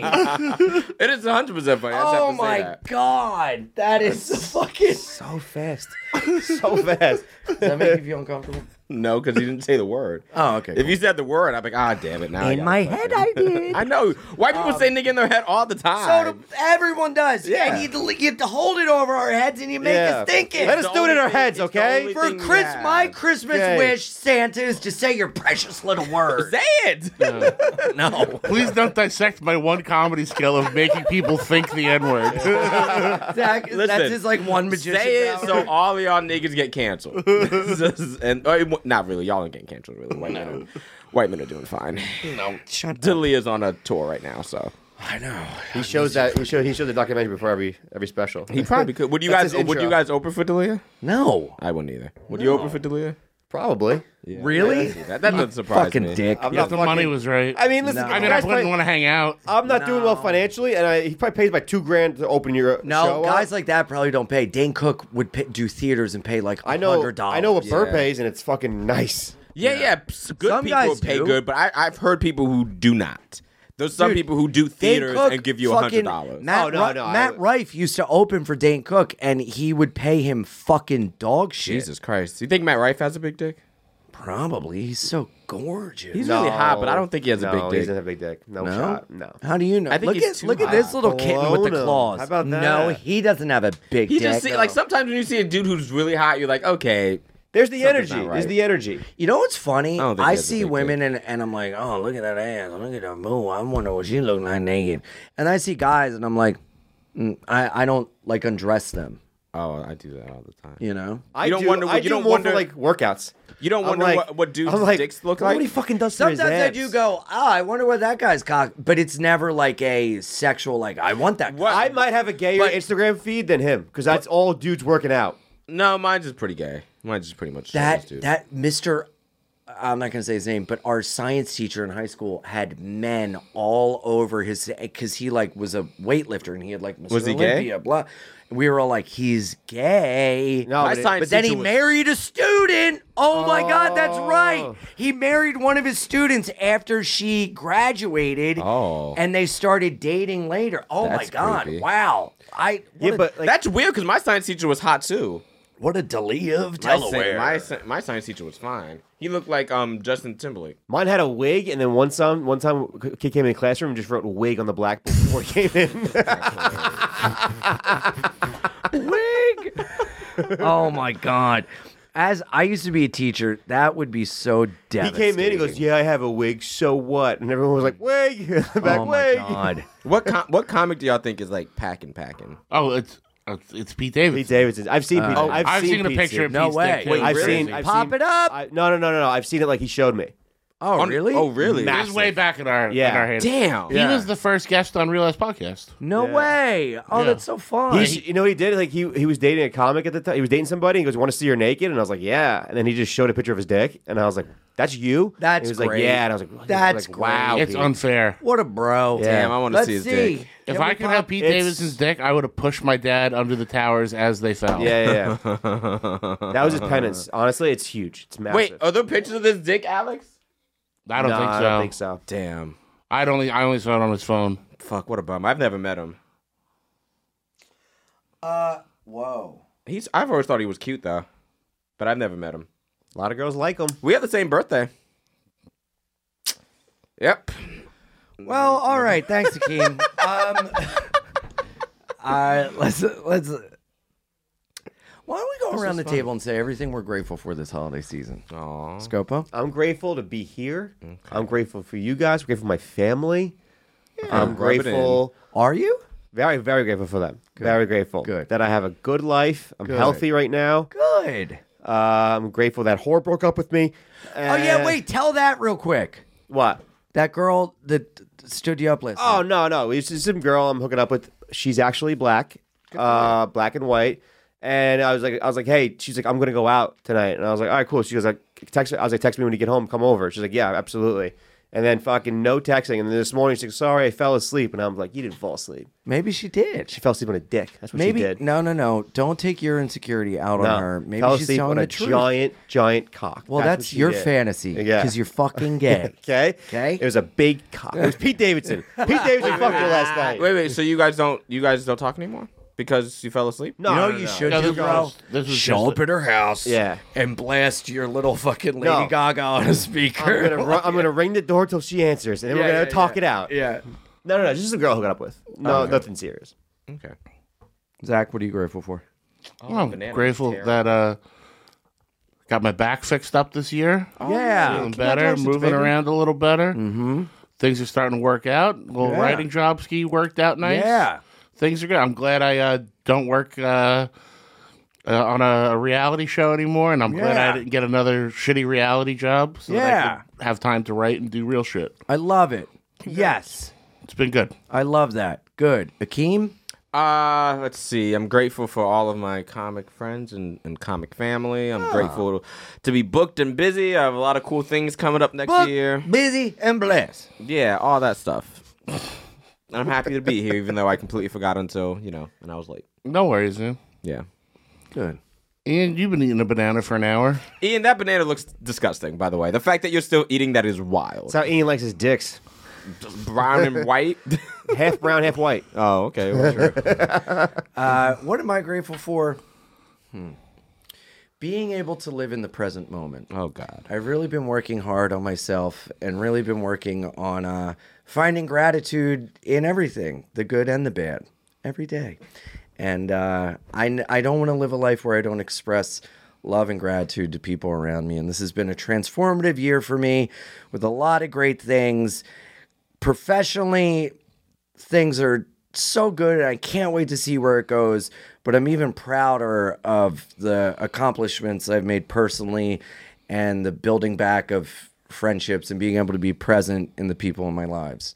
[SPEAKER 8] It is 100 percent funny. I just
[SPEAKER 1] oh
[SPEAKER 8] have to
[SPEAKER 1] my
[SPEAKER 8] say that.
[SPEAKER 1] god, that is *laughs* fucking. Does
[SPEAKER 6] So fast. so fast.
[SPEAKER 1] that make you feel uncomfortable?
[SPEAKER 8] No, because you didn't say the word.
[SPEAKER 1] Oh, okay.
[SPEAKER 8] If you said the word, I'd be like, ah, damn it. Now I
[SPEAKER 1] In
[SPEAKER 8] gotta
[SPEAKER 1] my
[SPEAKER 8] fucking-
[SPEAKER 1] head,
[SPEAKER 6] *laughs*
[SPEAKER 1] I did.
[SPEAKER 8] I know. White people
[SPEAKER 6] Um,
[SPEAKER 8] say nigga in their head all the
[SPEAKER 1] So
[SPEAKER 8] time.
[SPEAKER 1] do, everyone does.
[SPEAKER 8] Yeah.
[SPEAKER 1] And you, del- you have to hold it over our heads and you make
[SPEAKER 6] Yeah.
[SPEAKER 1] us think it.
[SPEAKER 6] Let us
[SPEAKER 8] the
[SPEAKER 6] do it in
[SPEAKER 8] only
[SPEAKER 6] our
[SPEAKER 8] thing-
[SPEAKER 6] heads,
[SPEAKER 8] it's the
[SPEAKER 6] okay?
[SPEAKER 8] only
[SPEAKER 1] For
[SPEAKER 8] thing
[SPEAKER 1] Chris,
[SPEAKER 8] we
[SPEAKER 1] my
[SPEAKER 8] have.
[SPEAKER 1] Christmas
[SPEAKER 6] Okay.
[SPEAKER 1] wish, Santa, is to say your precious
[SPEAKER 8] *laughs*
[SPEAKER 1] little word.
[SPEAKER 8] Say it.
[SPEAKER 6] *laughs*
[SPEAKER 1] no.
[SPEAKER 5] Please don't dissect my one comedy skill of making people think the N
[SPEAKER 6] *laughs*
[SPEAKER 5] word.
[SPEAKER 1] Zach, that's
[SPEAKER 8] Listen,
[SPEAKER 1] his like one magician.
[SPEAKER 8] Say it
[SPEAKER 1] power.
[SPEAKER 8] so all of y'all niggas get canceled.
[SPEAKER 6] *laughs*
[SPEAKER 8] *laughs* This is- and or, not really, y'all ain't getting canceled really. White men,
[SPEAKER 6] *laughs*
[SPEAKER 8] are, white men are doing fine. No, Diddley is on a tour right now, so
[SPEAKER 6] *laughs* He shows that. He shows. He shows the documentary before every every special. *laughs*
[SPEAKER 8] he probably could. Would you
[SPEAKER 6] That's
[SPEAKER 8] guys?
[SPEAKER 6] his
[SPEAKER 8] Would you
[SPEAKER 6] intro.
[SPEAKER 8] guys open for Delia?
[SPEAKER 1] No.
[SPEAKER 8] I wouldn't either. Would you open for Delia?
[SPEAKER 6] probably.
[SPEAKER 1] Really?
[SPEAKER 8] That, that doesn't surprise me.
[SPEAKER 6] I'm
[SPEAKER 5] if
[SPEAKER 6] not
[SPEAKER 5] the
[SPEAKER 6] fucking-
[SPEAKER 5] money was right.
[SPEAKER 6] I mean, listen.
[SPEAKER 5] I
[SPEAKER 6] you
[SPEAKER 5] mean, I
[SPEAKER 6] guys
[SPEAKER 5] wouldn't
[SPEAKER 6] play-
[SPEAKER 5] want to hang out.
[SPEAKER 6] I'm not doing well
[SPEAKER 1] No.
[SPEAKER 6] financially, and I, he probably pays my two grand to open your
[SPEAKER 1] No,
[SPEAKER 6] show
[SPEAKER 1] guys
[SPEAKER 6] up.
[SPEAKER 1] like that probably don't pay. Dane Cook would pay, do theaters and pay like
[SPEAKER 6] I know.
[SPEAKER 1] $100.
[SPEAKER 6] I know what Burr
[SPEAKER 8] Yeah.
[SPEAKER 6] pays, and it's fucking nice.
[SPEAKER 8] Yeah, yeah. s- Good
[SPEAKER 1] Some
[SPEAKER 8] people
[SPEAKER 1] guys
[SPEAKER 8] pay
[SPEAKER 1] do.
[SPEAKER 8] good, but I, I've heard people who do not. There's some
[SPEAKER 1] Dude,
[SPEAKER 8] people who do
[SPEAKER 1] Dane
[SPEAKER 8] theaters
[SPEAKER 1] Cook
[SPEAKER 8] and give you a
[SPEAKER 1] fucking-
[SPEAKER 8] hundred dollars.
[SPEAKER 1] Matt,
[SPEAKER 6] Oh, no,
[SPEAKER 1] Ri-
[SPEAKER 6] no, I-
[SPEAKER 1] Matt Rife used to open for Dane Cook, and he would pay him fucking dog shit.
[SPEAKER 8] Jesus Christ! You think Matt Rife has a big dick?
[SPEAKER 1] Probably. He's so gorgeous.
[SPEAKER 8] He's really hot, but I don't think he has a
[SPEAKER 6] no,
[SPEAKER 8] big
[SPEAKER 6] He
[SPEAKER 8] dick.
[SPEAKER 6] doesn't have a big dick. No, shot. No.
[SPEAKER 1] Oh, How do you know?
[SPEAKER 8] Uh, I think
[SPEAKER 1] look
[SPEAKER 8] he's
[SPEAKER 1] at
[SPEAKER 8] too
[SPEAKER 1] look at this
[SPEAKER 8] hot.
[SPEAKER 1] little kitten with
[SPEAKER 6] Blown
[SPEAKER 1] the
[SPEAKER 6] him.
[SPEAKER 1] claws.
[SPEAKER 6] How about
[SPEAKER 1] No,
[SPEAKER 6] that?
[SPEAKER 1] he doesn't have a big
[SPEAKER 8] He
[SPEAKER 1] dick.
[SPEAKER 8] just see, like sometimes when you see a dude who's really hot, you're like, okay,
[SPEAKER 6] There's the
[SPEAKER 8] Something's
[SPEAKER 6] energy.
[SPEAKER 8] not
[SPEAKER 6] There's
[SPEAKER 8] right.
[SPEAKER 6] the energy.
[SPEAKER 1] you know what's funny?
[SPEAKER 8] I don't
[SPEAKER 1] I,
[SPEAKER 8] think he has a
[SPEAKER 1] see
[SPEAKER 8] big dick.
[SPEAKER 1] women and, and I'm like, oh, look at that ass. Look at that move. I wonder what she look like naked. And I see guys and I'm like, mm, I I don't like undress them.
[SPEAKER 8] oh, I do that all the time.
[SPEAKER 1] You know.
[SPEAKER 6] I
[SPEAKER 8] don't
[SPEAKER 6] do,
[SPEAKER 8] wonder what-
[SPEAKER 6] I
[SPEAKER 8] you
[SPEAKER 6] do
[SPEAKER 8] don't
[SPEAKER 6] more
[SPEAKER 8] wonder-
[SPEAKER 6] for like workouts.
[SPEAKER 8] You don't
[SPEAKER 6] I'm
[SPEAKER 8] wonder
[SPEAKER 6] like-
[SPEAKER 8] what, what dudes'
[SPEAKER 6] I'm like,
[SPEAKER 8] dicks look
[SPEAKER 6] nobody
[SPEAKER 8] like.
[SPEAKER 6] fucking does. to his
[SPEAKER 1] Sometimes I do
[SPEAKER 6] abs.
[SPEAKER 1] go, oh, I wonder what that guy's cock, but it's never like a sexual, like, I want that.
[SPEAKER 8] What-
[SPEAKER 1] cock.
[SPEAKER 6] I might have a gayer
[SPEAKER 8] But-
[SPEAKER 6] Instagram feed than him because that's all dudes working out.
[SPEAKER 8] no, mine's is pretty gay. Mine's is pretty much
[SPEAKER 1] That,
[SPEAKER 8] dude.
[SPEAKER 1] that Mr. I'm not going to say his name, but our science teacher in high school had men all over his, because he like was a weightlifter and he had like Mr.
[SPEAKER 8] Was he gay?
[SPEAKER 1] Olympia, blah. And we were all like, he's gay.
[SPEAKER 6] No,
[SPEAKER 8] My
[SPEAKER 6] but it-
[SPEAKER 8] science
[SPEAKER 1] But then he
[SPEAKER 8] teacher was-
[SPEAKER 1] married a student. Oh, my God, that's right.
[SPEAKER 6] Oh.
[SPEAKER 1] He married one of his students after she graduated.
[SPEAKER 8] Oh.
[SPEAKER 1] And they started dating later. Oh, my
[SPEAKER 8] That's
[SPEAKER 1] God.
[SPEAKER 8] creepy.
[SPEAKER 1] Wow. I, what,
[SPEAKER 6] Yeah,
[SPEAKER 1] a,
[SPEAKER 6] but like,
[SPEAKER 8] That's weird because my science teacher was hot too.
[SPEAKER 1] what a Dalia of
[SPEAKER 8] My, sa-
[SPEAKER 1] Delaware.
[SPEAKER 8] my sa- my science teacher was fine. He looked like um Justin Timberlake.
[SPEAKER 6] mine had a wig, and then one time, one time, a kid came in the classroom and just wrote wig on the blackboard before he came in. *laughs*
[SPEAKER 1] oh, my God. As I used to be a teacher, that would be so
[SPEAKER 6] he
[SPEAKER 1] devastating.
[SPEAKER 6] came in, he goes, "Yeah, I have a wig. So what?" And everyone was like, "Wig, *laughs* back
[SPEAKER 1] oh, my
[SPEAKER 6] wig."
[SPEAKER 1] God.
[SPEAKER 8] What com- what comic do y'all think is like packing packing?
[SPEAKER 5] Oh, it's it's, it's Pete Davidson.
[SPEAKER 6] *laughs* Pete Davidson. I've
[SPEAKER 8] Uh,
[SPEAKER 6] seen. Pete, I've,
[SPEAKER 5] Oh, I've seen, a
[SPEAKER 6] Pete
[SPEAKER 5] picture
[SPEAKER 6] Davidson.
[SPEAKER 5] of
[SPEAKER 1] No
[SPEAKER 5] Pete's
[SPEAKER 1] way.
[SPEAKER 5] dick. too.
[SPEAKER 8] Wait,
[SPEAKER 6] I've
[SPEAKER 8] Really?
[SPEAKER 6] seen. I've
[SPEAKER 1] Pop
[SPEAKER 6] seen-
[SPEAKER 1] it up.
[SPEAKER 6] I, no, no, no, no, no. I've seen it like he showed me.
[SPEAKER 1] Oh,
[SPEAKER 8] On-
[SPEAKER 1] really?
[SPEAKER 8] Oh really?
[SPEAKER 5] This is way back in our
[SPEAKER 6] Yeah.
[SPEAKER 5] in our history.
[SPEAKER 8] Damn.
[SPEAKER 5] He was the first guest on Real Ass Podcast.
[SPEAKER 1] No
[SPEAKER 6] Yeah.
[SPEAKER 1] way. Oh,
[SPEAKER 5] Yeah.
[SPEAKER 1] that's so fun.
[SPEAKER 6] He, *laughs* sh- you know what he did? Like he he was dating a comic at the time. He was dating somebody. And he goes, "Want to see her naked?" And I was like, "Yeah." And then he just showed a picture of his dick, and I was like, "That's you."
[SPEAKER 1] That's
[SPEAKER 6] and he was like,
[SPEAKER 1] great.
[SPEAKER 6] "Yeah." And I was like, like,
[SPEAKER 1] That's
[SPEAKER 6] wow."
[SPEAKER 1] great.
[SPEAKER 5] it's
[SPEAKER 6] Oh, Pete."
[SPEAKER 5] unfair.
[SPEAKER 1] What a bro.
[SPEAKER 6] Yeah.
[SPEAKER 8] Damn, I want to
[SPEAKER 1] Let's
[SPEAKER 8] see
[SPEAKER 1] see.
[SPEAKER 8] his dick.
[SPEAKER 5] If I could have Pete
[SPEAKER 6] It's-
[SPEAKER 5] Davidson's dick, I would have pushed my dad under the towers as they fell.
[SPEAKER 6] Yeah, yeah. yeah.
[SPEAKER 1] *laughs*
[SPEAKER 6] that was his penance. Honestly, it's huge. It's massive.
[SPEAKER 8] Wait, are there pictures of this dick, Alex?
[SPEAKER 5] oh, I don't
[SPEAKER 6] No,
[SPEAKER 5] think so.
[SPEAKER 6] I don't think so.
[SPEAKER 8] Damn.
[SPEAKER 5] I'd only I only saw it on his phone.
[SPEAKER 8] Fuck, what a bum. I've never met him.
[SPEAKER 1] Whoa.
[SPEAKER 8] He's I've always thought he was cute though. But I've never met him.
[SPEAKER 6] A lot of girls like him.
[SPEAKER 8] We have the same birthday. Yep.
[SPEAKER 1] Well, Oh, all right. Thanks, Akeem. um, *laughs* uh, let's let's. Why don't we go around the table and say everything we're grateful for this holiday season?
[SPEAKER 8] Aww.
[SPEAKER 1] Scopo.
[SPEAKER 6] I'm grateful to be here. I'm grateful for you guys. I'm grateful for my family.
[SPEAKER 8] rub it
[SPEAKER 6] I'm
[SPEAKER 8] in.
[SPEAKER 6] grateful.
[SPEAKER 1] Are you?
[SPEAKER 6] Very, very grateful for them. Very grateful.
[SPEAKER 1] Good.
[SPEAKER 6] That I have a good life. I'm healthy right now.
[SPEAKER 1] Good.
[SPEAKER 6] Uh, I'm grateful that whore broke up with me.
[SPEAKER 1] Oh yeah,
[SPEAKER 6] Uh,
[SPEAKER 1] wait. Tell that real quick.
[SPEAKER 6] What?
[SPEAKER 1] That girl that that stood you up last.
[SPEAKER 6] Oh
[SPEAKER 1] night.
[SPEAKER 6] no, no. It's just some girl I'm hooking up with. She's actually black, uh, black and white, And I was like, I was like, hey, she's like, I'm gonna go out tonight, and I was like, all right, cool. She goes like, text. me. I was like, text me when you get home, come over. She's like, yeah, absolutely. And then fucking no texting. And then this morning she's like, sorry, I fell asleep. And I'm like, you didn't fall asleep.
[SPEAKER 1] Maybe she did.
[SPEAKER 6] She fell asleep on a dick. That's what
[SPEAKER 1] Maybe
[SPEAKER 6] she did.
[SPEAKER 1] no, no, no. Don't take your insecurity out
[SPEAKER 6] No.
[SPEAKER 1] on her. Maybe
[SPEAKER 6] fell
[SPEAKER 1] she's
[SPEAKER 6] asleep
[SPEAKER 1] telling
[SPEAKER 6] on
[SPEAKER 1] the
[SPEAKER 6] a
[SPEAKER 1] truth.
[SPEAKER 6] giant, giant cock.
[SPEAKER 1] well,
[SPEAKER 6] what
[SPEAKER 1] that's
[SPEAKER 6] she
[SPEAKER 1] your
[SPEAKER 6] did.
[SPEAKER 1] fantasy
[SPEAKER 6] Yeah.
[SPEAKER 1] because you're fucking gay.
[SPEAKER 6] *laughs* Okay.
[SPEAKER 1] Okay.
[SPEAKER 6] It was a big cock. It was Pete Davidson. Pete Davidson fucked her last night.
[SPEAKER 8] Wait, wait. So you guys don't you guys don't talk anymore because you fell asleep?
[SPEAKER 6] No,
[SPEAKER 1] you know
[SPEAKER 6] no, no,
[SPEAKER 1] you
[SPEAKER 6] no.
[SPEAKER 1] should
[SPEAKER 5] No,
[SPEAKER 1] do,
[SPEAKER 5] this
[SPEAKER 1] bro.
[SPEAKER 5] was- this was
[SPEAKER 1] Show
[SPEAKER 5] just
[SPEAKER 1] up at her house,
[SPEAKER 6] Yeah.
[SPEAKER 1] and blast your little fucking Lady
[SPEAKER 6] No.
[SPEAKER 1] Gaga on a speaker.
[SPEAKER 6] I'm gonna, ru- I'm gonna ring the door till she answers, and then we're
[SPEAKER 1] Yeah,
[SPEAKER 6] gonna
[SPEAKER 1] yeah,
[SPEAKER 6] talk
[SPEAKER 1] yeah.
[SPEAKER 6] it out.
[SPEAKER 1] yeah.
[SPEAKER 6] No, no, no. Just a girl who got up with. No, nothing serious.
[SPEAKER 8] Okay.
[SPEAKER 1] *laughs* Zach, what are you grateful for?
[SPEAKER 5] Well, I'm grateful that uh, got my back fixed up this year.
[SPEAKER 1] Oh, yeah.
[SPEAKER 5] Feeling better, moving around a little better. Mm-hmm. Things are starting to work out. little
[SPEAKER 1] Yeah.
[SPEAKER 5] writing job ski worked out nice.
[SPEAKER 1] Yeah.
[SPEAKER 5] things are good. I'm glad I uh, don't work uh, uh, on a, a reality show anymore, and I'm glad
[SPEAKER 1] Yeah.
[SPEAKER 5] I didn't get another shitty reality job so
[SPEAKER 1] Yeah.
[SPEAKER 5] that I could have time to write and do real shit.
[SPEAKER 1] I love it. Yes.
[SPEAKER 5] It's been good.
[SPEAKER 1] I love that. Good. Akeem?
[SPEAKER 8] Uh, let's see. I'm grateful for all of my comic friends and, and comic family. I'm grateful to be booked and busy. I have a lot of cool things coming up next
[SPEAKER 1] Booked,
[SPEAKER 8] year.
[SPEAKER 1] Busy and blessed.
[SPEAKER 8] Yeah, all that stuff. And I'm happy to be here, even though I completely forgot until you know, and I was late.
[SPEAKER 5] No worries, man.
[SPEAKER 8] Yeah.
[SPEAKER 1] Good.
[SPEAKER 5] And you've been eating a banana for an hour.
[SPEAKER 8] Ian, that banana looks disgusting. By the way, the fact that you're still eating that is wild.
[SPEAKER 6] That's how Ian likes his dicks.
[SPEAKER 8] Brown and white.
[SPEAKER 6] Half brown, half white.
[SPEAKER 8] *laughs* oh, okay. Well, sure.
[SPEAKER 1] Uh, what am I grateful for? Hmm. Being able to live in the present moment.
[SPEAKER 8] Oh God.
[SPEAKER 1] I've really been working hard on myself and really been working on uh, finding gratitude in everything, the good and the bad, every day. And uh, I, n- I don't want to live a life where I don't express love and gratitude to people around me. And this has been a transformative year for me with a lot of great things. Professionally, things are so good and I can't wait to see where it goes. But I'm even prouder of the accomplishments I've made personally and the building back of friendships and being able to be present in the people in my lives.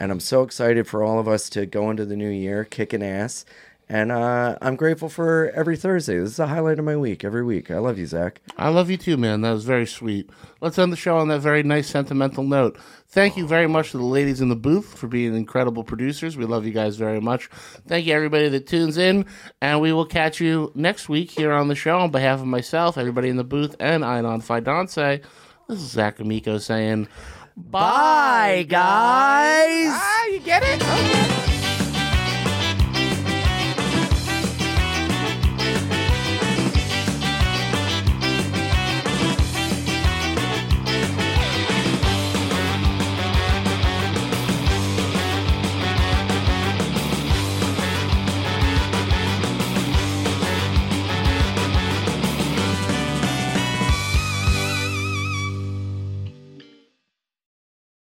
[SPEAKER 1] And I'm so excited for all of us to go into the new year kicking ass. And uh, I'm grateful for every Thursday. This is the highlight of my week every week. I love you, Zach.
[SPEAKER 5] I love you too, man. That was very sweet. Let's end the show on that very nice sentimental note. Thank you very much to the ladies in the booth for being incredible producers. We love you guys very much. Thank you everybody that tunes in, and we will catch you next week here on the show. On behalf of myself, everybody in the booth, and Einon Fidance, this is Zach Amico saying, Bye,
[SPEAKER 1] guys.
[SPEAKER 5] you get it? Okay.